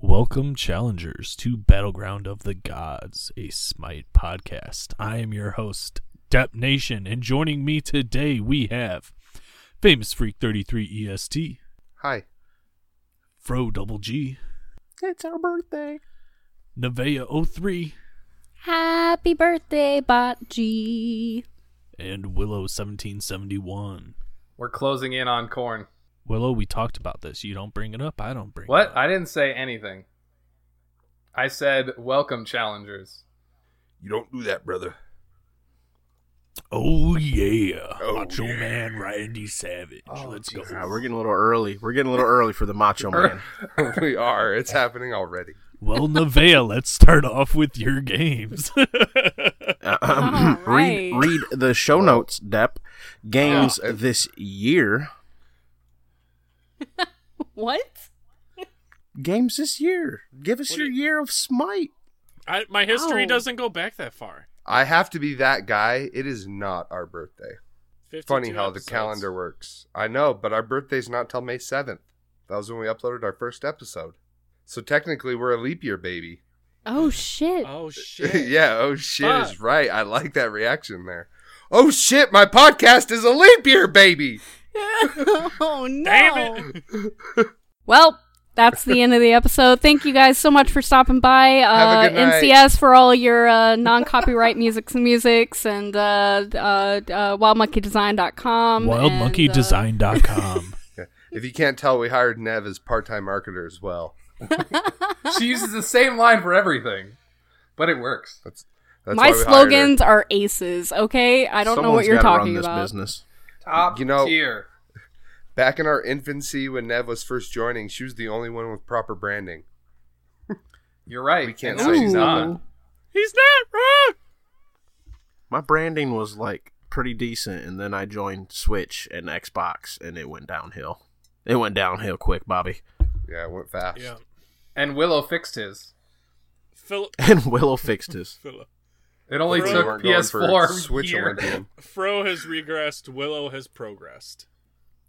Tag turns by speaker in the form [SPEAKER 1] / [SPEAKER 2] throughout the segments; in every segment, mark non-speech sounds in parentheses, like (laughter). [SPEAKER 1] Welcome, challengers, to Battleground of the Gods, a Smite podcast. I am your host, Dep Nation, and joining me today we have Famous Freak 33 EST,
[SPEAKER 2] Hi.
[SPEAKER 1] Fro Double G,
[SPEAKER 2] It's our birthday.
[SPEAKER 1] Nevea 03,
[SPEAKER 3] Happy birthday, Bot G.
[SPEAKER 1] and Willow 1771.
[SPEAKER 2] We're closing in on corn.
[SPEAKER 1] Willow, we talked about this. You don't bring it up, I don't bring it
[SPEAKER 2] What?
[SPEAKER 1] up.
[SPEAKER 2] I didn't say anything. I said, welcome, challengers.
[SPEAKER 4] You don't do that, brother.
[SPEAKER 1] Oh, yeah.
[SPEAKER 4] Oh,
[SPEAKER 1] Macho
[SPEAKER 4] yeah. Oh,
[SPEAKER 1] Man Randy Savage. Let's go.
[SPEAKER 5] Ah, we're getting a little early. We're getting a little early for the Macho Man.
[SPEAKER 4] (laughs) we are. It's happening already.
[SPEAKER 1] Well, Nevea, let's start off with your games. (laughs)
[SPEAKER 5] Uh,
[SPEAKER 3] All right.
[SPEAKER 5] read read the show notes, Dep. Games
[SPEAKER 4] Yeah.
[SPEAKER 5] this year.
[SPEAKER 3] What?
[SPEAKER 5] Games this year. Give us your year of Smite.
[SPEAKER 6] I, my history
[SPEAKER 3] Oh.
[SPEAKER 6] doesn't go back that far.
[SPEAKER 4] I have to be that guy. It is not our birthday.
[SPEAKER 6] 52
[SPEAKER 4] Funny how
[SPEAKER 6] episodes.
[SPEAKER 4] the
[SPEAKER 3] (laughs)
[SPEAKER 4] calendar works. I know, but our birthday's not till May 7th. That was when we uploaded our first episode. So technically, we're a leap year baby.
[SPEAKER 3] Oh shit.
[SPEAKER 6] Oh shit!
[SPEAKER 4] (laughs) yeah, oh shit is
[SPEAKER 6] Fuck.
[SPEAKER 4] right. I like that reaction there. Oh shit, my podcast is a leap year baby.
[SPEAKER 3] (laughs) oh no.
[SPEAKER 6] Damn it!
[SPEAKER 3] (laughs) Well, that's the end of the episode. Thank you guys so much for stopping by. Uh,
[SPEAKER 4] Have a good night.
[SPEAKER 3] NCS for all your uh, non-copyright (laughs) musics and musics and uh, uh, uh,
[SPEAKER 1] (laughs)
[SPEAKER 3] wildmonkeydesign.com.
[SPEAKER 6] (laughs)
[SPEAKER 3] and, uh, (laughs)
[SPEAKER 1] WildMonkeyDesign.com.
[SPEAKER 4] If you can't tell, we hired Nev as part time marketer as well.
[SPEAKER 2] she uses the same line for everything, but it works.
[SPEAKER 4] That's, that's why
[SPEAKER 3] my
[SPEAKER 4] we hired her.
[SPEAKER 3] slogans are aces. Okay, I don't know what
[SPEAKER 5] Someone's
[SPEAKER 3] you're
[SPEAKER 5] gotta
[SPEAKER 3] talking
[SPEAKER 5] run this
[SPEAKER 3] about.
[SPEAKER 5] Business.
[SPEAKER 2] Top
[SPEAKER 4] You know-
[SPEAKER 2] tier.
[SPEAKER 4] Back in our infancy, when Nev was first joining, she was the only one with proper branding.
[SPEAKER 2] You're right.
[SPEAKER 4] We can't
[SPEAKER 2] And now
[SPEAKER 4] say
[SPEAKER 3] Ooh.
[SPEAKER 2] she's
[SPEAKER 4] not.
[SPEAKER 2] not.
[SPEAKER 6] He's not wrong.
[SPEAKER 5] My branding was like pretty decent, and then I joined Switch and Xbox, and it went downhill. It went downhill quick, Bobby. (laughs)
[SPEAKER 4] Yeah, it went fast.
[SPEAKER 6] Yeah,
[SPEAKER 2] And Willow fixed his.
[SPEAKER 6] Philip.
[SPEAKER 5] And Willow fixed his.
[SPEAKER 6] Philip.
[SPEAKER 2] It only
[SPEAKER 6] Bro,
[SPEAKER 4] They
[SPEAKER 2] took
[SPEAKER 4] weren't going for
[SPEAKER 2] PS4
[SPEAKER 4] Switch
[SPEAKER 2] year.
[SPEAKER 4] Olympian.
[SPEAKER 6] Fro has regressed. Willow has progressed.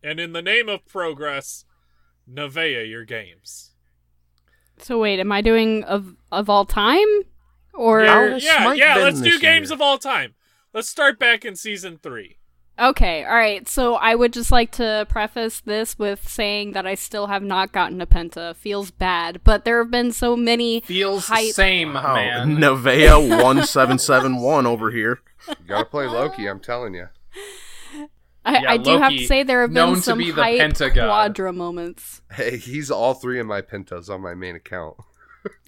[SPEAKER 6] And in the name of progress, Nevea, your games.
[SPEAKER 3] So wait, am I doing of of all time or
[SPEAKER 5] How
[SPEAKER 6] yeah,
[SPEAKER 5] has
[SPEAKER 6] yeah,
[SPEAKER 5] Smite
[SPEAKER 6] yeah,
[SPEAKER 5] been
[SPEAKER 6] let's do
[SPEAKER 5] this
[SPEAKER 6] games
[SPEAKER 5] year?
[SPEAKER 6] of all time. Let's start back in season three.
[SPEAKER 3] Okay, all right. So I would just like to preface this with saying that I still have not gotten to Penta. Feels bad, but there have been so many
[SPEAKER 2] Feels the
[SPEAKER 3] hype.
[SPEAKER 2] same,
[SPEAKER 5] Wow,
[SPEAKER 2] Oh, man.
[SPEAKER 5] Nevea one seven seven one over here.
[SPEAKER 4] You gotta play Loki, I'm telling you.
[SPEAKER 3] I,
[SPEAKER 2] Yeah,
[SPEAKER 3] I do have to
[SPEAKER 2] Loki,
[SPEAKER 3] say there have
[SPEAKER 2] known
[SPEAKER 3] been
[SPEAKER 2] to
[SPEAKER 3] some
[SPEAKER 2] be the
[SPEAKER 3] hype
[SPEAKER 2] Penta god.
[SPEAKER 3] quadra moments.
[SPEAKER 4] Hey, he's all three of my pentas on my main account.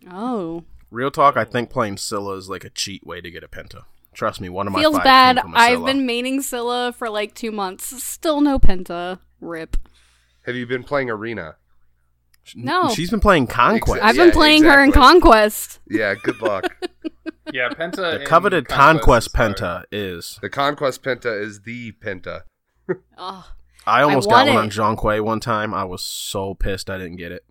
[SPEAKER 3] Oh,
[SPEAKER 5] Real talk, I think playing Scylla is like a cheat way to get a penta. Trust me, one of my
[SPEAKER 3] feels
[SPEAKER 5] five
[SPEAKER 3] bad.
[SPEAKER 5] came from a
[SPEAKER 3] I've
[SPEAKER 5] Scylla.
[SPEAKER 3] been maining Scylla for like two months. Still no Penta. Rip.
[SPEAKER 4] Have you been playing Arena?
[SPEAKER 3] No.
[SPEAKER 5] She's been playing Conquest.
[SPEAKER 3] I've
[SPEAKER 4] Yeah,
[SPEAKER 3] been playing her in
[SPEAKER 4] exactly.
[SPEAKER 3] Conquest.
[SPEAKER 4] Yeah, good
[SPEAKER 3] (laughs)
[SPEAKER 4] luck.
[SPEAKER 2] Yeah, Penta.
[SPEAKER 5] the
[SPEAKER 2] and
[SPEAKER 5] coveted Conquest,
[SPEAKER 2] is hard.
[SPEAKER 5] penta is.
[SPEAKER 4] the Conquest Penta is the Penta.
[SPEAKER 3] Oh,
[SPEAKER 5] I almost
[SPEAKER 3] want
[SPEAKER 5] got one
[SPEAKER 3] it.
[SPEAKER 5] on Jonquay one time. I was so pissed I didn't get it.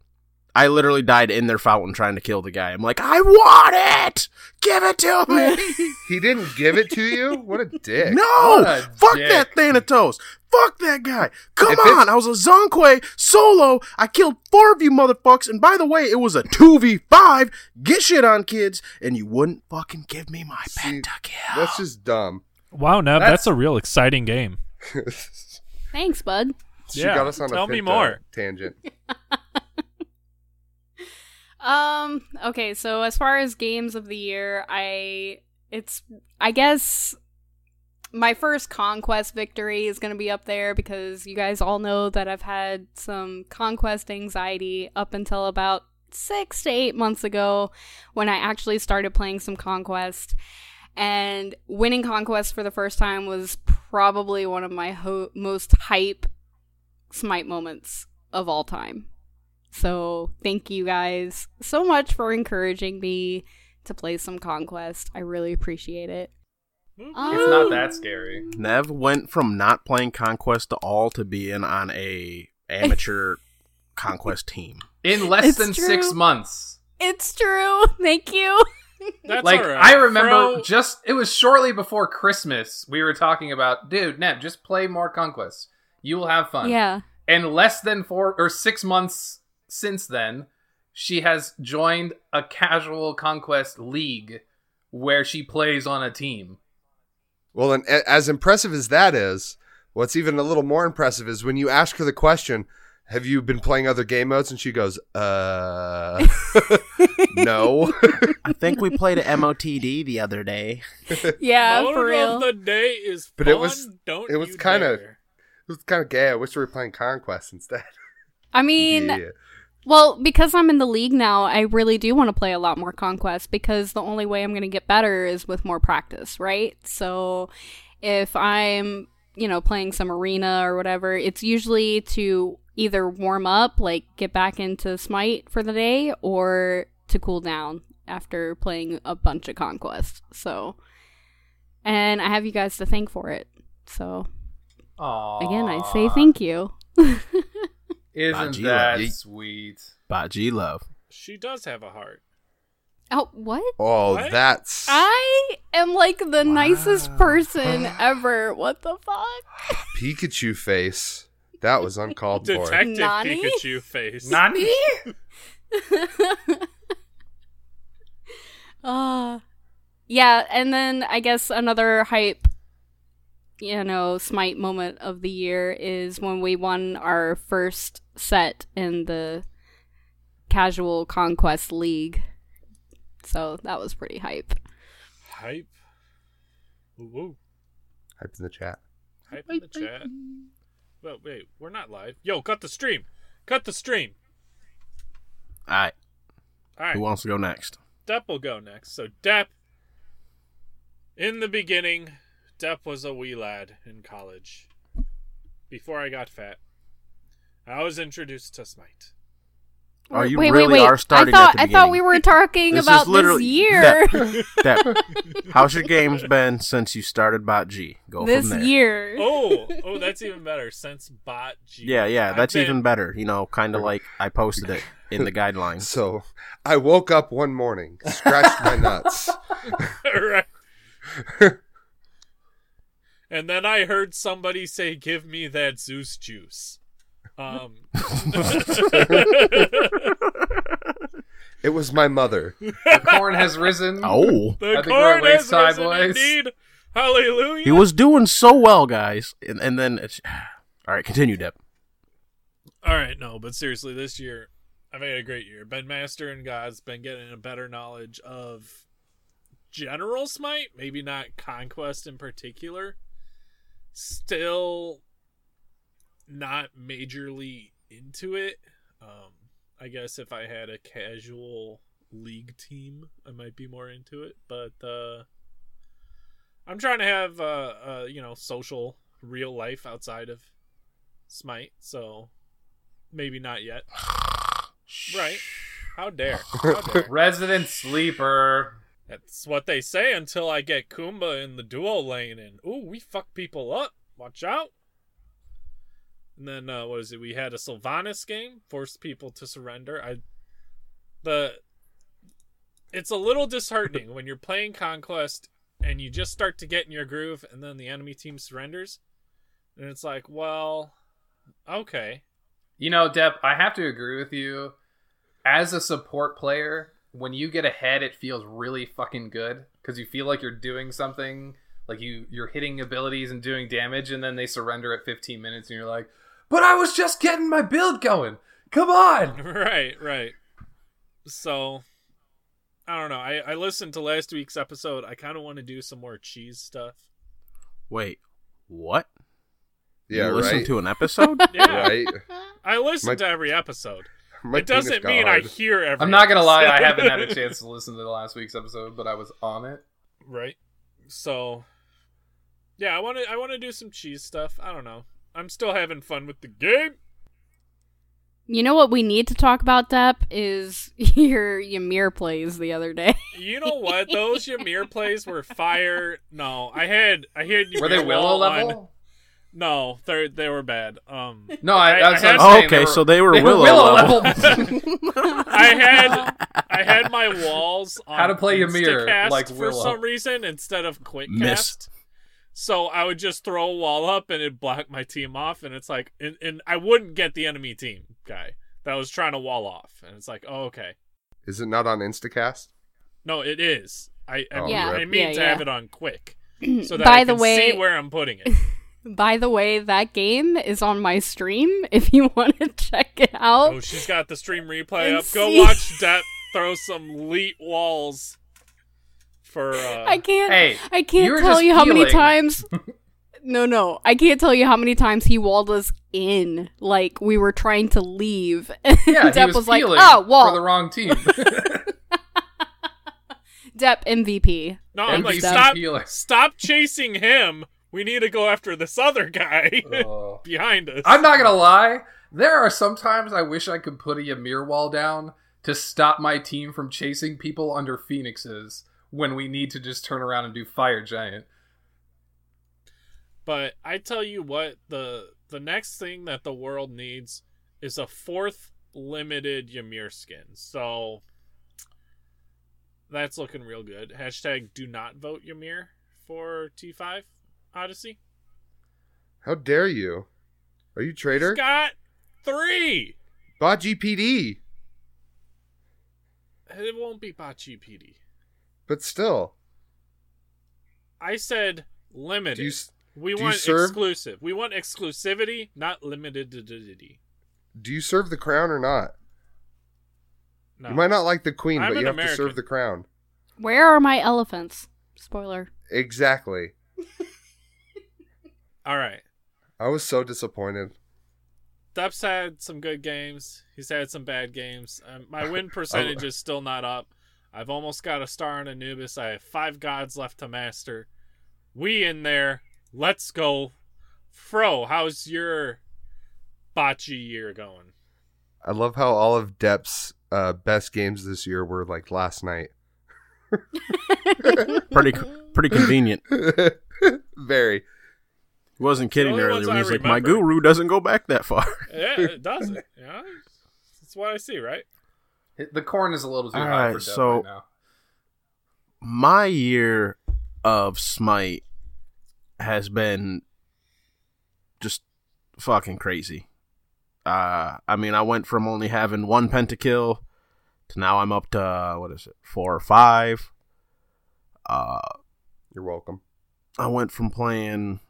[SPEAKER 5] I literally died in their fountain trying to kill the guy. I'm like, I want it! Give it to me!
[SPEAKER 4] He didn't give it to you? What a dick.
[SPEAKER 2] What
[SPEAKER 5] no!
[SPEAKER 2] a
[SPEAKER 5] Fuck
[SPEAKER 2] dick.
[SPEAKER 5] that Thanatos! Fuck that guy! Come
[SPEAKER 4] If it's-
[SPEAKER 5] on! I was a Zonquay solo. I killed four of you motherfuckers, and by the way, it was a 2v5. Get shit on, kids, and you wouldn't fucking give me my
[SPEAKER 4] See,
[SPEAKER 5] pentakill.
[SPEAKER 4] That's just dumb. (laughs)
[SPEAKER 1] wow, now that's,
[SPEAKER 2] That's-
[SPEAKER 1] a real exciting game.
[SPEAKER 3] thanks, bud.
[SPEAKER 4] She
[SPEAKER 6] Yeah,
[SPEAKER 4] got us on
[SPEAKER 6] tell
[SPEAKER 4] a
[SPEAKER 6] me
[SPEAKER 4] Penta
[SPEAKER 6] more.
[SPEAKER 4] tangent.
[SPEAKER 3] Um. Okay. So as far as games of the year, I it's I guess my first conquest victory is going to be up there because you guys all know that I've had some conquest anxiety up until about six to eight months ago when I actually started playing some conquest. And winning conquest for the first time was probably one of my ho- most hype smite moments of all time. So thank you guys so much for encouraging me to play some Conquest. I really appreciate it.
[SPEAKER 2] Hmm.
[SPEAKER 3] Um,
[SPEAKER 2] It's not
[SPEAKER 3] Oh.
[SPEAKER 2] that scary.
[SPEAKER 5] Nev went from not playing Conquest to all to being on a (laughs) amateur Conquest team.
[SPEAKER 2] In less
[SPEAKER 3] It's
[SPEAKER 2] than six
[SPEAKER 3] true.
[SPEAKER 2] months.
[SPEAKER 3] It's true. (laughs) Thank you.
[SPEAKER 6] That's
[SPEAKER 2] like
[SPEAKER 6] all right.
[SPEAKER 2] I remember
[SPEAKER 6] Fro-
[SPEAKER 2] just it was shortly before Christmas we were talking about, dude, Neb, just play more Conquest. (laughs) You will have fun.
[SPEAKER 3] Yeah.
[SPEAKER 2] And less than four or six months since then, she has joined a casual conquest league where she plays on a team.
[SPEAKER 4] Well, and a- as impressive as that is, what's even a little more impressive is when you ask her the question, "Have you been playing other game modes?" and she goes, "Uh, (laughs) no." (laughs)
[SPEAKER 5] I think we played at MOTD the other day.
[SPEAKER 3] Yeah,
[SPEAKER 6] Motor
[SPEAKER 3] for real.
[SPEAKER 6] of the day is
[SPEAKER 4] But
[SPEAKER 6] but
[SPEAKER 4] it
[SPEAKER 6] fun.
[SPEAKER 4] was-
[SPEAKER 6] Don't
[SPEAKER 4] it was
[SPEAKER 6] you
[SPEAKER 4] kinda-
[SPEAKER 6] dare.
[SPEAKER 4] It was kind of gay. I wish we were playing Conquest instead.
[SPEAKER 3] I mean,
[SPEAKER 4] yeah.
[SPEAKER 3] well, because I'm in the league now, I really do want to play a lot more conquest because the only way I'm going to get better is with more practice, right? So if I'm, you know, playing some arena or whatever, it's usually to either warm up, like get back into smite for the day or to cool down after playing a bunch of conquest. So and I have you guys to thank for it. So
[SPEAKER 2] Aww.
[SPEAKER 3] again, I say thank you. (laughs)
[SPEAKER 2] Isn't
[SPEAKER 5] Baji,
[SPEAKER 2] that
[SPEAKER 5] like-
[SPEAKER 2] sweet?
[SPEAKER 5] By G Love.
[SPEAKER 6] She does have a heart.
[SPEAKER 3] Oh, what?
[SPEAKER 4] Oh,
[SPEAKER 6] What?
[SPEAKER 4] that's
[SPEAKER 3] I am like the nicest
[SPEAKER 4] Wow.
[SPEAKER 5] (sighs)
[SPEAKER 3] person ever. What the
[SPEAKER 5] (laughs)
[SPEAKER 3] fuck?
[SPEAKER 4] Pikachu face. That was
[SPEAKER 6] (laughs)
[SPEAKER 4] uncalled for.
[SPEAKER 6] Detective
[SPEAKER 3] Nani? (laughs)
[SPEAKER 6] Pikachu face.
[SPEAKER 2] Nani?
[SPEAKER 3] Uh yeah, and then I guess another hype you know, smite moment of the year is when we won our first set in the casual conquest league. So that was pretty hype.
[SPEAKER 6] Hype. Ooh, ooh.
[SPEAKER 4] Hype in the chat.
[SPEAKER 6] Hype in the chat. Well, wait, we're not live. Yo, cut the stream. Cut the stream.
[SPEAKER 5] All right.
[SPEAKER 6] All right.
[SPEAKER 5] Who wants to go next?
[SPEAKER 6] Depp will go next. So Depp, in the beginning, Depp was a wee lad in college. Before I got fat, I was introduced to Smite.
[SPEAKER 5] Oh, you really are starting
[SPEAKER 3] I thought
[SPEAKER 5] at the
[SPEAKER 3] I thought we
[SPEAKER 5] beginning.
[SPEAKER 3] were talking
[SPEAKER 5] This is
[SPEAKER 3] about this
[SPEAKER 5] literally-
[SPEAKER 3] year. (laughs)
[SPEAKER 5] That, how's your games been since you started Bot G? Go
[SPEAKER 3] this
[SPEAKER 5] from there.
[SPEAKER 3] year.
[SPEAKER 6] Oh, oh, that's even better. Since bot G.
[SPEAKER 5] Yeah, yeah,
[SPEAKER 6] I've
[SPEAKER 5] that's
[SPEAKER 6] been-
[SPEAKER 5] even better. You know, kind of like I posted it in
[SPEAKER 6] (laughs)
[SPEAKER 5] the guidelines. (laughs)
[SPEAKER 4] So I woke up one morning, scratched
[SPEAKER 3] (laughs)
[SPEAKER 4] my nuts.
[SPEAKER 6] (laughs) right.
[SPEAKER 5] (laughs)
[SPEAKER 6] and then I heard somebody say, "Give me that Zeus juice." Um. (laughs) the
[SPEAKER 4] It was my mother.
[SPEAKER 2] The corn has risen.
[SPEAKER 5] (laughs) Oh,
[SPEAKER 2] I think we're
[SPEAKER 6] corn
[SPEAKER 2] awake,
[SPEAKER 6] has risen
[SPEAKER 2] Cyboys.
[SPEAKER 6] indeed. Hallelujah.
[SPEAKER 5] he was doing so well, guys, and, and then it's, (sighs) all right, continue, Deb.
[SPEAKER 6] All right, no, but seriously, this year I've had a great year. Been mastering gods, been getting a better knowledge of general smite, maybe not conquest in particular. Still not majorly into it. Um, I guess if I had a casual league team, I might be more into it. But uh, I'm trying to have uh, uh, you know social real life outside of smite, so maybe not yet. Right? How dare? How dare?
[SPEAKER 2] Resident sleeper.
[SPEAKER 6] That's what they say until I get Kumba in the duo lane and ooh, we fuck people up. Watch out. And then uh what is it? We had a Sylvanas game, forced people to surrender. I the it's a little disheartening when you're playing Conquest and you just start to get in your groove and then the enemy team surrenders. And it's like, well, okay.
[SPEAKER 2] You know, Depp, I have to agree with you. As a support player, when you get ahead, it feels really fucking good because you feel like you're doing something, like you you're hitting abilities and doing damage, and then they surrender at 15 minutes, and you're like, "But I was just getting my build going. Come on."
[SPEAKER 6] right right so i don't know i, I listened to last week's episode i kind of want to do some more cheese
[SPEAKER 2] (laughs)
[SPEAKER 6] stuff
[SPEAKER 5] Wait, what?
[SPEAKER 4] Yeah,
[SPEAKER 5] you listened
[SPEAKER 4] right.
[SPEAKER 5] to an episode?
[SPEAKER 6] yeah
[SPEAKER 4] right.
[SPEAKER 6] i listen
[SPEAKER 4] My-
[SPEAKER 6] to every episode
[SPEAKER 4] My
[SPEAKER 6] it doesn't
[SPEAKER 4] penis got
[SPEAKER 6] mean i
[SPEAKER 4] hard.
[SPEAKER 6] hear every
[SPEAKER 2] I'm not gonna lie, I
[SPEAKER 6] episode. (laughs)
[SPEAKER 2] haven't had a chance to listen to the last week's episode, but I was on it.
[SPEAKER 6] right so yeah i want to i want to do some cheese stuff i don't know i'm still having fun with the game
[SPEAKER 3] You know what we need to talk about, Depp, is (laughs) your Ymir plays the other day.
[SPEAKER 6] you know what those ymir plays were fire no i had i had
[SPEAKER 2] Were they
[SPEAKER 6] Ymir
[SPEAKER 2] Willow
[SPEAKER 6] on-
[SPEAKER 2] level?
[SPEAKER 6] no they they were bad um
[SPEAKER 2] No, I,
[SPEAKER 6] I-
[SPEAKER 2] that's
[SPEAKER 6] I
[SPEAKER 2] what I'm
[SPEAKER 6] had-
[SPEAKER 5] Oh,
[SPEAKER 2] saying,
[SPEAKER 5] okay, so they were
[SPEAKER 2] they
[SPEAKER 5] Willow, level.
[SPEAKER 6] I had I had my walls on
[SPEAKER 2] (laughs) How to play a mirror,
[SPEAKER 6] Instacast
[SPEAKER 2] like
[SPEAKER 6] for
[SPEAKER 2] Willow.
[SPEAKER 6] some reason instead of quick
[SPEAKER 5] Missed.
[SPEAKER 6] cast. So I would just throw a wall up and it blocked my team off, and it's like, and, and I wouldn't get the enemy team guy. that was trying to wall off, and it's like, oh okay,
[SPEAKER 4] Is it not on Instacast?
[SPEAKER 6] no, it is. I I,
[SPEAKER 4] Oh,
[SPEAKER 6] mean,
[SPEAKER 3] Yeah.
[SPEAKER 6] I mean
[SPEAKER 3] Yeah,
[SPEAKER 6] to
[SPEAKER 3] yeah. Mm.
[SPEAKER 6] have it on quick (clears throat) so that
[SPEAKER 3] by
[SPEAKER 6] I can
[SPEAKER 3] the way,
[SPEAKER 6] see where I'm putting
[SPEAKER 3] (laughs)
[SPEAKER 6] it.
[SPEAKER 3] by the way, that game is on my stream. (laughs) If you want to check it out,
[SPEAKER 6] Oh, she's got the stream replay
[SPEAKER 3] And
[SPEAKER 6] up. Go
[SPEAKER 3] see-
[SPEAKER 6] watch Depp throw some leet walls for. Uh,
[SPEAKER 3] (laughs) I can't.
[SPEAKER 2] (laughs) Hey,
[SPEAKER 3] I can't
[SPEAKER 2] you were
[SPEAKER 3] tell
[SPEAKER 2] just
[SPEAKER 3] you how many
[SPEAKER 2] feeling.
[SPEAKER 3] times. No, no, I can't tell you how many times he walled us in. Like we were trying to leave, (laughs) and
[SPEAKER 2] Yeah, he
[SPEAKER 3] Depp
[SPEAKER 2] was,
[SPEAKER 3] was, like,
[SPEAKER 2] feeling
[SPEAKER 3] "Oh,
[SPEAKER 2] for
[SPEAKER 3] wall."
[SPEAKER 2] the wrong team.
[SPEAKER 3] Depp MVP.
[SPEAKER 6] no, (laughs) I'm
[SPEAKER 3] Thanks,
[SPEAKER 6] like
[SPEAKER 3] Depp.
[SPEAKER 6] stop,
[SPEAKER 2] Healer.
[SPEAKER 6] stop chasing him. We need to go after this other guy (laughs)
[SPEAKER 2] Oh.
[SPEAKER 6] behind us.
[SPEAKER 2] (laughs) I'm not gonna lie. There are sometimes I wish I could put a Ymir wall down to stop my team from chasing people under phoenixes when we need to just turn around and do fire giant.
[SPEAKER 6] But I tell you what, the the next thing that the world needs is a fourth limited Ymir skin. So that's looking real good. Hashtag do not vote Ymir for T5 Odyssey.
[SPEAKER 4] How dare you? Are you traitor?
[SPEAKER 6] Scott three.
[SPEAKER 4] Bought GPD,
[SPEAKER 6] It won't be Bachi PD.
[SPEAKER 4] but still.
[SPEAKER 6] I said limited.
[SPEAKER 4] Do you, s-
[SPEAKER 6] we
[SPEAKER 4] do you
[SPEAKER 6] want
[SPEAKER 4] serve?
[SPEAKER 6] exclusive. We want exclusivity, not limited.
[SPEAKER 4] do you serve the crown or not?
[SPEAKER 6] No.
[SPEAKER 4] You might not like the queen,
[SPEAKER 6] I'm
[SPEAKER 4] but you
[SPEAKER 6] an
[SPEAKER 4] have to
[SPEAKER 6] American.
[SPEAKER 4] serve the crown.
[SPEAKER 3] Where are my elephants? Spoiler.
[SPEAKER 4] Exactly.
[SPEAKER 6] All right.
[SPEAKER 4] I was so disappointed.
[SPEAKER 6] Depp's had some good games. He's had some bad games. Um, my
[SPEAKER 4] (laughs)
[SPEAKER 6] win percentage
[SPEAKER 4] Oh.
[SPEAKER 6] is still not up. I've almost got a star on Anubis. I have five gods left to master. We in there. Let's go. Fro, how's your bocce year going?
[SPEAKER 4] (laughs) I love how all of Depp's uh, best games this year were like last night. (laughs)
[SPEAKER 3] (laughs)
[SPEAKER 5] Pretty pretty convenient.
[SPEAKER 6] (laughs)
[SPEAKER 4] Very.
[SPEAKER 5] Wasn't kidding
[SPEAKER 6] only
[SPEAKER 5] earlier
[SPEAKER 6] ones
[SPEAKER 5] when
[SPEAKER 6] I
[SPEAKER 5] he's like, my
[SPEAKER 6] remember."
[SPEAKER 5] guru doesn't go back that far.
[SPEAKER 6] Yeah, it doesn't. Yeah, that's what I see, right?
[SPEAKER 2] The corn is a little too
[SPEAKER 5] All
[SPEAKER 2] high for
[SPEAKER 5] right,
[SPEAKER 2] Depp
[SPEAKER 5] so-
[SPEAKER 2] right now.
[SPEAKER 5] my year of smite has been just fucking crazy. Uh, I mean, I went from only having one pentakill to now I'm up to uh, what is it, four or five. Uh,
[SPEAKER 4] You're welcome.
[SPEAKER 5] I went from playing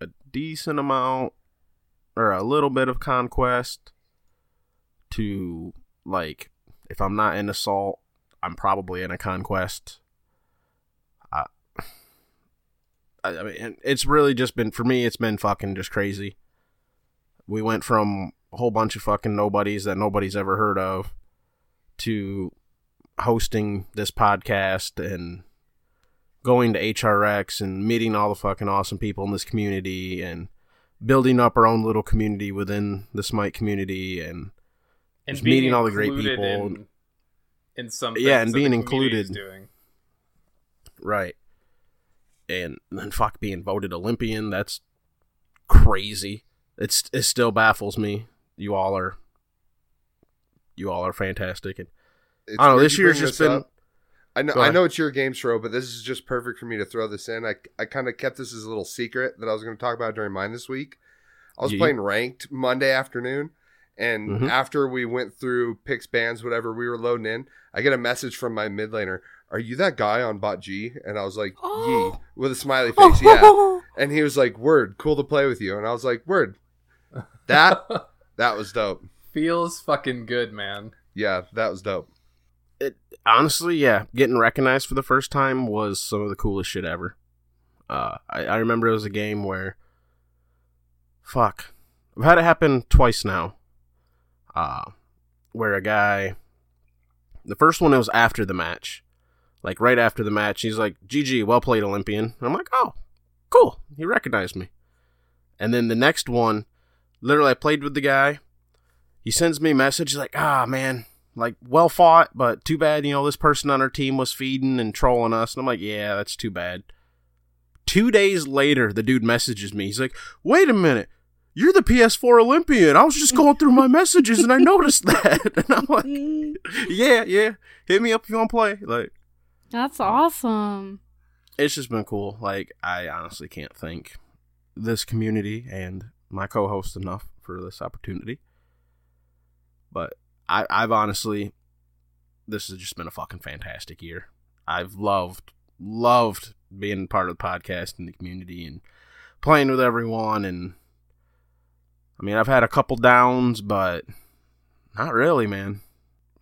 [SPEAKER 5] a decent amount or a little bit of conquest to like if I'm not in assault, I'm probably in a conquest. I, I I mean, and it's really just been for me. It's been fucking just crazy. We went from a whole bunch of fucking nobodies that nobody's ever heard of to hosting this podcast and going to HRX and meeting all the fucking awesome people in this community and building up our own little community within the Smite community and
[SPEAKER 2] And
[SPEAKER 5] Just
[SPEAKER 2] being
[SPEAKER 5] meeting all the great
[SPEAKER 2] included
[SPEAKER 5] people.
[SPEAKER 2] in, in some
[SPEAKER 5] Yeah,
[SPEAKER 2] things
[SPEAKER 5] and
[SPEAKER 2] that the
[SPEAKER 5] being
[SPEAKER 2] community's
[SPEAKER 5] included.
[SPEAKER 2] Doing.
[SPEAKER 5] right. And then fuck being voted Olympian, that's crazy. It's it still baffles me. You all are you all are fantastic and
[SPEAKER 4] It's
[SPEAKER 5] I don't know,
[SPEAKER 4] weird
[SPEAKER 5] this
[SPEAKER 4] you
[SPEAKER 5] year's
[SPEAKER 4] bring
[SPEAKER 5] just
[SPEAKER 4] this
[SPEAKER 5] been
[SPEAKER 4] up. I know.
[SPEAKER 5] Go
[SPEAKER 4] I
[SPEAKER 5] ahead.
[SPEAKER 4] know it's your game, Shro, but this is just perfect for me to throw this in. I, I kind of kept this as a little secret that I was going to talk about during mine this week. I was
[SPEAKER 5] Yeet.
[SPEAKER 4] playing ranked Monday afternoon, and
[SPEAKER 5] Mhm.
[SPEAKER 4] after we went through picks, bans, whatever we were loading in, I get a message from my mid laner. Are you that guy on bot G? And I was like, "Yee,"
[SPEAKER 3] Oh.
[SPEAKER 4] with a smiley face. yeah.
[SPEAKER 3] (laughs)
[SPEAKER 4] And he was like, "Word, cool to play with you." And I was like, "Word, that
[SPEAKER 5] (laughs)
[SPEAKER 4] that was dope.
[SPEAKER 2] (laughs) Feels fucking good, man.
[SPEAKER 4] Yeah, that was dope.
[SPEAKER 5] honestly, yeah, getting recognized for the first time was some of the coolest shit ever. Uh, I, I remember it was a game where, fuck, I've had it happen twice now. Uh, where a guy, the first one it was after the match, like right after the match, he's like, "GG, well played, Olympian." And I'm like, "Oh, cool, he recognized me." And then the next one, literally, I played with the guy. He sends me a message he's like, "Ah, man, like well fought, but too bad, you know, this person on our team was feeding and trolling us. And I'm like, yeah, that's too bad. Two days later, the dude messages me. He's like, wait a minute. You're the PS4 Olympian. I was just going through my messages and I noticed that. (laughs) And I'm like, yeah, yeah. Hit me up if you want to play. Like,
[SPEAKER 3] That's awesome.
[SPEAKER 5] it's just been cool. Like, I honestly can't thank this community and my co host enough for this opportunity. But I, I've honestly, this has just been a fucking fantastic year. I've loved, loved being part of the podcast and the community and playing with everyone. And I mean, I've had a couple downs, but not really, man.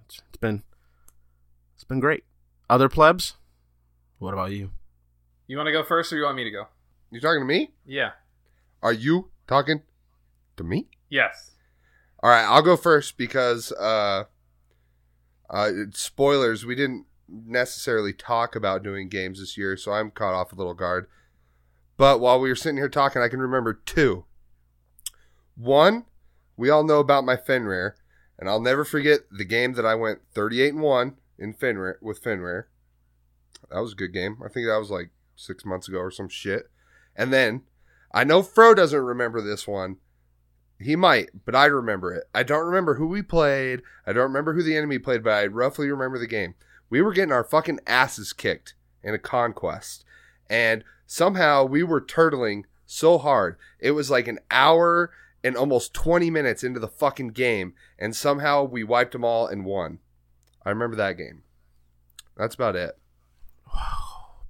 [SPEAKER 5] It's, it's been, it's been great. Other plebs, what about you?
[SPEAKER 2] You want to go first, or you want me to go?
[SPEAKER 4] You talking to me?
[SPEAKER 2] Yeah.
[SPEAKER 4] Are you talking to me?
[SPEAKER 2] Yes.
[SPEAKER 4] All right, I'll go first because uh, uh, spoilers. We didn't necessarily talk about doing games this year, so I'm caught off a little guard. But while we were sitting here talking, I can remember two. One, we all know about my Fenrir, and I'll never forget the game that I went 38 and one in Fenrir with Fenrir. That was a good game. I think that was like six months ago or some shit. And then I know Fro doesn't remember this one. He might, but I remember it. I don't remember who we played. I don't remember who the enemy played, but I roughly remember the game. We were getting our fucking asses kicked in a conquest. And somehow we were turtling so hard. It was like an hour and almost 20 minutes into the fucking game. And somehow we wiped them all and won. I remember that game. That's about it.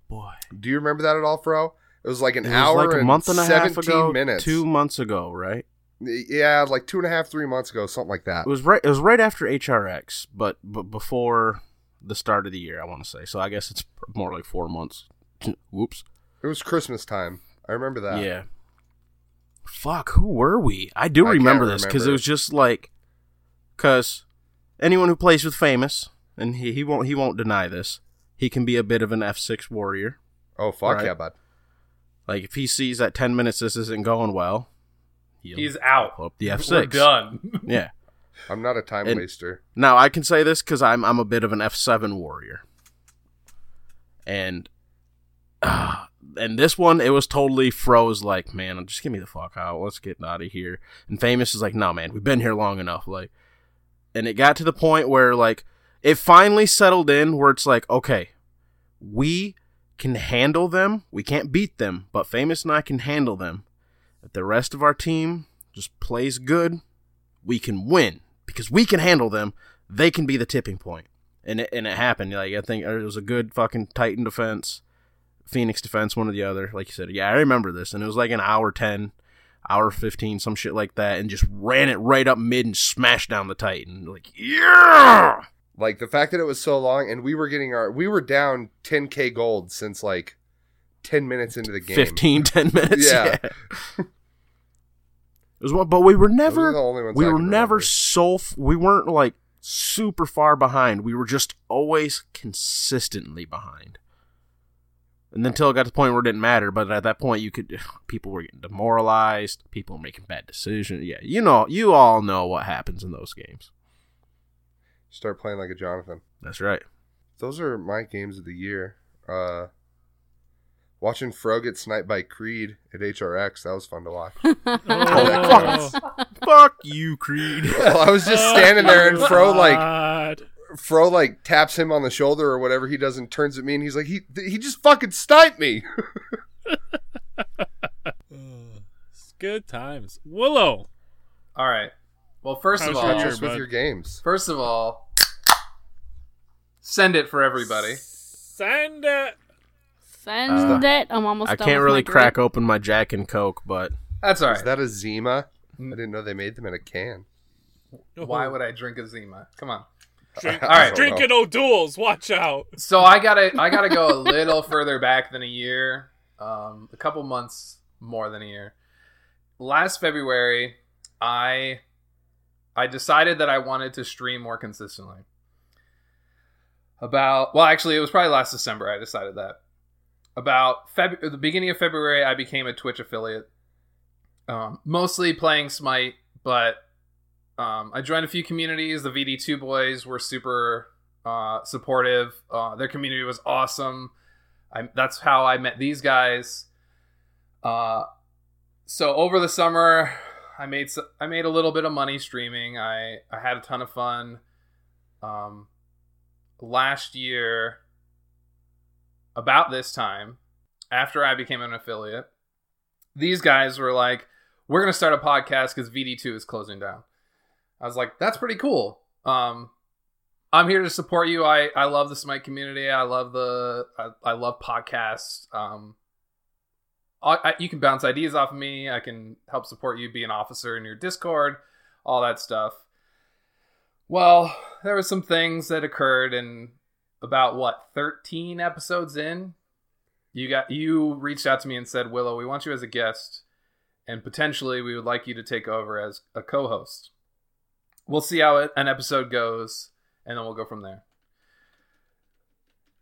[SPEAKER 5] Boy,
[SPEAKER 4] Do you remember that at all, Fro? It was like an
[SPEAKER 5] It was
[SPEAKER 4] hour
[SPEAKER 5] like a
[SPEAKER 4] and
[SPEAKER 5] month and a
[SPEAKER 4] 17
[SPEAKER 5] half ago,
[SPEAKER 4] minutes.
[SPEAKER 5] two months ago, right?
[SPEAKER 4] Yeah, like two and a half, three months ago, something like that.
[SPEAKER 5] It was right. It was right after HRX, but but before the start of the year, I want to say. So I guess it's more like four months. (laughs) Whoops.
[SPEAKER 4] It was Christmas time. I remember that.
[SPEAKER 5] Yeah. Fuck. Who were we? I do
[SPEAKER 4] I can't
[SPEAKER 5] remember this because
[SPEAKER 4] remember.
[SPEAKER 5] it was just like, because anyone who plays with famous, and he, he won't he won't deny this. He can be a bit of an F six warrior.
[SPEAKER 4] Oh fuck
[SPEAKER 5] Right.
[SPEAKER 4] yeah, bud.
[SPEAKER 5] Like if he sees that ten minutes this isn't going well, he'll
[SPEAKER 2] He's out.
[SPEAKER 5] pull up the F
[SPEAKER 2] We're
[SPEAKER 5] six.
[SPEAKER 2] done.
[SPEAKER 5] Yeah.
[SPEAKER 4] I'm not a time
[SPEAKER 5] And-
[SPEAKER 4] waster.
[SPEAKER 5] Now I can say this because I'm I'm a bit of an F seven warrior, and ah, and this one it was totally froze. Like man, just give me the fuck out. Let's get out of here. And famous is like, no man, we've been here long enough. Like, and it got to the point where like it finally settled in where it's like, okay, we can handle them. We can't beat them, but famous and I can handle them. If the rest of our team just plays good, we can win because we can handle them. They can be the tipping point, and it, and it happened. Like I think it was a good fucking Titan defense, Phoenix defense, one or the other. Like you said, yeah, I remember this, and it was like an hour ten, hour fifteen, some shit like that, and just ran it right up mid and smashed down the Titan. Like yeah,
[SPEAKER 4] Like the fact that it was so long and we were getting our we were down 10k gold since like 10 minutes into the game.
[SPEAKER 5] 15, 10 minutes.
[SPEAKER 4] Yeah.
[SPEAKER 5] Yeah. (laughs) it was one, but we were never.
[SPEAKER 4] Those are the only ones
[SPEAKER 5] we
[SPEAKER 4] I
[SPEAKER 5] were
[SPEAKER 4] can
[SPEAKER 5] never
[SPEAKER 4] remember.
[SPEAKER 5] so f- we weren't like super far behind we were just always consistently behind and until it got to the point where it didn't matter but at that point you could (sighs) people were getting demoralized people were making bad decisions yeah you know you all know what happens in those games
[SPEAKER 4] (laughs) Start playing like a Jonathan.
[SPEAKER 3] (laughs)
[SPEAKER 5] that's right
[SPEAKER 4] Those are my games of the year. Uh watching Fro get sniped by Creed at HRX, that was fun to
[SPEAKER 5] (laughs)
[SPEAKER 4] watch.
[SPEAKER 6] Oh,
[SPEAKER 5] fuck you creed
[SPEAKER 4] well, I was just standing there and Fro
[SPEAKER 6] (laughs)
[SPEAKER 4] like
[SPEAKER 6] God.
[SPEAKER 4] Fro like taps him on the shoulder or whatever he does and turns at me and he's like, he he just fucking sniped me.
[SPEAKER 6] Ugh. It's good times. Willow.
[SPEAKER 2] all right. Well, first of
[SPEAKER 6] How's
[SPEAKER 2] all,
[SPEAKER 6] your
[SPEAKER 4] Just with
[SPEAKER 6] bud.
[SPEAKER 4] your games.
[SPEAKER 2] first of all, send it for everybody.
[SPEAKER 6] Send it.
[SPEAKER 2] Uh,
[SPEAKER 3] Send it. I'm almost.
[SPEAKER 5] (laughs) i
[SPEAKER 3] done
[SPEAKER 5] can't
[SPEAKER 3] with my
[SPEAKER 5] really
[SPEAKER 3] drink.
[SPEAKER 5] crack open my jack and coke but
[SPEAKER 2] That's all
[SPEAKER 4] Is
[SPEAKER 2] right.
[SPEAKER 4] that a Zima? I
[SPEAKER 2] Mm.
[SPEAKER 4] didn't know they made them in a can.
[SPEAKER 2] Why would I drink a Zima? Come on.
[SPEAKER 6] Drink,
[SPEAKER 2] (laughs)
[SPEAKER 4] All
[SPEAKER 2] right.
[SPEAKER 6] drinking O'Doul's. Watch out.
[SPEAKER 2] So I gotta I gotta go a little (laughs) further back than a year, um, a couple months more than a year. Last February, I I decided that I wanted to stream more consistently. About well, actually, it was probably last December I decided that. About Feb- the beginning of February, I became a Twitch affiliate, um, mostly playing Smite, but um, I joined a few communities. The VD2 boys were super uh, supportive. Uh, their community was awesome. I, that's how I met these guys. Uh, so over the summer, I made s- I made a little bit of money streaming. I I had a ton of fun. Um, last year, about this time, after I became an affiliate, these guys were like, "We're gonna start a podcast because VD2 is closing down." I was like, that's pretty cool. Um, I'm here to support you. I, I love the Smite community. I love the I, I love podcasts. Um, I, I- you can bounce ideas off of me. I can help support you, be an officer in your Discord, all that stuff. Well, there were some things that occurred, and about what 13 episodes in, you got you reached out to me and said, Willow, we want you as a guest, and potentially we would like you to take over as a co-host. We'll see how it- an episode goes, and then we'll go from there.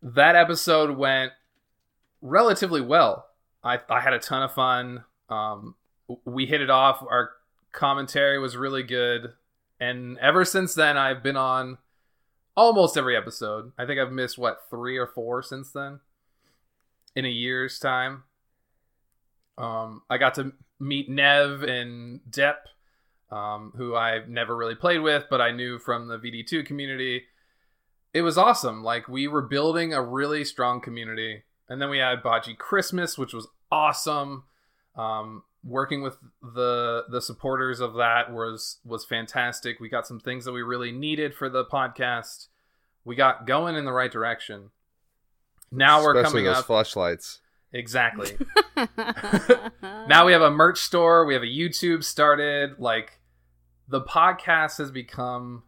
[SPEAKER 2] That episode went relatively well. I, I had a ton of fun. Um, w- we hit it off. Our commentary was really good. And ever since then, I've been on almost every episode. I think I've missed, what, three or four since then in a year's time. Um, I got to meet Nev and Depp, um, who I've never really played with, but I knew from the VD2 community. It was awesome. Like, we were building a really strong community. And then we had Baji Christmas, which was awesome. Um, working with the the supporters of that was was fantastic. We got some things that we really needed for the podcast. We got going in the right direction. Now we're
[SPEAKER 4] Especially
[SPEAKER 2] coming
[SPEAKER 4] those
[SPEAKER 2] up
[SPEAKER 4] flashlights.
[SPEAKER 3] (laughs)
[SPEAKER 2] Exactly. now we have a merch store, we have a YouTube started, like the podcast has become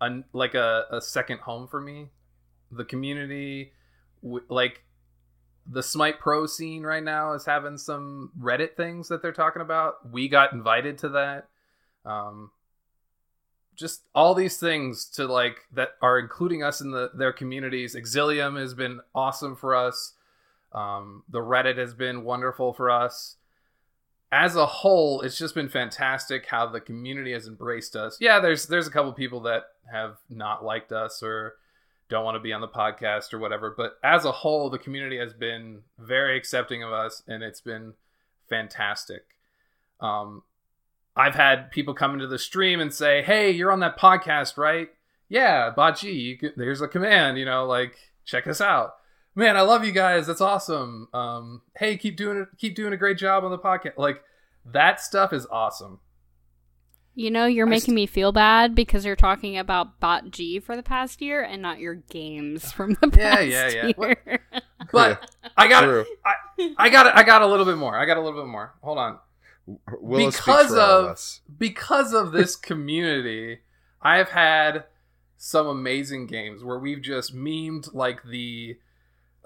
[SPEAKER 2] an like a, a second home for me. The community w- like the Smite Pro scene right now is having some Reddit things that they're talking about. We got invited to that. Um just all these things to like that are including us in the their communities. Exilium has been awesome for us. Um, the Reddit has been wonderful for us. As a whole, it's just been fantastic how the community has embraced us. Yeah, there's there's a couple people that have not liked us or don't want to be on the podcast or whatever, but as a whole, the community has been very accepting of us, and it's been fantastic. Um, I've had people come into the stream and say, "Hey, you're on that podcast, right? Yeah, Baji, you could, there's a command, you know, like check us out." man i love you guys that's awesome um hey keep doing it keep doing a great job on the podcast like that stuff is awesome
[SPEAKER 3] You know, you're
[SPEAKER 2] I
[SPEAKER 3] making
[SPEAKER 2] st-
[SPEAKER 3] me feel bad because you're talking about Bot G for the past year and not your games from the past
[SPEAKER 2] Yeah, yeah, yeah.
[SPEAKER 3] year.
[SPEAKER 2] but i
[SPEAKER 4] (laughs)
[SPEAKER 2] got
[SPEAKER 4] True.
[SPEAKER 2] i got i got a little bit more i got a little bit more hold on
[SPEAKER 4] Willow
[SPEAKER 2] Because
[SPEAKER 4] speaks for all
[SPEAKER 2] of-
[SPEAKER 4] of us.
[SPEAKER 2] because of this community, I've had some amazing games where we've just memed like the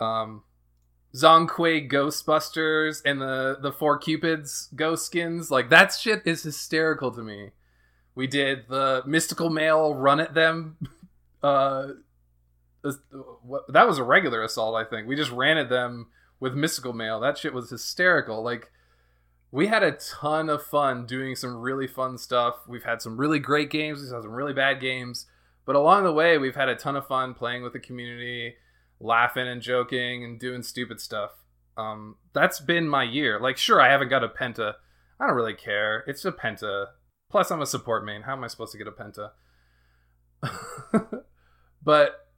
[SPEAKER 2] um Zonkwe Ghostbusters and the the Four Cupids ghost skins. Like that shit is hysterical to me. We did the mystical male run at them. (laughs) Uh, as- what- that was a regular assault, I think. We just ran at them with mystical mail. That shit was hysterical. Like we had a ton of fun doing some really fun stuff. We've had some really great games. We've had some really bad games. But along the way, we've had a ton of fun playing with the community, laughing and joking and doing stupid stuff. Um, that's been my year. Like, sure, I haven't got a penta. I don't really care. It's a penta. Plus, I'm a support main. How am I supposed to get a penta? (laughs) but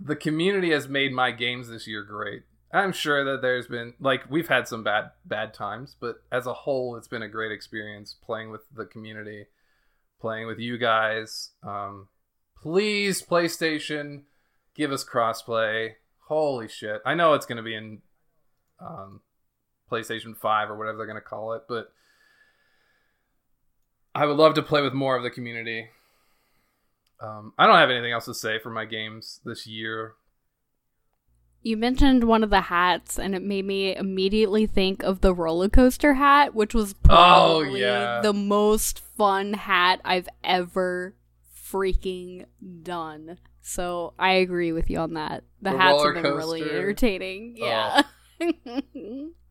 [SPEAKER 2] the community has made my games this year great. I'm sure that there's been like we've had some bad bad times, but as a whole, it's been a great experience playing with the community, playing with you guys. Um, please, PlayStation, give us crossplay. Holy shit! I know it's gonna be in um, PlayStation Five or whatever they're gonna call it, but I would love to play with more of the community. Um, I don't have anything else to say for my games this year.
[SPEAKER 3] You mentioned one of the hats, and it made me immediately think of the roller coaster hat, which was probably
[SPEAKER 2] Oh, yeah.
[SPEAKER 3] the most fun hat I've ever freaking done. So I agree with you on that. The,
[SPEAKER 2] The
[SPEAKER 3] hats
[SPEAKER 2] roller
[SPEAKER 3] have been really
[SPEAKER 2] coaster.
[SPEAKER 3] entertaining.
[SPEAKER 2] Oh. (laughs)
[SPEAKER 3] Yeah.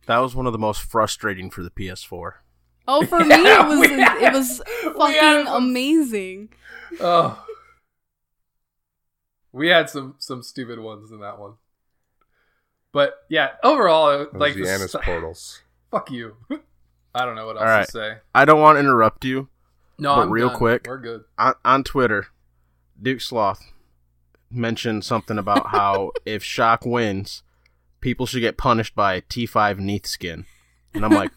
[SPEAKER 5] That was one of the most frustrating for the PS4.
[SPEAKER 3] oh, for me,
[SPEAKER 2] Yeah,
[SPEAKER 3] it was
[SPEAKER 2] (laughs) we
[SPEAKER 3] it was
[SPEAKER 2] we had
[SPEAKER 3] fucking
[SPEAKER 2] some-
[SPEAKER 3] amazing.
[SPEAKER 2] Oh. We had some some stupid ones in that one. But yeah, overall it-
[SPEAKER 4] Those
[SPEAKER 2] like the
[SPEAKER 4] Giannis
[SPEAKER 2] st-
[SPEAKER 4] portals.
[SPEAKER 2] (laughs) fuck you. I don't know what else
[SPEAKER 5] All right.
[SPEAKER 2] to say.
[SPEAKER 5] I don't want to interrupt you.
[SPEAKER 2] No,
[SPEAKER 5] But
[SPEAKER 2] I'm
[SPEAKER 5] real
[SPEAKER 2] done.
[SPEAKER 5] quick-
[SPEAKER 2] We're good.
[SPEAKER 5] On, on Twitter, Duke Sloth mentioned something about how if Shock wins, people should get punished by a T5 Neath skin. And I'm like,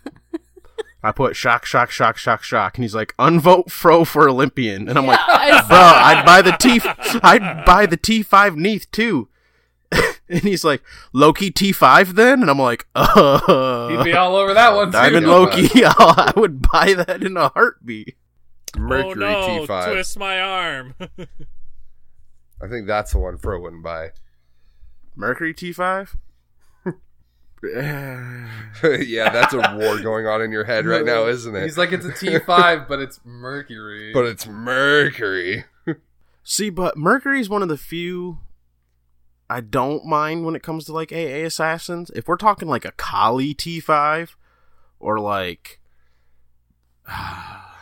[SPEAKER 5] I put shock, shock, shock, shock, shock, and he's like, unvote fro for Olympian, and I'm like,
[SPEAKER 3] I
[SPEAKER 5] bro, I'd buy the T, I'd buy the T five Neath too. (laughs) and he's like, Loki T five then, and I'm like,
[SPEAKER 2] He'd
[SPEAKER 5] uh,
[SPEAKER 2] be all over that one.
[SPEAKER 5] (laughs)
[SPEAKER 2] too.
[SPEAKER 4] (laughs)
[SPEAKER 5] Diamond
[SPEAKER 4] Yeah.
[SPEAKER 5] Loki, I would buy that in a heartbeat.
[SPEAKER 4] Mercury
[SPEAKER 6] oh no!
[SPEAKER 4] T5.
[SPEAKER 6] Twist my
[SPEAKER 2] (laughs)
[SPEAKER 6] arm.
[SPEAKER 4] I think that's the one Fro wouldn't buy. (laughs)
[SPEAKER 5] Mercury T five. yeah,
[SPEAKER 4] yeah, that's a
[SPEAKER 2] (laughs)
[SPEAKER 4] war going on in your head right now, isn't it?
[SPEAKER 2] He's like, it's a T5, but it's
[SPEAKER 4] (laughs)
[SPEAKER 2] Mercury.
[SPEAKER 4] but it's Mercury.
[SPEAKER 5] See, but Mercury is one of the few I don't mind when it comes to like AA assassins. If we're talking like a Kali T5 or like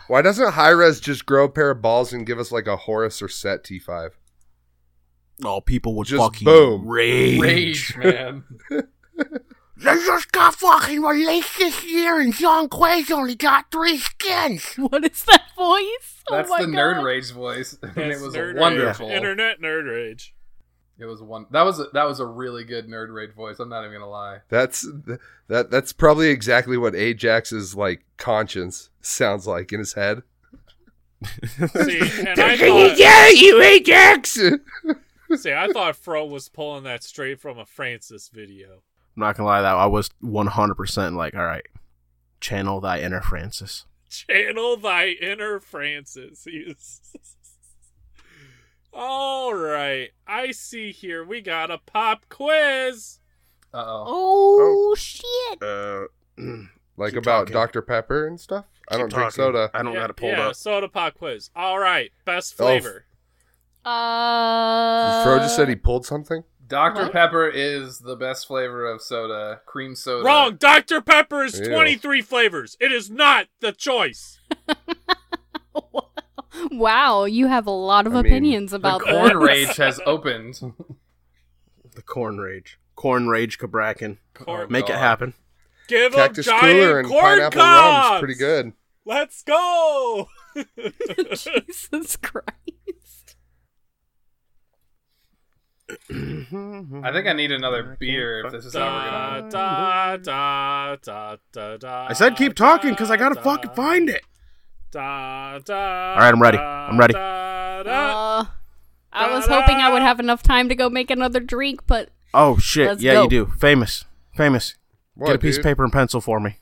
[SPEAKER 4] Why doesn't High Res just grow a pair of balls and give us like a Horus or Set T5?
[SPEAKER 5] oh, people would
[SPEAKER 4] Just
[SPEAKER 5] fucking
[SPEAKER 4] boom.
[SPEAKER 5] rage.
[SPEAKER 2] Rage, (laughs) man.
[SPEAKER 5] They just got fucking released this year, and John Quay's only got
[SPEAKER 3] (laughs)
[SPEAKER 5] three skins.
[SPEAKER 3] what is that voice? Oh
[SPEAKER 2] That's
[SPEAKER 3] my
[SPEAKER 2] the nerd
[SPEAKER 3] God.
[SPEAKER 2] rage voice, (laughs) and
[SPEAKER 6] That's
[SPEAKER 2] it was
[SPEAKER 6] nerd
[SPEAKER 2] wonderful.
[SPEAKER 6] Rage. Internet nerd rage.
[SPEAKER 2] It was one. That was a, that was a really good nerd rage voice. I'm not even gonna lie.
[SPEAKER 4] That's that. That's probably exactly what Ajax's like conscience sounds like in his head.
[SPEAKER 6] See, and I thought,
[SPEAKER 4] you, Ajax.
[SPEAKER 6] see, I thought Fro was pulling that straight from a Francis video.
[SPEAKER 5] I'm not gonna lie, that I was 100% like, all right, channel thy inner Francis.
[SPEAKER 6] Channel thy inner Francis. He's- (laughs) All right, I see here we got a pop quiz.
[SPEAKER 2] Uh oh.
[SPEAKER 3] Oh, shit!
[SPEAKER 5] Uh,
[SPEAKER 4] Like
[SPEAKER 5] Keep
[SPEAKER 4] about
[SPEAKER 5] talking.
[SPEAKER 4] Dr Pepper and stuff. I don't drink soda.
[SPEAKER 5] I don't
[SPEAKER 6] yeah,
[SPEAKER 5] got it pulled
[SPEAKER 6] yeah,
[SPEAKER 5] up.
[SPEAKER 6] Soda pop quiz. All right, best
[SPEAKER 4] Oh, f-
[SPEAKER 6] flavor.
[SPEAKER 3] Uh.
[SPEAKER 4] Fro just said he pulled something.
[SPEAKER 2] Dr
[SPEAKER 3] What?
[SPEAKER 2] Pepper is the best flavor of soda, cream soda.
[SPEAKER 6] Wrong. Dr Pepper is
[SPEAKER 4] Ew.
[SPEAKER 6] 23 flavors. It is not the choice.
[SPEAKER 3] (laughs) Wow, you have a lot of
[SPEAKER 4] I mean,
[SPEAKER 3] opinions
[SPEAKER 2] The
[SPEAKER 3] about
[SPEAKER 5] (laughs)
[SPEAKER 2] corn
[SPEAKER 3] (laughs) this.
[SPEAKER 2] rage has opened.
[SPEAKER 5] The corn rage. Corn rage Cabracken.
[SPEAKER 6] Corn.
[SPEAKER 5] Make it
[SPEAKER 2] God.
[SPEAKER 5] happen.
[SPEAKER 6] Give him
[SPEAKER 4] Cactus
[SPEAKER 6] giant
[SPEAKER 4] cooler and
[SPEAKER 6] corn
[SPEAKER 4] pineapple rum
[SPEAKER 6] cobs.
[SPEAKER 4] is pretty good.
[SPEAKER 6] Let's go.
[SPEAKER 3] Jesus Christ!
[SPEAKER 2] I think I
[SPEAKER 6] (laughs)
[SPEAKER 2] need another beer if this is how we're gonna.
[SPEAKER 6] Da, da, da, da, da, da,
[SPEAKER 5] I said keep talking because I gotta
[SPEAKER 6] da,
[SPEAKER 5] fucking find it.
[SPEAKER 6] Da, da,
[SPEAKER 5] All right, I'm ready.
[SPEAKER 6] da,
[SPEAKER 5] I'm ready.
[SPEAKER 6] da, da.
[SPEAKER 3] Uh, I was hoping I would have enough time to go make another drink, but
[SPEAKER 5] Oh shit!
[SPEAKER 3] Let's
[SPEAKER 5] yeah,
[SPEAKER 3] go.
[SPEAKER 5] you do. Famous, famous.
[SPEAKER 4] What,
[SPEAKER 5] Get a piece
[SPEAKER 4] dude?
[SPEAKER 5] of paper and pencil for me.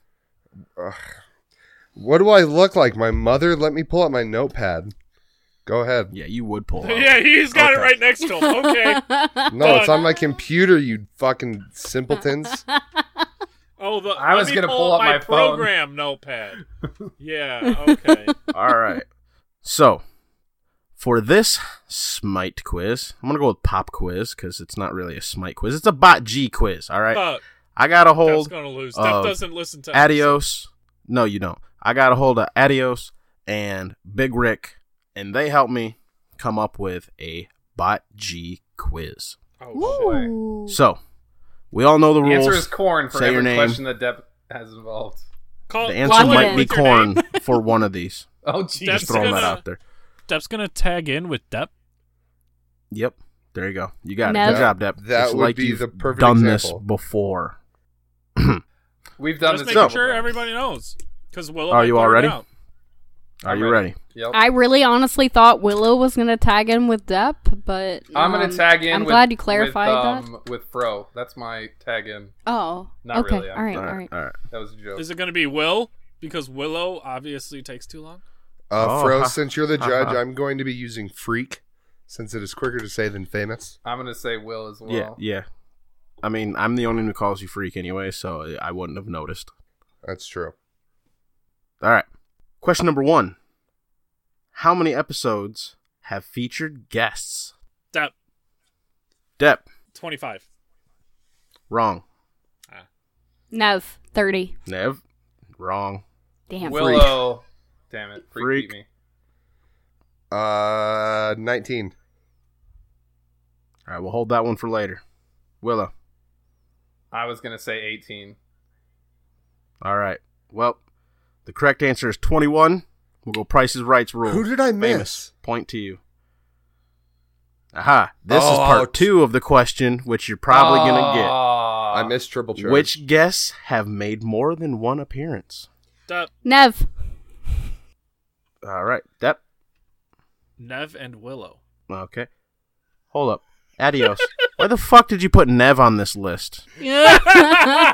[SPEAKER 4] What do I look like? My mother let me pull out my notepad.
[SPEAKER 6] (laughs)
[SPEAKER 4] Go ahead.
[SPEAKER 5] Yeah, you would pull.
[SPEAKER 6] Yeah, he's got it
[SPEAKER 5] Okay.
[SPEAKER 6] right next to him. Okay.
[SPEAKER 4] No, it's on my computer, you fucking
[SPEAKER 6] (laughs)
[SPEAKER 4] simpletons. Uh,
[SPEAKER 6] Oh, the,
[SPEAKER 2] I was
[SPEAKER 6] let me
[SPEAKER 2] gonna
[SPEAKER 6] pull
[SPEAKER 2] pull
[SPEAKER 6] up
[SPEAKER 2] up
[SPEAKER 6] my,
[SPEAKER 2] my phone.
[SPEAKER 6] program notepad. Yeah. Okay.
[SPEAKER 5] All right. So, for this smite quiz, I'm gonna go with pop quiz because it's not really a smite quiz. It's a bot G quiz. All right.
[SPEAKER 6] Fuck.
[SPEAKER 5] I got a
[SPEAKER 6] That's
[SPEAKER 5] hold.
[SPEAKER 6] gonna lose.
[SPEAKER 5] uh,
[SPEAKER 6] Steph doesn't listen to. us.
[SPEAKER 5] Adios. No, you don't. I got a hold of Adios and Big Rick, and they helped me come up with a bot G quiz.
[SPEAKER 2] Oh,
[SPEAKER 3] Ooh.
[SPEAKER 5] So, we all know the
[SPEAKER 2] boy. the
[SPEAKER 5] rules.
[SPEAKER 2] answer is corn for
[SPEAKER 5] Say your
[SPEAKER 2] every
[SPEAKER 5] name.
[SPEAKER 2] question that Depp has involved. (laughs)
[SPEAKER 6] Call,
[SPEAKER 5] The
[SPEAKER 3] Lock
[SPEAKER 5] answer
[SPEAKER 3] it
[SPEAKER 5] might
[SPEAKER 3] in.
[SPEAKER 5] be
[SPEAKER 6] What's your name?
[SPEAKER 5] corn for one of these.
[SPEAKER 2] Oh
[SPEAKER 5] Just
[SPEAKER 6] (laughs)
[SPEAKER 2] jeez.
[SPEAKER 6] That's
[SPEAKER 5] throwing that
[SPEAKER 6] gonna-
[SPEAKER 5] out there.
[SPEAKER 6] Depp's gonna tag in with Depp.
[SPEAKER 5] Yep. There you go. You got it.
[SPEAKER 3] Nev.
[SPEAKER 5] Good job, Depp.
[SPEAKER 4] That
[SPEAKER 5] It's
[SPEAKER 4] would
[SPEAKER 5] like
[SPEAKER 4] be
[SPEAKER 5] you've
[SPEAKER 4] the perfect
[SPEAKER 5] done
[SPEAKER 4] example.
[SPEAKER 5] this before.
[SPEAKER 2] We've done
[SPEAKER 6] Just
[SPEAKER 2] this.
[SPEAKER 6] making
[SPEAKER 2] a couple
[SPEAKER 6] sure
[SPEAKER 2] times.
[SPEAKER 6] everybody knows. Because Willow.
[SPEAKER 5] Are
[SPEAKER 6] might
[SPEAKER 5] you
[SPEAKER 6] blurt
[SPEAKER 5] all
[SPEAKER 6] it
[SPEAKER 5] ready?
[SPEAKER 6] out.
[SPEAKER 5] Are
[SPEAKER 2] I'm
[SPEAKER 5] you
[SPEAKER 2] ready.
[SPEAKER 5] ready?
[SPEAKER 2] Yep.
[SPEAKER 3] I really honestly thought Willow was gonna tag in with Depp, but
[SPEAKER 2] I'm
[SPEAKER 3] um,
[SPEAKER 2] gonna tag in.
[SPEAKER 3] I'm
[SPEAKER 2] with,
[SPEAKER 3] glad you clarified
[SPEAKER 2] with,
[SPEAKER 3] that.
[SPEAKER 2] um, with Fro. That's my tag in.
[SPEAKER 3] Oh,
[SPEAKER 2] not
[SPEAKER 3] okay.
[SPEAKER 2] really, I'm
[SPEAKER 3] all right, all
[SPEAKER 5] All
[SPEAKER 3] right.
[SPEAKER 5] right. All right.
[SPEAKER 2] That was a joke.
[SPEAKER 6] Is it gonna be Will? Because Willow obviously takes too long.
[SPEAKER 4] Uh,
[SPEAKER 5] Oh,
[SPEAKER 4] Fro,
[SPEAKER 5] ha-
[SPEAKER 4] since
[SPEAKER 5] (laughs)
[SPEAKER 4] you're the
[SPEAKER 5] ha-
[SPEAKER 4] judge,
[SPEAKER 5] ha.
[SPEAKER 4] I'm going to be using freak, since it is quicker to say than famous.
[SPEAKER 2] I'm gonna say Will as well.
[SPEAKER 5] Yeah. Yeah. I mean, I'm the only one who calls you freak anyway, so I wouldn't have noticed.
[SPEAKER 4] That's true.
[SPEAKER 5] All right. Question number one How many episodes have featured guests?
[SPEAKER 6] Depp.
[SPEAKER 5] Depp.
[SPEAKER 6] Twenty-five.
[SPEAKER 5] Wrong.
[SPEAKER 3] Nev, thirty.
[SPEAKER 5] Nev. Wrong.
[SPEAKER 3] Damn.
[SPEAKER 2] Willow. Damn it. Freak,
[SPEAKER 5] Freak.
[SPEAKER 2] beat me.
[SPEAKER 4] Uh, 19.
[SPEAKER 5] All right. We'll hold that one for later. Willow.
[SPEAKER 2] I was gonna say 18.
[SPEAKER 5] All right. Well, the correct answer is 21. We'll go Price's Rights rule.
[SPEAKER 4] Who did I
[SPEAKER 5] Famous.
[SPEAKER 4] miss?
[SPEAKER 5] Point to you. Aha. This is
[SPEAKER 4] Oh,
[SPEAKER 5] part
[SPEAKER 4] t-
[SPEAKER 5] two of the question, which you're probably going to get.
[SPEAKER 2] Ah.
[SPEAKER 4] I missed triple charge.
[SPEAKER 5] Which guests have made more than one appearance?
[SPEAKER 6] Dep,
[SPEAKER 3] Nev.
[SPEAKER 5] All right. Dep.
[SPEAKER 6] Nev, and
[SPEAKER 3] (laughs)
[SPEAKER 6] Willow.
[SPEAKER 5] Okay. Hold up. Adios. (laughs) Why the fuck did you put Nev on this list?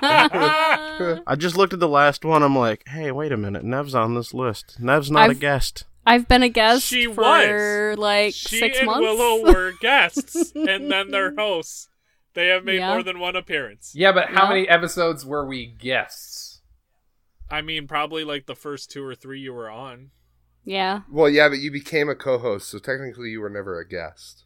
[SPEAKER 5] I just looked at the last one. I'm like, hey, wait a minute. Nev's on this list. Nev's not a
[SPEAKER 3] I've-
[SPEAKER 5] guest.
[SPEAKER 3] I've been a guest
[SPEAKER 6] She
[SPEAKER 3] for like
[SPEAKER 6] she
[SPEAKER 3] six
[SPEAKER 6] and
[SPEAKER 3] months.
[SPEAKER 6] Willow were guests, and then
[SPEAKER 3] (laughs)
[SPEAKER 6] their hosts. They have made
[SPEAKER 3] Yeah.
[SPEAKER 6] more than one appearance.
[SPEAKER 2] Yeah, but how
[SPEAKER 3] No.
[SPEAKER 2] many episodes were we guests?
[SPEAKER 6] I mean, probably like the first two or three you were on.
[SPEAKER 3] yeah.
[SPEAKER 4] Well, yeah, but you became a co-host, so technically you were never a guest.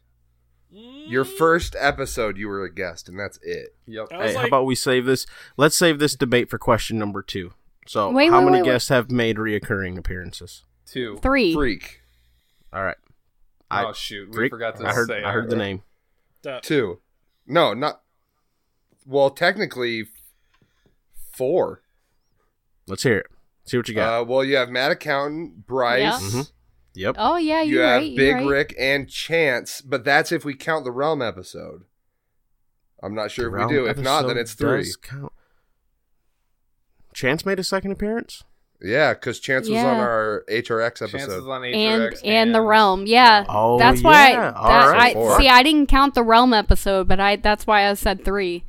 [SPEAKER 4] Your first episode, you were a guest, and that's it.
[SPEAKER 2] Yep.
[SPEAKER 6] I
[SPEAKER 5] Hey,
[SPEAKER 6] was
[SPEAKER 5] how
[SPEAKER 6] like-
[SPEAKER 5] about we save this? Let's save this debate for question number two. So,
[SPEAKER 3] Wait,
[SPEAKER 5] how
[SPEAKER 3] wait,
[SPEAKER 5] many
[SPEAKER 3] wait, wait.
[SPEAKER 5] guests have made reoccurring appearances?
[SPEAKER 2] Two.
[SPEAKER 3] Three.
[SPEAKER 4] Freak
[SPEAKER 5] All right.
[SPEAKER 2] Oh shoot, we
[SPEAKER 5] Greek?
[SPEAKER 2] forgot to
[SPEAKER 5] I heard,
[SPEAKER 2] say.
[SPEAKER 5] I heard the
[SPEAKER 2] our-
[SPEAKER 5] name.
[SPEAKER 6] Dep.
[SPEAKER 4] two, no, not. Well, technically, four.
[SPEAKER 5] Let's hear it. See what you got.
[SPEAKER 4] Uh, well, you have Matt Accountant, Bryce.
[SPEAKER 3] Yeah.
[SPEAKER 5] Mhm. yep.
[SPEAKER 3] Oh yeah,
[SPEAKER 4] You
[SPEAKER 3] you're
[SPEAKER 4] have
[SPEAKER 3] right.
[SPEAKER 4] Big
[SPEAKER 3] you're right.
[SPEAKER 4] Rick and Chance, but that's if we count the Realm episode. I'm not sure if
[SPEAKER 5] Round
[SPEAKER 4] we do. If not, then
[SPEAKER 5] episode
[SPEAKER 4] it's three.
[SPEAKER 5] does count. Chance made a second appearance.
[SPEAKER 4] Yeah, because Chance was on
[SPEAKER 3] Yeah.
[SPEAKER 4] our HRX episode.
[SPEAKER 2] Chances on HRX
[SPEAKER 3] And
[SPEAKER 2] man.
[SPEAKER 3] and the realm, yeah.
[SPEAKER 5] Oh,
[SPEAKER 3] that's why.
[SPEAKER 5] yeah.
[SPEAKER 3] that-
[SPEAKER 5] All right.
[SPEAKER 3] I,
[SPEAKER 4] Four.
[SPEAKER 3] see, I didn't count the realm episode, but I that's why I said three.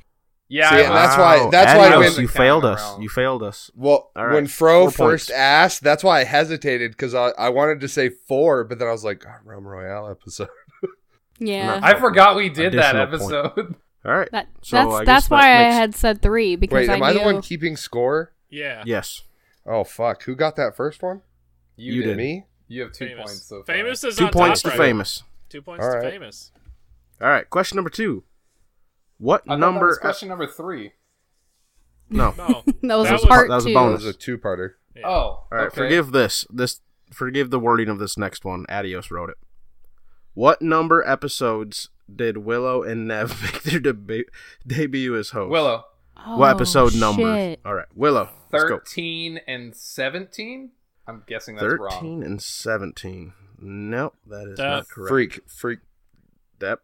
[SPEAKER 2] Yeah,
[SPEAKER 4] See,
[SPEAKER 2] I
[SPEAKER 4] and
[SPEAKER 2] was-
[SPEAKER 4] that's why- that's why
[SPEAKER 5] Adios,
[SPEAKER 4] when-
[SPEAKER 5] you failed us.
[SPEAKER 2] Around.
[SPEAKER 5] You failed us.
[SPEAKER 4] Well,
[SPEAKER 5] All right,
[SPEAKER 4] when Fro
[SPEAKER 5] four
[SPEAKER 4] first
[SPEAKER 5] points.
[SPEAKER 4] asked, that's why I hesitated because I, I wanted to say four, but then I was like, oh, Realm Royale episode. (laughs)
[SPEAKER 3] Yeah.
[SPEAKER 5] Not-
[SPEAKER 2] (laughs) I forgot we did that
[SPEAKER 5] Additional point.
[SPEAKER 2] episode.
[SPEAKER 5] All right.
[SPEAKER 3] that,
[SPEAKER 5] So
[SPEAKER 3] that's
[SPEAKER 5] I guess
[SPEAKER 3] that's
[SPEAKER 5] that
[SPEAKER 3] why
[SPEAKER 5] makes-
[SPEAKER 3] I had said three
[SPEAKER 4] Wait,
[SPEAKER 3] because
[SPEAKER 4] am
[SPEAKER 3] I
[SPEAKER 4] I
[SPEAKER 3] knew
[SPEAKER 4] the one keeping score?
[SPEAKER 6] Yeah.
[SPEAKER 5] Yes.
[SPEAKER 4] Oh fuck, who got that first one?
[SPEAKER 5] (laughs)
[SPEAKER 2] You,
[SPEAKER 5] You
[SPEAKER 2] did.
[SPEAKER 5] did.
[SPEAKER 4] Me?
[SPEAKER 2] You have two
[SPEAKER 6] famous.
[SPEAKER 2] points. So far.
[SPEAKER 6] famous is
[SPEAKER 5] Two
[SPEAKER 6] on
[SPEAKER 5] points
[SPEAKER 6] top
[SPEAKER 5] to
[SPEAKER 6] right.
[SPEAKER 5] famous.
[SPEAKER 6] Two points
[SPEAKER 4] All
[SPEAKER 6] to
[SPEAKER 4] right.
[SPEAKER 6] famous.
[SPEAKER 5] All right. Question number two. What
[SPEAKER 2] I thought that
[SPEAKER 5] number? e-
[SPEAKER 2] was question number three.
[SPEAKER 5] No.
[SPEAKER 2] (laughs)
[SPEAKER 6] No.
[SPEAKER 3] (laughs) that was
[SPEAKER 6] That
[SPEAKER 3] a
[SPEAKER 6] was-
[SPEAKER 3] part
[SPEAKER 5] that was a
[SPEAKER 3] two.
[SPEAKER 4] That
[SPEAKER 5] bonus.
[SPEAKER 4] Oh, was a two-parter.
[SPEAKER 6] Yeah.
[SPEAKER 2] Oh, all
[SPEAKER 5] All right.
[SPEAKER 2] okay.
[SPEAKER 5] Forgive this. This. Forgive the wording of this next one. Adios wrote it. What number episodes did Willow and Nev (laughs) make their deba- debut as hosts?
[SPEAKER 2] Willow,
[SPEAKER 5] What
[SPEAKER 3] Oh,
[SPEAKER 5] episode number?
[SPEAKER 3] shit.
[SPEAKER 5] All right. Willow. Let's go.
[SPEAKER 2] thirteen and seventeen. I'm guessing that's wrong.
[SPEAKER 5] 13 and 17. Nope, that is
[SPEAKER 6] Dep.
[SPEAKER 5] not correct.
[SPEAKER 4] Freak, freak.
[SPEAKER 5] Dep.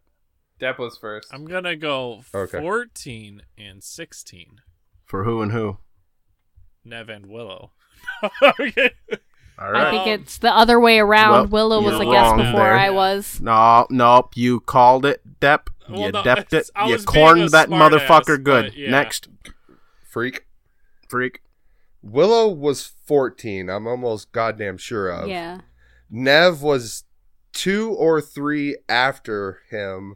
[SPEAKER 2] Depp was first.
[SPEAKER 6] I'm gonna go
[SPEAKER 4] Okay.
[SPEAKER 6] fourteen and sixteen.
[SPEAKER 5] For who and who?
[SPEAKER 6] Nev and Willow. (laughs) Okay.
[SPEAKER 5] All
[SPEAKER 3] I
[SPEAKER 5] right.
[SPEAKER 3] think it's the other way around.
[SPEAKER 5] Well,
[SPEAKER 3] Willow was
[SPEAKER 5] you're
[SPEAKER 3] a guest
[SPEAKER 5] wrong
[SPEAKER 3] before
[SPEAKER 5] there.
[SPEAKER 3] I was.
[SPEAKER 5] No, nope, you called it Dep. You
[SPEAKER 6] Well, no,
[SPEAKER 5] depped it.
[SPEAKER 6] (laughs) I
[SPEAKER 5] You
[SPEAKER 6] was being a
[SPEAKER 5] corned that
[SPEAKER 6] smart
[SPEAKER 5] motherfucker
[SPEAKER 6] ass,
[SPEAKER 5] good.
[SPEAKER 6] but yeah.
[SPEAKER 5] Next,
[SPEAKER 4] Freak.
[SPEAKER 5] freak.
[SPEAKER 4] Willow was 14, I'm almost goddamn sure of.
[SPEAKER 3] Yeah.
[SPEAKER 4] Nev was two or three after him.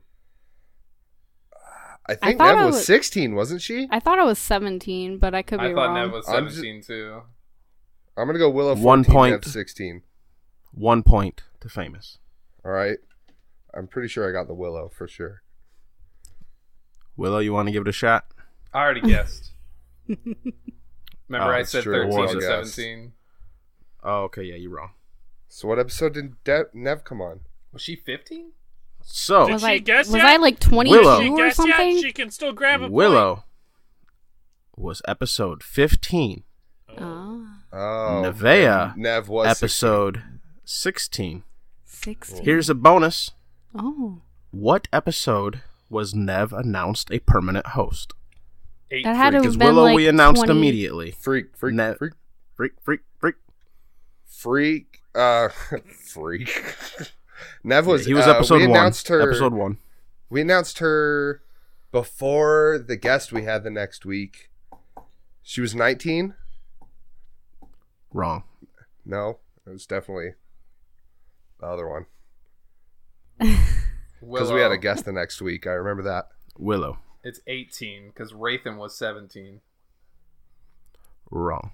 [SPEAKER 4] I think
[SPEAKER 3] thought
[SPEAKER 4] Nev
[SPEAKER 3] I
[SPEAKER 4] was,
[SPEAKER 3] was-
[SPEAKER 4] 16, wasn't she?
[SPEAKER 3] I thought I was 17, but I could be
[SPEAKER 2] I thought
[SPEAKER 3] wrong.
[SPEAKER 2] Nev was
[SPEAKER 4] I'm just-
[SPEAKER 2] seventeen too.
[SPEAKER 4] I'm gonna go Willow 14,
[SPEAKER 5] One point.
[SPEAKER 4] Nev 16.
[SPEAKER 5] One point to famous.
[SPEAKER 4] All right. I'm pretty sure I got the Willow for sure.
[SPEAKER 5] Willow, you want to give it a shot?
[SPEAKER 2] I
[SPEAKER 4] (laughs)
[SPEAKER 2] already guessed. Remember,
[SPEAKER 5] Oh,
[SPEAKER 2] I
[SPEAKER 5] that's
[SPEAKER 2] said
[SPEAKER 4] true. It
[SPEAKER 2] thirteen
[SPEAKER 5] was
[SPEAKER 2] and
[SPEAKER 4] a guess.
[SPEAKER 2] seventeen.
[SPEAKER 5] Oh, okay, yeah, you're wrong.
[SPEAKER 4] So what episode did De- Nev come on?
[SPEAKER 2] Was she fifteen?
[SPEAKER 5] So,
[SPEAKER 6] Did
[SPEAKER 3] was
[SPEAKER 6] she
[SPEAKER 3] I
[SPEAKER 6] guess
[SPEAKER 3] was
[SPEAKER 6] yet?
[SPEAKER 3] I like 22
[SPEAKER 5] Oh. Willow.
[SPEAKER 6] She
[SPEAKER 3] or
[SPEAKER 6] guessed yet?
[SPEAKER 3] something?
[SPEAKER 6] She can still grab a
[SPEAKER 5] Willow was episode 15,
[SPEAKER 6] Point. Oh.
[SPEAKER 3] Oh,
[SPEAKER 4] Oh,
[SPEAKER 5] Nevea
[SPEAKER 4] Nev was
[SPEAKER 5] episode 16.
[SPEAKER 3] 16.
[SPEAKER 5] Here's a bonus.
[SPEAKER 3] Oh.
[SPEAKER 5] What episode was Nev announced a permanent host?
[SPEAKER 2] Eight.
[SPEAKER 3] That had to
[SPEAKER 5] Because
[SPEAKER 3] have been
[SPEAKER 5] Willow,
[SPEAKER 3] like
[SPEAKER 5] we announced
[SPEAKER 3] 20
[SPEAKER 5] immediately.
[SPEAKER 4] freak, freak,
[SPEAKER 5] Nev-
[SPEAKER 4] freak,
[SPEAKER 5] Freak, freak, freak.
[SPEAKER 4] freak, uh, (laughs) freak. (laughs) Nev was.
[SPEAKER 5] he was
[SPEAKER 4] uh,
[SPEAKER 5] episode
[SPEAKER 4] we
[SPEAKER 5] one.
[SPEAKER 4] Announced her,
[SPEAKER 5] Episode one.
[SPEAKER 4] We announced her before the guest we had the next week. She was 19.
[SPEAKER 5] Wrong.
[SPEAKER 4] No, it was definitely the other one because
[SPEAKER 2] Willow.
[SPEAKER 4] we had a guest the next week. I remember that.
[SPEAKER 5] Willow.
[SPEAKER 2] oh, It's eighteen because Wraithen was seventeen.
[SPEAKER 5] Wrong.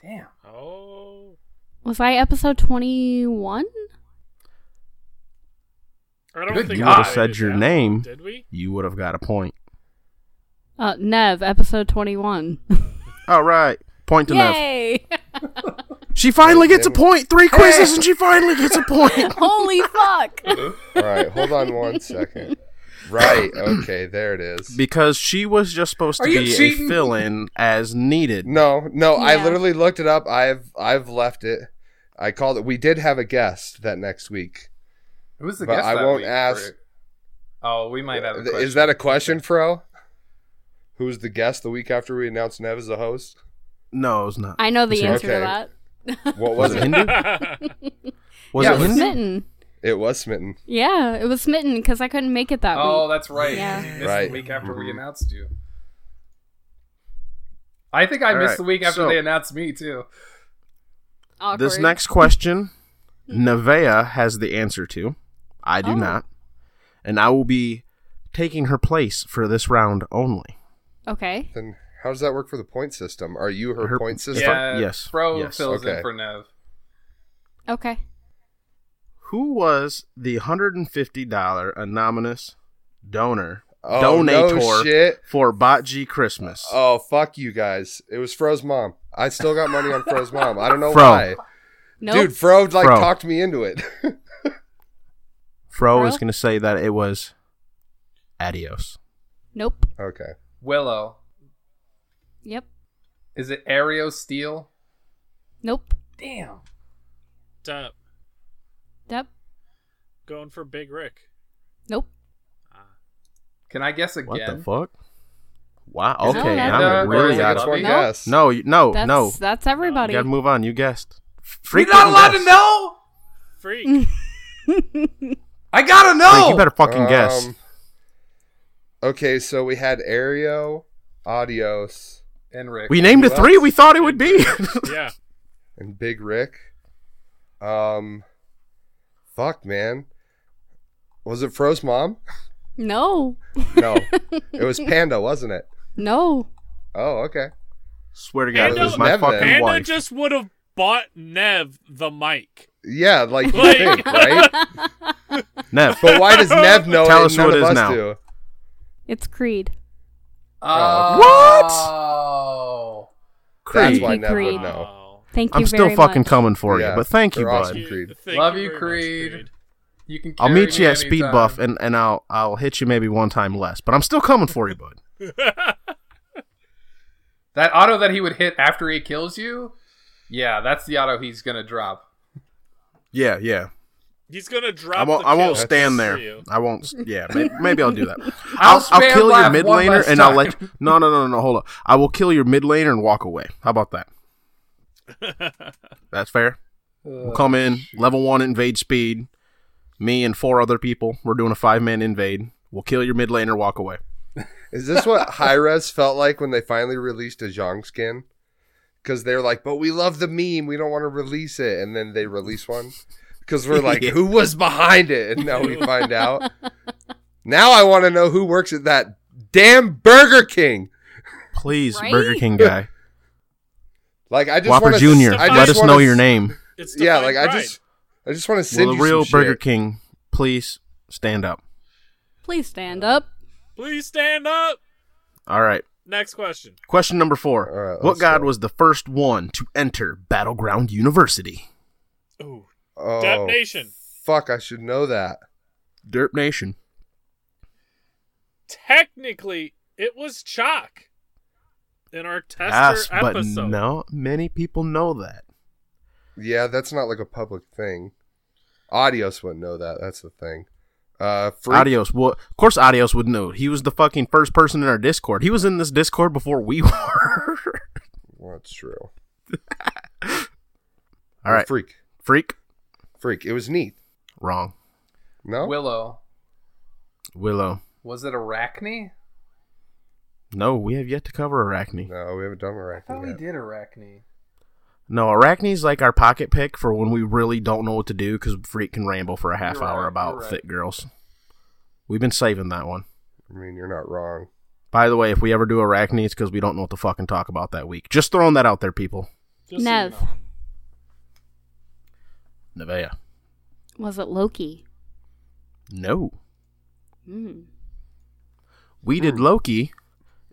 [SPEAKER 2] Damn. (laughs)
[SPEAKER 6] Oh.
[SPEAKER 3] Was I episode 21?
[SPEAKER 6] I don't
[SPEAKER 2] Good
[SPEAKER 6] think
[SPEAKER 5] you
[SPEAKER 2] God.
[SPEAKER 5] would have
[SPEAKER 6] I
[SPEAKER 5] said
[SPEAKER 6] did
[SPEAKER 5] your
[SPEAKER 6] that.
[SPEAKER 5] name.
[SPEAKER 6] Did
[SPEAKER 5] (laughs)
[SPEAKER 6] we? (laughs)
[SPEAKER 5] You would have got a point.
[SPEAKER 3] Uh, Nev, episode 21.
[SPEAKER 5] All right. Point to Nev.
[SPEAKER 3] Yay! (laughs)
[SPEAKER 5] She finally
[SPEAKER 4] Hey,
[SPEAKER 5] gets a
[SPEAKER 4] Nev.
[SPEAKER 5] point. Three quizzes and she finally gets a
[SPEAKER 3] (laughs)
[SPEAKER 5] point.
[SPEAKER 3] Holy fuck!
[SPEAKER 4] All right, hold on one second. Right. Okay, there it is.
[SPEAKER 5] Because she was just supposed to
[SPEAKER 2] Are you
[SPEAKER 5] be a
[SPEAKER 2] cheating?
[SPEAKER 5] fill in as needed.
[SPEAKER 4] No, no,
[SPEAKER 3] Yeah.
[SPEAKER 4] I literally looked it up. I've I've left it. I called it. We did have a guest that next week.
[SPEAKER 2] Who was the
[SPEAKER 4] But
[SPEAKER 2] guest?
[SPEAKER 4] I
[SPEAKER 2] that
[SPEAKER 4] won't
[SPEAKER 2] week
[SPEAKER 4] ask-
[SPEAKER 2] for- Oh, we might have. A question.
[SPEAKER 4] Is that a question, Fro? Who's the guest the week after we announced Nev as the host?
[SPEAKER 5] No, it was not.
[SPEAKER 3] (laughs) I know the
[SPEAKER 4] Okay.
[SPEAKER 3] answer to that.
[SPEAKER 4] What was it?
[SPEAKER 5] Hindu? Was
[SPEAKER 4] Yeah,
[SPEAKER 5] it
[SPEAKER 4] it was-
[SPEAKER 5] Hindu?
[SPEAKER 3] smitten.
[SPEAKER 4] It was smitten.
[SPEAKER 3] Yeah, it was smitten because I couldn't make it that
[SPEAKER 2] oh,
[SPEAKER 3] week.
[SPEAKER 2] that's right.
[SPEAKER 3] Yeah.
[SPEAKER 2] You missed
[SPEAKER 4] Right.
[SPEAKER 2] the week after we
[SPEAKER 4] Mhm.
[SPEAKER 2] announced you. I think I
[SPEAKER 5] All
[SPEAKER 2] missed
[SPEAKER 5] right,
[SPEAKER 2] the week after
[SPEAKER 5] so-
[SPEAKER 2] they announced me too.
[SPEAKER 3] Awkward.
[SPEAKER 5] This next question, Nevea has the answer to. I do
[SPEAKER 3] Oh.
[SPEAKER 5] not. And I will be taking her place for this round only.
[SPEAKER 3] Okay.
[SPEAKER 4] Then how does that work for the point system? Are you her,
[SPEAKER 5] Her-
[SPEAKER 4] point system?
[SPEAKER 5] Yeah.
[SPEAKER 2] Yeah,
[SPEAKER 5] yes,
[SPEAKER 2] Fro
[SPEAKER 5] yes.
[SPEAKER 2] fills
[SPEAKER 4] Okay.
[SPEAKER 2] in for Nev.
[SPEAKER 3] Okay.
[SPEAKER 5] Who was the $150 anonymous donor
[SPEAKER 4] Oh, no
[SPEAKER 5] donator
[SPEAKER 4] shit.
[SPEAKER 5] for Botg Christmas?
[SPEAKER 4] Oh fuck you guys! It was Fro's mom. I still got money on Fro's mom. I don't know
[SPEAKER 5] Fro.
[SPEAKER 4] why,
[SPEAKER 3] Nope.
[SPEAKER 4] dude. Fro like
[SPEAKER 5] Fro.
[SPEAKER 4] talked me into it. (laughs)
[SPEAKER 5] Fro
[SPEAKER 3] Fro?
[SPEAKER 5] is going to say that it was Adios.
[SPEAKER 3] Nope.
[SPEAKER 4] okay,
[SPEAKER 2] Willow.
[SPEAKER 3] Yep.
[SPEAKER 2] Is it Ario Steel?
[SPEAKER 3] Nope.
[SPEAKER 2] Damn.
[SPEAKER 6] Dup.
[SPEAKER 3] Yep.
[SPEAKER 6] Going for Big Rick.
[SPEAKER 3] Nope.
[SPEAKER 2] Can I guess again?
[SPEAKER 5] What the fuck? Wow.
[SPEAKER 3] Is it
[SPEAKER 5] Okay,
[SPEAKER 3] Amanda
[SPEAKER 5] I'm
[SPEAKER 2] or is
[SPEAKER 5] really
[SPEAKER 2] it
[SPEAKER 5] out
[SPEAKER 4] that's
[SPEAKER 5] of
[SPEAKER 4] one
[SPEAKER 2] Bobby?
[SPEAKER 3] No.
[SPEAKER 4] guess.
[SPEAKER 5] No, you- no,
[SPEAKER 3] That's
[SPEAKER 5] Oh, no.
[SPEAKER 3] that's everybody. (laughs)
[SPEAKER 5] You gotta move on. You guessed.
[SPEAKER 2] You're
[SPEAKER 5] Freak
[SPEAKER 2] not
[SPEAKER 5] didn't
[SPEAKER 2] allowed
[SPEAKER 5] guess.
[SPEAKER 2] to know.
[SPEAKER 3] (laughs)
[SPEAKER 6] Freak.
[SPEAKER 2] I gotta
[SPEAKER 5] Freak,
[SPEAKER 2] know.
[SPEAKER 5] you better fucking guess.
[SPEAKER 4] Um, Okay, so we had Ario, Adios,
[SPEAKER 2] And Rick.
[SPEAKER 5] We named the
[SPEAKER 4] who
[SPEAKER 5] three
[SPEAKER 4] else?
[SPEAKER 5] we thought it would be. (laughs)
[SPEAKER 6] yeah.
[SPEAKER 4] and Big Rick. Um, fuck man, was it Fro's mom?
[SPEAKER 5] (laughs)
[SPEAKER 3] No.
[SPEAKER 4] No, it was Panda, wasn't it?
[SPEAKER 3] No. (laughs)
[SPEAKER 4] Oh, okay.
[SPEAKER 5] Swear to God, it
[SPEAKER 6] Panda-
[SPEAKER 5] was my
[SPEAKER 4] Never.
[SPEAKER 5] fucking
[SPEAKER 6] Panda
[SPEAKER 5] wife.
[SPEAKER 6] just would have bought Nev the mic.
[SPEAKER 4] Yeah, like you
[SPEAKER 6] Like-
[SPEAKER 4] think, right?
[SPEAKER 5] Nev.
[SPEAKER 4] But why does
[SPEAKER 5] (laughs)
[SPEAKER 4] Nev know
[SPEAKER 5] Tell
[SPEAKER 4] it
[SPEAKER 5] us
[SPEAKER 4] and none
[SPEAKER 5] who it
[SPEAKER 4] of
[SPEAKER 5] is
[SPEAKER 4] us
[SPEAKER 5] now.
[SPEAKER 4] do?
[SPEAKER 3] It's Creed.
[SPEAKER 2] Oh.
[SPEAKER 4] That's
[SPEAKER 5] Creed.
[SPEAKER 4] why
[SPEAKER 3] Creed.
[SPEAKER 4] Nev would
[SPEAKER 3] Creed.
[SPEAKER 4] know.
[SPEAKER 6] Oh.
[SPEAKER 3] Thank you
[SPEAKER 5] I'm
[SPEAKER 3] very
[SPEAKER 5] still fucking
[SPEAKER 3] much.
[SPEAKER 5] coming for
[SPEAKER 4] Yeah,
[SPEAKER 5] you, but thank you,
[SPEAKER 4] they're
[SPEAKER 5] bud.
[SPEAKER 4] awesome. Creed.
[SPEAKER 6] Thank
[SPEAKER 2] Love you,
[SPEAKER 6] very much,
[SPEAKER 2] Creed. You can.
[SPEAKER 5] I'll
[SPEAKER 2] carry
[SPEAKER 5] meet
[SPEAKER 2] me
[SPEAKER 5] you at Speed
[SPEAKER 2] anytime.
[SPEAKER 5] Buff, and, and I'll I'll hit you maybe one time less, but I'm still coming for you, bud.
[SPEAKER 2] That auto that he would hit after he kills you. Yeah, that's the auto he's gonna drop.
[SPEAKER 5] Yeah, yeah.
[SPEAKER 6] (laughs) He's gonna drop.
[SPEAKER 5] I won't.
[SPEAKER 6] The
[SPEAKER 5] I won't
[SPEAKER 6] kill
[SPEAKER 5] stand
[SPEAKER 6] for
[SPEAKER 5] there.
[SPEAKER 6] you.
[SPEAKER 5] I won't. s- Yeah, (laughs) maybe, maybe I'll do that.
[SPEAKER 2] I'll
[SPEAKER 5] I'll, I'll
[SPEAKER 2] spare
[SPEAKER 5] kill your
[SPEAKER 2] life
[SPEAKER 5] mid
[SPEAKER 2] one
[SPEAKER 5] laner,
[SPEAKER 2] last
[SPEAKER 5] and I'll let.
[SPEAKER 2] time.
[SPEAKER 5] No, no, no, no, no. Hold up. I will kill your mid laner and walk away. How about that? That's fair. We'll come in level one invade speed. Me and four other people. We're doing a five man invade. We'll kill your mid laner. Walk away.
[SPEAKER 4] Is this what high res felt like when they finally released a Zhang skin? Because they're like, but we love the meme. We don't want to release it. And then they release one. Because we're like,
[SPEAKER 5] Yeah.
[SPEAKER 4] who was behind it? And now we find out. Now I want to know who works at that damn Burger King.
[SPEAKER 5] Please,
[SPEAKER 3] Right?
[SPEAKER 5] Burger King guy,
[SPEAKER 4] Like, I just
[SPEAKER 5] Whopper
[SPEAKER 4] want to.
[SPEAKER 5] Junior.
[SPEAKER 4] I
[SPEAKER 6] Stefan-
[SPEAKER 5] Let
[SPEAKER 4] just
[SPEAKER 5] us
[SPEAKER 4] wanna
[SPEAKER 5] know
[SPEAKER 4] s-
[SPEAKER 5] your name.
[SPEAKER 6] (laughs) It's
[SPEAKER 4] Yeah,
[SPEAKER 6] Define
[SPEAKER 4] like, I
[SPEAKER 6] Pride.
[SPEAKER 4] just. I just want to send
[SPEAKER 5] Will the
[SPEAKER 4] you
[SPEAKER 5] real
[SPEAKER 4] some
[SPEAKER 5] Burger
[SPEAKER 4] shit.
[SPEAKER 5] King please stand up?
[SPEAKER 3] Please stand up.
[SPEAKER 6] Please stand up.
[SPEAKER 5] All right.
[SPEAKER 6] Next question.
[SPEAKER 5] Question number four.
[SPEAKER 4] All right,
[SPEAKER 5] what
[SPEAKER 4] let's
[SPEAKER 5] god
[SPEAKER 4] go.
[SPEAKER 5] was the first one to enter Battleground University?
[SPEAKER 6] Ooh.
[SPEAKER 4] Oh,
[SPEAKER 6] Detonation.
[SPEAKER 4] Fuck, I should know that.
[SPEAKER 5] Derp Nation.
[SPEAKER 6] Technically, it was Chalk. In our tester
[SPEAKER 5] Yes, but
[SPEAKER 6] episode.
[SPEAKER 5] not many people know that.
[SPEAKER 4] Yeah, that's not like a public thing. Audios wouldn't know that. That's the thing. Uh, free-
[SPEAKER 5] Adios. Well, of course, Adios would know. He was the fucking first person in our Discord. He was in this Discord before we (laughs) were.
[SPEAKER 4] Well, that's true.
[SPEAKER 5] (laughs) All right.
[SPEAKER 4] Freak.
[SPEAKER 5] Freak.
[SPEAKER 4] Freak. It was neat.
[SPEAKER 5] Wrong.
[SPEAKER 4] No?
[SPEAKER 2] Willow.
[SPEAKER 5] Willow.
[SPEAKER 2] Was it Arachne?
[SPEAKER 5] No, we have yet to cover Arachne.
[SPEAKER 4] no, we haven't done
[SPEAKER 2] I thought
[SPEAKER 4] Arachne
[SPEAKER 2] we
[SPEAKER 4] yet.
[SPEAKER 2] did Arachne.
[SPEAKER 5] No, Arachne's like our pocket pick for when we really don't know what to do because Freak can ramble for a half
[SPEAKER 2] You're
[SPEAKER 5] hour
[SPEAKER 2] right,
[SPEAKER 5] about
[SPEAKER 2] you're right.
[SPEAKER 5] thick girls. We've been saving that one.
[SPEAKER 4] I mean, you're not wrong.
[SPEAKER 5] By the way, if we ever do Arachne, it's because we don't know what to fucking talk about that week. Just throwing that out there, people.
[SPEAKER 6] Just so you
[SPEAKER 3] Nev.
[SPEAKER 6] know.
[SPEAKER 5] Nevea.
[SPEAKER 3] Was it Loki?
[SPEAKER 5] No.
[SPEAKER 3] Mm.
[SPEAKER 5] We
[SPEAKER 4] Hmm.
[SPEAKER 5] did Loki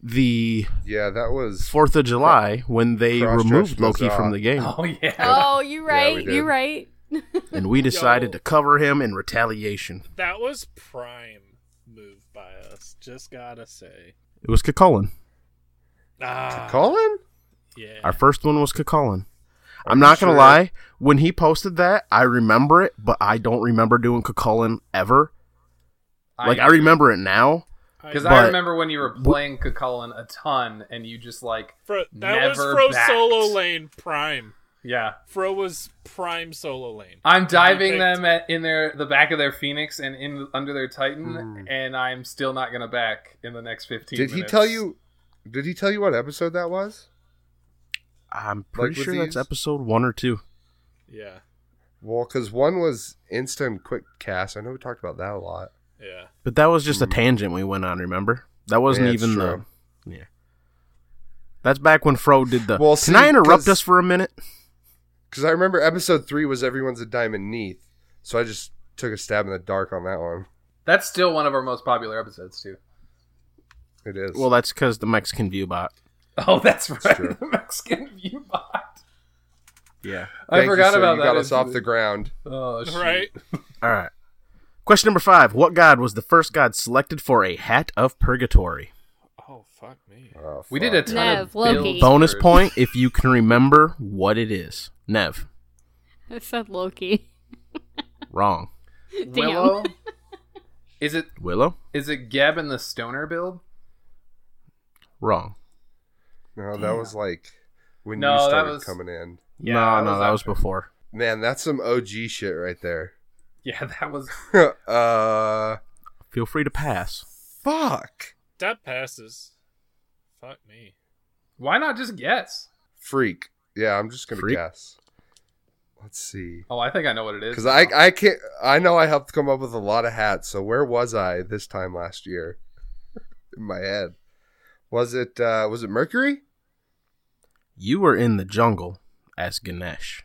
[SPEAKER 5] the
[SPEAKER 4] Yeah, that was.
[SPEAKER 5] 4th of July when they
[SPEAKER 4] Cross-dressed
[SPEAKER 5] removed Loki
[SPEAKER 4] Mazar.
[SPEAKER 5] from
[SPEAKER 4] (laughs)
[SPEAKER 5] the game.
[SPEAKER 2] Oh
[SPEAKER 6] (laughs)
[SPEAKER 2] yeah.
[SPEAKER 3] Oh, you right.
[SPEAKER 4] we did.
[SPEAKER 3] you right.
[SPEAKER 5] And we decided
[SPEAKER 6] Yo.
[SPEAKER 5] to cover him in retaliation.
[SPEAKER 6] That was prime move by us. Just gotta say.
[SPEAKER 5] It was Kakulin.
[SPEAKER 6] Ah,
[SPEAKER 4] Colin?
[SPEAKER 6] yeah.
[SPEAKER 5] Our first one was Kakulin. I'm not going to
[SPEAKER 4] sure?
[SPEAKER 5] lie. When he posted that, I remember it, but I don't remember doing Kakulin ever. Like, I remember it now,
[SPEAKER 2] Because
[SPEAKER 5] But-
[SPEAKER 2] I remember when you were playing Cucullin a ton, and you just like,
[SPEAKER 6] Fro, that was
[SPEAKER 2] Never
[SPEAKER 6] Fro
[SPEAKER 2] backed.
[SPEAKER 6] Solo Lane Prime.
[SPEAKER 2] yeah,
[SPEAKER 6] Fro was Prime Solo Lane.
[SPEAKER 2] I'm diving
[SPEAKER 6] picked-
[SPEAKER 2] them at, in their the back of their Phoenix and in under their Titan,
[SPEAKER 4] Mm.
[SPEAKER 2] and I'm still not gonna back in the next 15.
[SPEAKER 4] Did he
[SPEAKER 2] minutes.
[SPEAKER 4] tell you? Did he tell you what episode that was?
[SPEAKER 5] I'm pretty
[SPEAKER 4] with
[SPEAKER 5] sure
[SPEAKER 4] these?
[SPEAKER 5] that's episode one or two.
[SPEAKER 6] Yeah,
[SPEAKER 4] Well, because one was instant quick cast. I know we talked about that a lot.
[SPEAKER 6] yeah.
[SPEAKER 5] But that was just a tangent we went on. Remember, that wasn't
[SPEAKER 4] Hmm. Yeah, it's
[SPEAKER 5] even
[SPEAKER 4] true.
[SPEAKER 5] the. Yeah. That's back when Fro did the.
[SPEAKER 4] Well,
[SPEAKER 5] Can
[SPEAKER 4] see,
[SPEAKER 5] I interrupt
[SPEAKER 4] 'cause-
[SPEAKER 5] us for a minute?
[SPEAKER 4] Because I remember episode three was everyone's a diamond neath. So I just took a stab in the dark on that one.
[SPEAKER 2] That's still one of our most popular
[SPEAKER 4] (laughs)
[SPEAKER 2] episodes too.
[SPEAKER 4] It is.
[SPEAKER 5] Well, that's because the Mexican view bot.
[SPEAKER 2] Oh, that's right,
[SPEAKER 4] true.
[SPEAKER 2] the (laughs) Mexican viewbot.
[SPEAKER 5] Yeah.
[SPEAKER 2] I
[SPEAKER 4] Thank you,
[SPEAKER 2] forgot
[SPEAKER 4] sir.
[SPEAKER 2] about
[SPEAKER 4] you
[SPEAKER 2] that.
[SPEAKER 4] Got us off the ground.
[SPEAKER 2] Oh, shoot.
[SPEAKER 6] Right.
[SPEAKER 5] All right. Question number five: What god was the first god selected for a hat of purgatory?
[SPEAKER 6] Oh fuck me.
[SPEAKER 4] Oh,
[SPEAKER 2] We
[SPEAKER 4] fuck.
[SPEAKER 2] did a ton
[SPEAKER 3] Nev,
[SPEAKER 2] of
[SPEAKER 3] Loki.
[SPEAKER 2] builds (laughs)
[SPEAKER 5] Bonus
[SPEAKER 2] for-
[SPEAKER 5] point if you can remember what it is. Nev,
[SPEAKER 3] (laughs) I said Loki.
[SPEAKER 5] wrong.
[SPEAKER 2] Willow. (laughs) is it
[SPEAKER 5] Willow,
[SPEAKER 2] is it Geb and the Stoner build?
[SPEAKER 5] wrong.
[SPEAKER 4] No, that was like when
[SPEAKER 2] No,
[SPEAKER 4] you
[SPEAKER 2] that
[SPEAKER 4] started
[SPEAKER 2] was-
[SPEAKER 4] coming in.
[SPEAKER 5] no,
[SPEAKER 2] that
[SPEAKER 5] no,
[SPEAKER 2] was
[SPEAKER 5] that was
[SPEAKER 2] after.
[SPEAKER 5] before.
[SPEAKER 4] Man, that's some OG shit right there. (laughs)
[SPEAKER 2] Yeah, that was.
[SPEAKER 4] uh,
[SPEAKER 5] Feel free to pass.
[SPEAKER 4] fuck,
[SPEAKER 6] That passes. Fuck me.
[SPEAKER 2] Why not just guess?
[SPEAKER 4] freak. Yeah, I'm just gonna
[SPEAKER 5] Freak?
[SPEAKER 4] guess. Let's see.
[SPEAKER 2] Oh, I think I know what it is.
[SPEAKER 4] Because
[SPEAKER 2] now.
[SPEAKER 4] I I can't I know I helped come up with a lot of hats. So where was I this time last year? In my head, was it uh, was it Mercury?
[SPEAKER 5] You were in the jungle as Ganesh.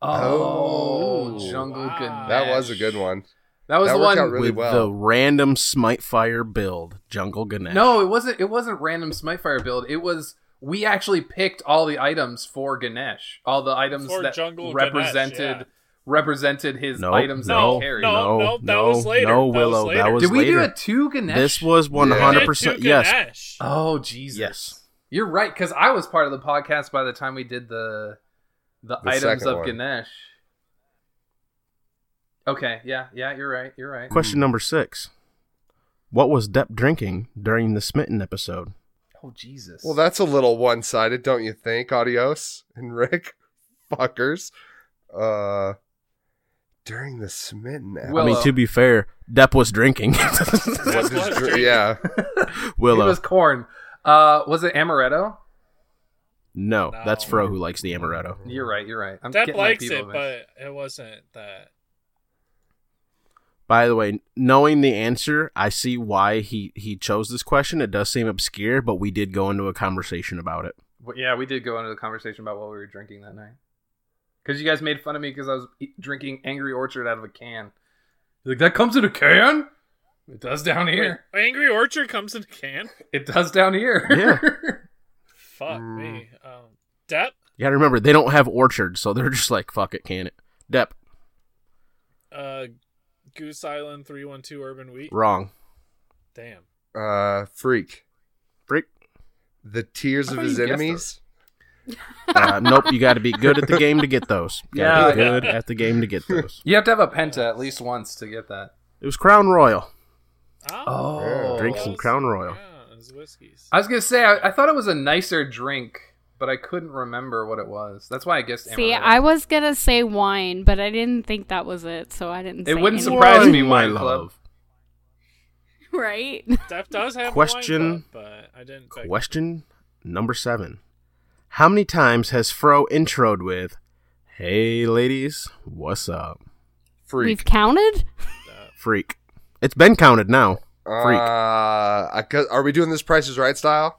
[SPEAKER 2] oh,
[SPEAKER 4] Oh,
[SPEAKER 2] Jungle
[SPEAKER 6] wow.
[SPEAKER 2] Ganesh.
[SPEAKER 4] That was a good one.
[SPEAKER 2] That was
[SPEAKER 4] that
[SPEAKER 2] the
[SPEAKER 4] worked
[SPEAKER 2] one.
[SPEAKER 4] out really
[SPEAKER 5] with
[SPEAKER 4] well.
[SPEAKER 5] the random smite fire build, Jungle Ganesh.
[SPEAKER 2] No, it wasn't. It wasn't random Smite Fire build. It was we actually picked all the items for Ganesh, all the items
[SPEAKER 6] For
[SPEAKER 2] that
[SPEAKER 6] Jungle
[SPEAKER 2] represented
[SPEAKER 6] Ganesh, yeah.
[SPEAKER 2] represented his
[SPEAKER 5] Nope,
[SPEAKER 2] items that
[SPEAKER 6] no,
[SPEAKER 2] he carried.
[SPEAKER 6] no,
[SPEAKER 5] No,
[SPEAKER 6] no, that was
[SPEAKER 5] no,
[SPEAKER 6] later.
[SPEAKER 5] no,
[SPEAKER 6] that
[SPEAKER 5] Willow,
[SPEAKER 6] was
[SPEAKER 5] that
[SPEAKER 6] later.
[SPEAKER 5] was-
[SPEAKER 2] Did we do
[SPEAKER 5] later.
[SPEAKER 2] a two Ganesh?
[SPEAKER 5] This was one hundred percent.
[SPEAKER 6] Did to
[SPEAKER 5] Yes,
[SPEAKER 6] Ganesh.
[SPEAKER 2] Oh Jesus!
[SPEAKER 5] Yes.
[SPEAKER 2] you're right. Because I was part of the podcast by the time we did the the,
[SPEAKER 4] The
[SPEAKER 2] items
[SPEAKER 4] second
[SPEAKER 2] of
[SPEAKER 4] one.
[SPEAKER 2] Ganesh. Okay, yeah, yeah, you're right, you're right.
[SPEAKER 5] Question number six. What was Depp drinking during the Smitten episode?
[SPEAKER 2] Oh Jesus!
[SPEAKER 4] Well, that's a little one sided, don't you think? Adios and Rick, (laughs) fuckers. Uh, during the smitten. app-
[SPEAKER 5] (laughs)
[SPEAKER 2] Well-
[SPEAKER 5] I mean,
[SPEAKER 2] Willow.
[SPEAKER 5] to be fair, Depp was drinking. (laughs)
[SPEAKER 4] What
[SPEAKER 6] was
[SPEAKER 4] is-
[SPEAKER 6] drinking.
[SPEAKER 4] yeah,
[SPEAKER 5] Willow.
[SPEAKER 2] it was corn. Uh, was it amaretto?
[SPEAKER 5] no,
[SPEAKER 6] No.
[SPEAKER 5] that's Fro who likes the amaretto.
[SPEAKER 2] You're right, you're right. I'm
[SPEAKER 6] Depp
[SPEAKER 2] getting my
[SPEAKER 6] likes
[SPEAKER 2] people
[SPEAKER 6] it,
[SPEAKER 2] mixed.
[SPEAKER 6] but it wasn't that.
[SPEAKER 5] By the way, knowing the answer, I see why he he chose this question. It does seem obscure, but we did go into a conversation about it.
[SPEAKER 2] But yeah, we did go into the conversation about what we were drinking that night. Because you guys made fun of me because I was e- drinking Angry Orchard out of a can. You're like, that comes in a can? It does down here.
[SPEAKER 6] Wait, Angry Orchard comes in a can.
[SPEAKER 2] It does down here.
[SPEAKER 5] Yeah.
[SPEAKER 6] Fuck
[SPEAKER 4] Mm.
[SPEAKER 6] me. Um, Depp.
[SPEAKER 5] You got to remember they don't have orchards, so they're just like fuck it, can it? Depp,
[SPEAKER 6] Uh, Goose Island three one two Urban Wheat.
[SPEAKER 5] wrong.
[SPEAKER 6] Damn.
[SPEAKER 4] uh, freak.
[SPEAKER 5] Freak.
[SPEAKER 4] The tears
[SPEAKER 2] I
[SPEAKER 4] of
[SPEAKER 2] thought
[SPEAKER 4] his
[SPEAKER 2] you guessed
[SPEAKER 4] enemies.
[SPEAKER 5] Uh, nope, you got to be good at the game to get those. Gotta be
[SPEAKER 2] Yeah.
[SPEAKER 5] good at the game to get those.
[SPEAKER 2] (laughs) You have to have a penta at least once to get that.
[SPEAKER 5] It was Crown Royal.
[SPEAKER 2] Oh.
[SPEAKER 5] Drink some Crown Royal.
[SPEAKER 6] Yeah, it's whiskeys.
[SPEAKER 2] I was going to say, I, I thought it was a nicer drink, but I couldn't remember what it was. That's why I guessed
[SPEAKER 3] See,
[SPEAKER 2] amaretto.
[SPEAKER 3] I was gonna say wine, but I didn't think that was it, so I didn't.
[SPEAKER 2] It
[SPEAKER 3] say
[SPEAKER 2] wouldn't
[SPEAKER 3] anything.
[SPEAKER 2] surprise- Surprised me,
[SPEAKER 5] my
[SPEAKER 2] Wine Club.
[SPEAKER 5] love.
[SPEAKER 3] (laughs) right?
[SPEAKER 6] Depp does have a
[SPEAKER 5] Question-
[SPEAKER 6] wine cup, but I didn't. pick-
[SPEAKER 5] Question number seven. How many times has Fro introed with, Hey ladies, what's up?
[SPEAKER 4] Freak.
[SPEAKER 3] We've counted.
[SPEAKER 5] Freak. It's been counted now. freak.
[SPEAKER 4] Uh, I, cou- are we doing this Price is Right style?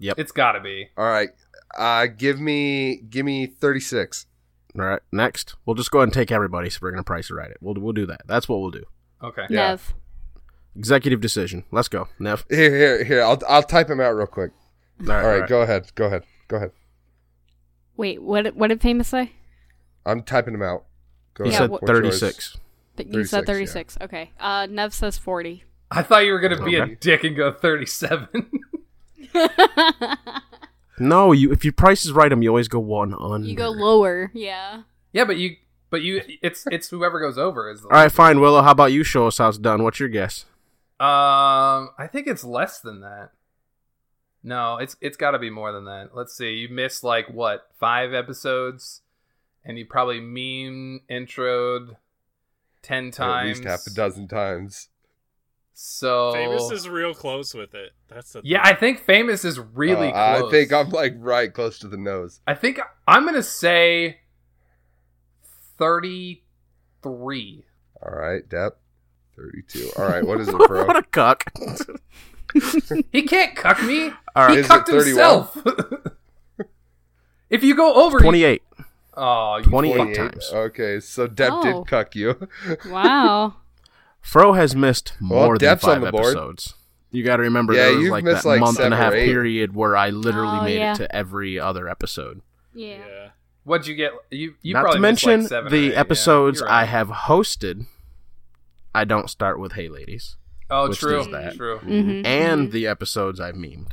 [SPEAKER 5] Yep.
[SPEAKER 2] It's got to be.
[SPEAKER 4] All right. Uh, give me give me thirty six.
[SPEAKER 5] All right. Next. We'll just go ahead and take everybody so we're going to price write it. We'll, we'll do that. That's what we'll do.
[SPEAKER 2] Okay.
[SPEAKER 4] Yeah.
[SPEAKER 3] Nev.
[SPEAKER 5] Executive decision. Let's go. Nev.
[SPEAKER 4] Here, here, here. I'll I'll type him out real quick.
[SPEAKER 5] All right.
[SPEAKER 4] All right, go ahead, go ahead, go ahead.
[SPEAKER 3] Wait, what? What did Famous say?
[SPEAKER 4] I'm typing him out. Go
[SPEAKER 5] He
[SPEAKER 3] Yeah,
[SPEAKER 5] said
[SPEAKER 3] what-
[SPEAKER 4] What's yours?
[SPEAKER 5] 36.
[SPEAKER 3] But you said
[SPEAKER 4] 36, yeah.
[SPEAKER 3] thirty-six. Okay. Uh, Nev says (laughs) forty.
[SPEAKER 2] I thought you were going to be
[SPEAKER 5] Okay.
[SPEAKER 2] a dick and go 37.
[SPEAKER 5] No, you. if you prices right them, you always go one on.
[SPEAKER 3] you go lower. Yeah.
[SPEAKER 2] yeah, but you. But you, it's it's whoever goes over is the
[SPEAKER 5] All right, fine. Willow, how about you show us how it's done? What's your guess?
[SPEAKER 2] Um, I think it's less than that. No, it's it's got to be more than that. Let's see. You missed like what five episodes, and you probably meme introed ten
[SPEAKER 4] At
[SPEAKER 2] times.
[SPEAKER 4] least half a dozen times.
[SPEAKER 2] So
[SPEAKER 6] Famous is real close with it. That's the
[SPEAKER 2] yeah,
[SPEAKER 6] thing.
[SPEAKER 2] I think famous is really.
[SPEAKER 4] Uh,
[SPEAKER 2] close.
[SPEAKER 4] I think I'm like right close to the nose.
[SPEAKER 2] I think I'm gonna say thirty-three.
[SPEAKER 4] All right, Dep. 32. All right, what is it, bro?
[SPEAKER 5] what a cuck.
[SPEAKER 2] He can't cuck me.
[SPEAKER 5] All
[SPEAKER 2] he
[SPEAKER 5] right,
[SPEAKER 4] Is it
[SPEAKER 2] cucked himself. (laughs) if you go over, you-
[SPEAKER 5] 28.
[SPEAKER 2] Oh, you
[SPEAKER 5] 28
[SPEAKER 2] fuck.
[SPEAKER 5] times.
[SPEAKER 4] Okay, so Dep did
[SPEAKER 3] Oh.
[SPEAKER 4] cuck you.
[SPEAKER 3] Wow.
[SPEAKER 5] Fro has missed
[SPEAKER 4] Well,
[SPEAKER 5] more than
[SPEAKER 4] Depp's
[SPEAKER 5] five
[SPEAKER 4] on the board.
[SPEAKER 5] episodes. You got to remember
[SPEAKER 4] Yeah,
[SPEAKER 5] there was
[SPEAKER 4] you've
[SPEAKER 5] like
[SPEAKER 4] missed,
[SPEAKER 5] that
[SPEAKER 4] like,
[SPEAKER 5] month and a
[SPEAKER 4] seven or
[SPEAKER 5] half
[SPEAKER 4] eight.
[SPEAKER 5] period where I literally
[SPEAKER 3] Oh,
[SPEAKER 5] made
[SPEAKER 3] yeah.
[SPEAKER 5] it to every other episode.
[SPEAKER 3] Yeah.
[SPEAKER 2] What'd you get? You you
[SPEAKER 5] Not
[SPEAKER 2] probably
[SPEAKER 5] to
[SPEAKER 2] missed,
[SPEAKER 5] mention
[SPEAKER 2] like seven or eight,
[SPEAKER 5] the
[SPEAKER 2] yeah.
[SPEAKER 5] episodes
[SPEAKER 2] You're
[SPEAKER 5] I
[SPEAKER 2] right.
[SPEAKER 5] have hosted. I don't start with "Hey, ladies,"
[SPEAKER 2] Oh,
[SPEAKER 5] which
[SPEAKER 2] true.
[SPEAKER 5] does that.
[SPEAKER 2] True.
[SPEAKER 3] Mhm,
[SPEAKER 5] and the episodes I've memed.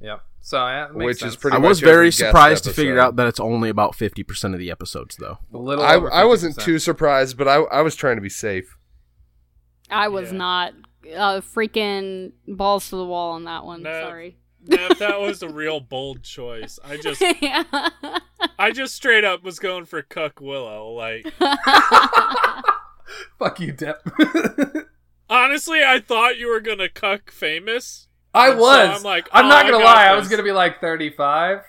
[SPEAKER 2] Yeah. So yeah, that makes
[SPEAKER 4] Which is
[SPEAKER 2] sense.
[SPEAKER 4] pretty
[SPEAKER 5] I was
[SPEAKER 4] much every
[SPEAKER 5] very
[SPEAKER 4] guest
[SPEAKER 5] surprised to figure
[SPEAKER 4] episode.
[SPEAKER 5] out that it's only about fifty percent of the episodes, though.
[SPEAKER 2] A little.
[SPEAKER 4] I,
[SPEAKER 2] over
[SPEAKER 4] I wasn't
[SPEAKER 2] 50%.
[SPEAKER 4] too surprised, but I, I was trying to be safe.
[SPEAKER 3] I was
[SPEAKER 6] Yeah.
[SPEAKER 3] not uh, freaking balls to the wall on that one.
[SPEAKER 6] No.
[SPEAKER 3] Sorry.
[SPEAKER 6] Now, if that was a real bold choice. I
[SPEAKER 3] (laughs)
[SPEAKER 6] just,
[SPEAKER 3] yeah.
[SPEAKER 6] I just straight up was going for Cuck Willow. Like,
[SPEAKER 2] (laughs) Fuck you, Depp.
[SPEAKER 6] honestly, I thought you were gonna Cuck Famous.
[SPEAKER 2] (laughs) I
[SPEAKER 6] And so
[SPEAKER 2] was.
[SPEAKER 6] I'm
[SPEAKER 2] I'm
[SPEAKER 6] like, oh,
[SPEAKER 2] not
[SPEAKER 6] I
[SPEAKER 2] gonna
[SPEAKER 6] got
[SPEAKER 2] lie. I was
[SPEAKER 6] this.
[SPEAKER 2] gonna be like 35,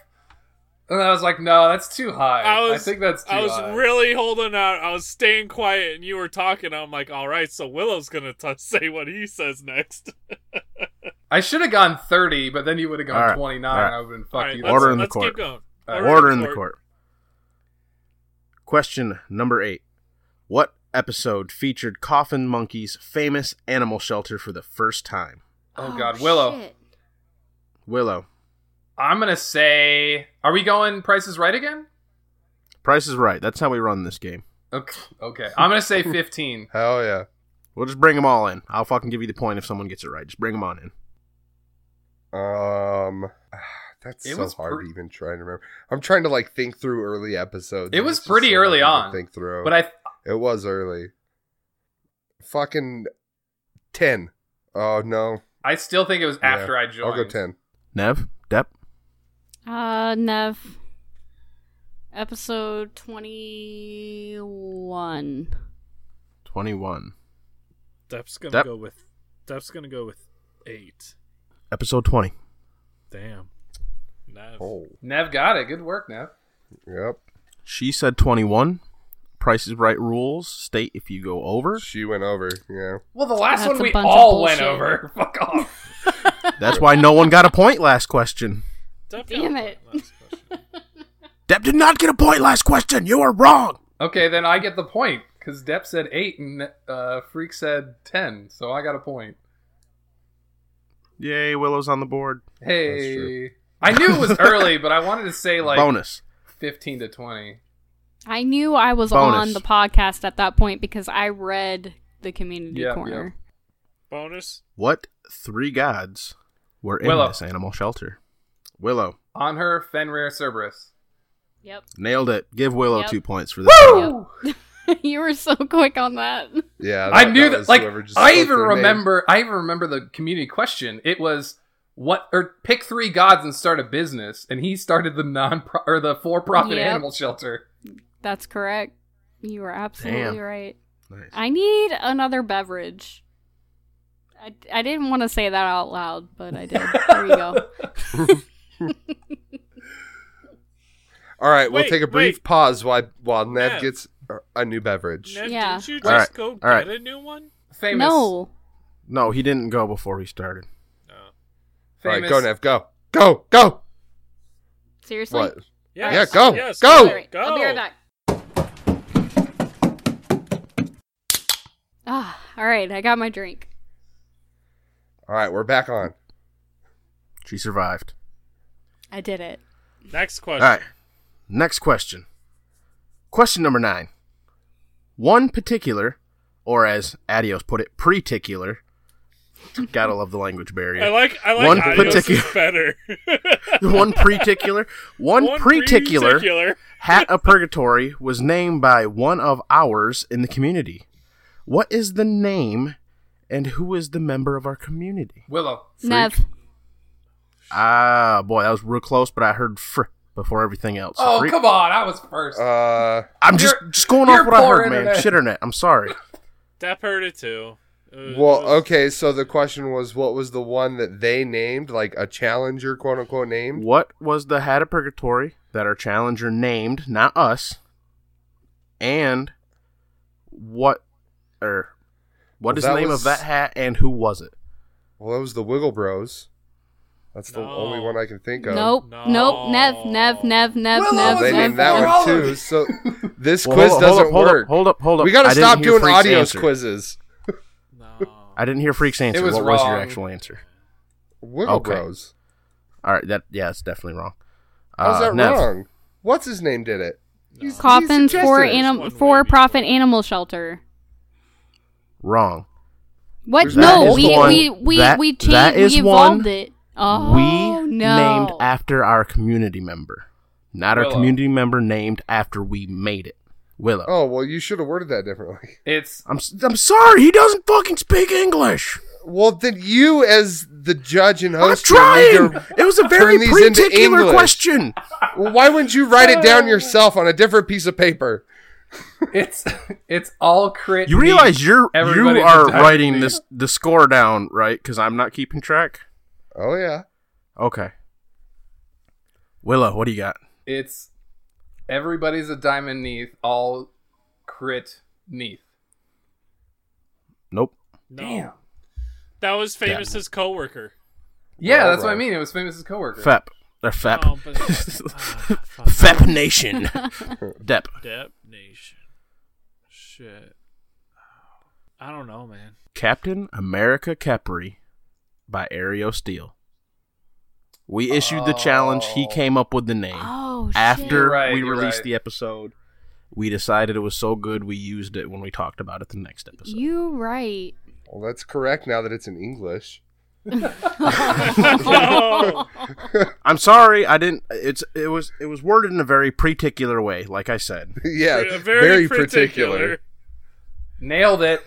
[SPEAKER 2] and I was like, no, that's too high.
[SPEAKER 6] I
[SPEAKER 2] I,
[SPEAKER 6] was-
[SPEAKER 2] think that's too
[SPEAKER 6] I was
[SPEAKER 2] high.
[SPEAKER 6] really holding out. I was staying quiet, and you were talking. I'm like, all right, so Willow's gonna t- (laughs) say what he says next.
[SPEAKER 2] I should have gone 30, but then you would have gone
[SPEAKER 5] All right.
[SPEAKER 2] 29.
[SPEAKER 5] All right.
[SPEAKER 2] I would have been
[SPEAKER 6] All
[SPEAKER 2] fuck
[SPEAKER 6] right,
[SPEAKER 2] you.
[SPEAKER 6] let's,
[SPEAKER 5] Order in the
[SPEAKER 6] let's
[SPEAKER 5] court.
[SPEAKER 6] Keep going.
[SPEAKER 2] All right.
[SPEAKER 6] Order in
[SPEAKER 5] Order
[SPEAKER 6] the
[SPEAKER 5] in the
[SPEAKER 6] court.
[SPEAKER 5] court. Question number eight. What episode featured Coffin Monkey's famous animal shelter for the first time?
[SPEAKER 2] Oh, God, Willow.
[SPEAKER 3] shit.
[SPEAKER 5] Willow.
[SPEAKER 2] I'm gonna say, are we going Price is Right again?
[SPEAKER 5] Price is right. That's how we run this game.
[SPEAKER 2] Okay. Okay. I'm gonna say
[SPEAKER 4] (laughs)
[SPEAKER 2] 15.
[SPEAKER 4] Hell yeah.
[SPEAKER 5] We'll just bring them all in. I'll fucking give you the point if someone gets it right. Just bring them on in.
[SPEAKER 4] Um, (sighs) that's
[SPEAKER 2] It
[SPEAKER 4] so
[SPEAKER 2] was
[SPEAKER 4] hard
[SPEAKER 2] pre-
[SPEAKER 4] to even try and remember. I'm trying to like think through early episodes.
[SPEAKER 2] It
[SPEAKER 4] and
[SPEAKER 2] was
[SPEAKER 4] it's just
[SPEAKER 2] pretty
[SPEAKER 4] so
[SPEAKER 2] early
[SPEAKER 4] hard to
[SPEAKER 2] on,
[SPEAKER 4] Think through,
[SPEAKER 2] But I
[SPEAKER 4] it was early. Fucking ten. Oh no,
[SPEAKER 2] I still think it was
[SPEAKER 4] Yeah.
[SPEAKER 2] after I joined.
[SPEAKER 4] I'll go ten.
[SPEAKER 5] Nev? Depp?
[SPEAKER 3] Uh, Nev. Episode 21.
[SPEAKER 5] 21.
[SPEAKER 6] Depp's gonna
[SPEAKER 5] Depp.
[SPEAKER 6] go with. Depp's gonna go with eight.
[SPEAKER 5] Episode 20.
[SPEAKER 6] Damn. Nav.
[SPEAKER 4] Oh,
[SPEAKER 2] Nev got it. Good work, Nev.
[SPEAKER 4] yep.
[SPEAKER 5] She said 21. Price is right rules state if you go over.
[SPEAKER 4] She went over. Yeah.
[SPEAKER 2] Well, the last
[SPEAKER 3] That's
[SPEAKER 2] one
[SPEAKER 3] a
[SPEAKER 2] we
[SPEAKER 3] bunch of
[SPEAKER 2] all went
[SPEAKER 3] bullshit.
[SPEAKER 2] over. (laughs) Fuck off.
[SPEAKER 5] That's why no one got a point last question.
[SPEAKER 6] Depp
[SPEAKER 3] Damn
[SPEAKER 6] got
[SPEAKER 3] it.
[SPEAKER 6] the last
[SPEAKER 3] (laughs)
[SPEAKER 6] question.
[SPEAKER 5] Depp did not get a point last question. You are wrong.
[SPEAKER 2] Okay, then I get the point because Depp said eight and uh, Freak said ten, so I got a point.
[SPEAKER 5] Yay, Willow's on the board.
[SPEAKER 4] true.
[SPEAKER 2] Hey, I knew it was early, but I wanted to say like
[SPEAKER 5] Bonus.
[SPEAKER 2] fifteen to twenty.
[SPEAKER 3] I knew I was
[SPEAKER 5] Bonus.
[SPEAKER 3] on the podcast at that point because I read the community
[SPEAKER 2] Yeah, yeah.
[SPEAKER 3] corner.
[SPEAKER 6] Bonus.
[SPEAKER 5] What three gods were in
[SPEAKER 2] Willow.
[SPEAKER 5] this animal shelter? Willow.
[SPEAKER 2] On her Fenrir Cerberus.
[SPEAKER 5] Nailed it. Give Willow
[SPEAKER 3] Yep.
[SPEAKER 5] two points for this. round.
[SPEAKER 2] Woo!
[SPEAKER 3] Yep. (laughs) you were so quick on that.
[SPEAKER 4] Yeah.
[SPEAKER 2] I knew that.
[SPEAKER 4] was
[SPEAKER 2] like
[SPEAKER 4] whoever just
[SPEAKER 2] I
[SPEAKER 4] spoke
[SPEAKER 2] even
[SPEAKER 4] their name.
[SPEAKER 2] remember. I even remember the community question. It was what or pick three gods and start a business, and he started the non or the for profit
[SPEAKER 3] Yep.
[SPEAKER 2] animal shelter.
[SPEAKER 3] That's correct. You were absolutely
[SPEAKER 5] Damn.
[SPEAKER 3] right.
[SPEAKER 5] Nice.
[SPEAKER 3] I need another beverage. I, I didn't want to say that out loud, but I did. There you go.
[SPEAKER 4] All right, we'll
[SPEAKER 6] Wait,
[SPEAKER 4] take a brief
[SPEAKER 6] wait.
[SPEAKER 4] pause while while Nev
[SPEAKER 6] Nev.
[SPEAKER 4] gets a new beverage.
[SPEAKER 6] Nav,
[SPEAKER 3] Yeah.
[SPEAKER 6] didn't you just
[SPEAKER 5] All right,
[SPEAKER 6] go
[SPEAKER 5] all right.
[SPEAKER 6] get a new one?
[SPEAKER 2] Famous.
[SPEAKER 3] No.
[SPEAKER 5] No, he didn't go before he started.
[SPEAKER 6] No.
[SPEAKER 4] All right,
[SPEAKER 2] Famous.
[SPEAKER 4] go Nev, go, go, go.
[SPEAKER 3] Seriously?
[SPEAKER 4] What?
[SPEAKER 6] Yes.
[SPEAKER 4] Yeah, go,
[SPEAKER 6] Yes.
[SPEAKER 4] go.
[SPEAKER 3] All right, I'll be right
[SPEAKER 6] Oh, Go.
[SPEAKER 3] back. Ah, all right. I got my drink.
[SPEAKER 4] All right, we're back on.
[SPEAKER 5] She survived.
[SPEAKER 3] I did it.
[SPEAKER 6] Next
[SPEAKER 5] All
[SPEAKER 6] question.
[SPEAKER 5] right. Next question. Question number nine. One particular, or as Adios put it, particular. (laughs) Gotta love the language barrier.
[SPEAKER 6] I like I like
[SPEAKER 5] One
[SPEAKER 6] Adios
[SPEAKER 5] particular-
[SPEAKER 6] is better.
[SPEAKER 5] (laughs) one particular, (laughs) one, particular
[SPEAKER 6] particular.
[SPEAKER 5] hat of purgatory was named by one of ours in the community. What is the name And who is the member of our community?
[SPEAKER 2] Willow.
[SPEAKER 3] Nev.
[SPEAKER 5] Ah, boy, that was real close, but I heard fr before everything else.
[SPEAKER 2] Oh,
[SPEAKER 5] Freak.
[SPEAKER 2] come on. I was first.
[SPEAKER 4] Uh,
[SPEAKER 5] I'm just
[SPEAKER 2] You're-
[SPEAKER 5] just going off
[SPEAKER 2] you're
[SPEAKER 5] what I
[SPEAKER 2] poor
[SPEAKER 5] heard, man.
[SPEAKER 2] internet.
[SPEAKER 5] Shit internet.
[SPEAKER 4] (laughs)
[SPEAKER 5] I'm sorry.
[SPEAKER 6] Depp heard it too. It was-
[SPEAKER 4] well,
[SPEAKER 6] it was-
[SPEAKER 4] okay. So the question was, what was the one that they named, like a challenger, quote unquote, named?
[SPEAKER 5] What was the Hat of Purgatory that our challenger named, not us? And what or what
[SPEAKER 4] Well,
[SPEAKER 5] is
[SPEAKER 4] that
[SPEAKER 5] the name
[SPEAKER 4] was-
[SPEAKER 5] of that hat and who was it?
[SPEAKER 4] Well, it was the Wiggle Bros. That's the
[SPEAKER 6] No.
[SPEAKER 4] only one I can think of.
[SPEAKER 3] Nope.
[SPEAKER 6] No.
[SPEAKER 3] Nope. Nev. Nev. Nev. Nev.
[SPEAKER 2] Willow
[SPEAKER 4] Well,
[SPEAKER 3] Nev.
[SPEAKER 2] was
[SPEAKER 4] they
[SPEAKER 2] in
[SPEAKER 3] Nev.
[SPEAKER 4] named
[SPEAKER 3] Nev.
[SPEAKER 2] for
[SPEAKER 4] that one
[SPEAKER 2] all of
[SPEAKER 4] too.
[SPEAKER 2] it. (laughs)
[SPEAKER 4] So this
[SPEAKER 5] Well,
[SPEAKER 4] quiz
[SPEAKER 5] hold
[SPEAKER 4] doesn't
[SPEAKER 5] up, hold up, hold up,
[SPEAKER 4] work.
[SPEAKER 5] hold up, hold up.
[SPEAKER 4] We got
[SPEAKER 5] I
[SPEAKER 4] to
[SPEAKER 5] didn't
[SPEAKER 4] stop
[SPEAKER 5] hear
[SPEAKER 4] doing
[SPEAKER 5] Freak's
[SPEAKER 4] audio
[SPEAKER 5] answer.
[SPEAKER 4] quizzes.
[SPEAKER 6] No.
[SPEAKER 5] I didn't hear Freak's answer.
[SPEAKER 2] was
[SPEAKER 5] what was your
[SPEAKER 2] wrong.
[SPEAKER 5] actual answer?
[SPEAKER 4] Wiggle
[SPEAKER 5] Okay.
[SPEAKER 4] Bros.
[SPEAKER 5] All right, that yeah, it's definitely wrong.
[SPEAKER 4] How's
[SPEAKER 5] Uh,
[SPEAKER 4] that
[SPEAKER 5] Nev,
[SPEAKER 4] wrong? What's his name did it? He's- he
[SPEAKER 3] Coffins
[SPEAKER 4] suggested
[SPEAKER 3] for
[SPEAKER 4] it.
[SPEAKER 3] anim-
[SPEAKER 6] One way
[SPEAKER 3] for profit
[SPEAKER 6] before.
[SPEAKER 3] animal shelter.
[SPEAKER 5] Wrong.
[SPEAKER 3] What?
[SPEAKER 4] That
[SPEAKER 3] No,
[SPEAKER 4] is
[SPEAKER 3] we,
[SPEAKER 4] the one-
[SPEAKER 3] we we
[SPEAKER 5] that-
[SPEAKER 3] we changed.
[SPEAKER 5] that is
[SPEAKER 3] we evolved
[SPEAKER 5] one
[SPEAKER 3] it. Oh
[SPEAKER 5] we
[SPEAKER 3] no!
[SPEAKER 5] named after our community member, not our
[SPEAKER 2] Willow.
[SPEAKER 5] community member named after we made it. Willow.
[SPEAKER 4] Oh well, you should have worded that differently. (laughs)
[SPEAKER 2] It's
[SPEAKER 5] I'm s- I'm sorry, he doesn't fucking speak English.
[SPEAKER 4] Well, then you, as the judge and
[SPEAKER 5] I'm
[SPEAKER 4] host, you need
[SPEAKER 5] trying.
[SPEAKER 4] to-
[SPEAKER 5] It was a
[SPEAKER 4] (laughs) turn
[SPEAKER 5] very
[SPEAKER 4] these into
[SPEAKER 5] particular
[SPEAKER 4] English.
[SPEAKER 5] question.
[SPEAKER 4] Well, why wouldn't you write it
[SPEAKER 5] (laughs)
[SPEAKER 4] down yourself on a different piece of paper?
[SPEAKER 2] it's (laughs) it's all crit.
[SPEAKER 5] You realize you're
[SPEAKER 2] Everybody
[SPEAKER 5] you are
[SPEAKER 2] just typed
[SPEAKER 5] writing
[SPEAKER 2] me.
[SPEAKER 5] this the score down, right? Because I'm not keeping track.
[SPEAKER 4] Oh yeah.
[SPEAKER 5] Okay. Willow, what do you got?
[SPEAKER 2] it's everybody's a diamond neath, all crit neath.
[SPEAKER 5] Nope.
[SPEAKER 6] No. That was famous as coworker.
[SPEAKER 2] Yeah,
[SPEAKER 4] All
[SPEAKER 2] that's what I
[SPEAKER 4] right.
[SPEAKER 2] mean. It was famous as coworker.
[SPEAKER 5] Fep. Or Fep.
[SPEAKER 6] Oh,
[SPEAKER 5] (laughs)
[SPEAKER 6] but-
[SPEAKER 2] Ah,
[SPEAKER 5] Fep
[SPEAKER 2] (laughs)
[SPEAKER 5] Nation. Dep.
[SPEAKER 6] Depp Nation. Shit. I don't know,
[SPEAKER 4] (laughs)
[SPEAKER 6] man. (laughs)
[SPEAKER 5] Captain America Capri by Aereo Steele. We issued the challenge. He
[SPEAKER 2] Oh.
[SPEAKER 5] came up with the name.
[SPEAKER 3] Oh, shit.
[SPEAKER 5] after
[SPEAKER 2] You're right,
[SPEAKER 5] we
[SPEAKER 2] you're
[SPEAKER 5] released
[SPEAKER 2] right.
[SPEAKER 5] the episode, we decided it was so good we used it when we talked about it the next episode.
[SPEAKER 3] You right.
[SPEAKER 4] Well, that's correct now that it's in English. (laughs)
[SPEAKER 6] No.
[SPEAKER 5] I'm sorry, I didn't. It's it was it was worded in a very particular way, like I said.
[SPEAKER 4] yeah,
[SPEAKER 6] Very,
[SPEAKER 4] particular.
[SPEAKER 6] particular.
[SPEAKER 2] Nailed it.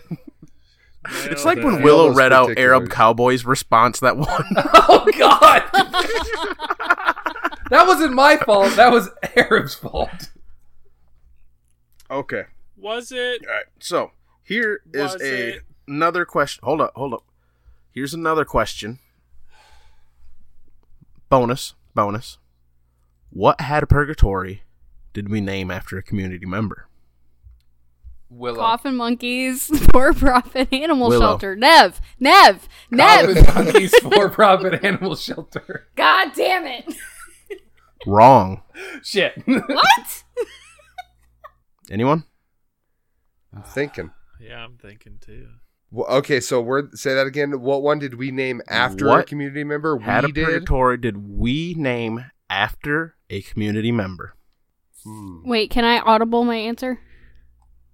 [SPEAKER 5] It's like when
[SPEAKER 4] that.
[SPEAKER 5] Willow
[SPEAKER 4] Those
[SPEAKER 5] read out
[SPEAKER 4] particulars.
[SPEAKER 5] Arab Cowboy's response that one.
[SPEAKER 2] (laughs) Oh god. that wasn't my fault. That was Arab's fault.
[SPEAKER 5] okay,
[SPEAKER 6] Was it?
[SPEAKER 5] all right. So here is
[SPEAKER 6] Was
[SPEAKER 5] a
[SPEAKER 6] it-
[SPEAKER 5] another question. Hold up, hold up. Here's another question. Bonus, bonus. What had purgatory did we name after a community member?
[SPEAKER 2] Willow.
[SPEAKER 3] Coffin monkeys (laughs) for profit animal
[SPEAKER 5] Willow.
[SPEAKER 3] shelter. Nev. Nev. Nev.
[SPEAKER 2] Coffin monkeys for-profit animal shelter.
[SPEAKER 3] God damn it! (laughs)
[SPEAKER 5] Wrong.
[SPEAKER 2] Shit.
[SPEAKER 3] What?
[SPEAKER 5] Anyone?
[SPEAKER 4] I'm thinking.
[SPEAKER 6] Yeah, I'm thinking too.
[SPEAKER 4] Well, okay, so we're say that again. What one did we name after a
[SPEAKER 5] What
[SPEAKER 4] community member?
[SPEAKER 5] Had
[SPEAKER 4] we
[SPEAKER 5] a
[SPEAKER 4] did.
[SPEAKER 5] purgatory did we name after a community member?
[SPEAKER 3] Wait, can I audible my answer?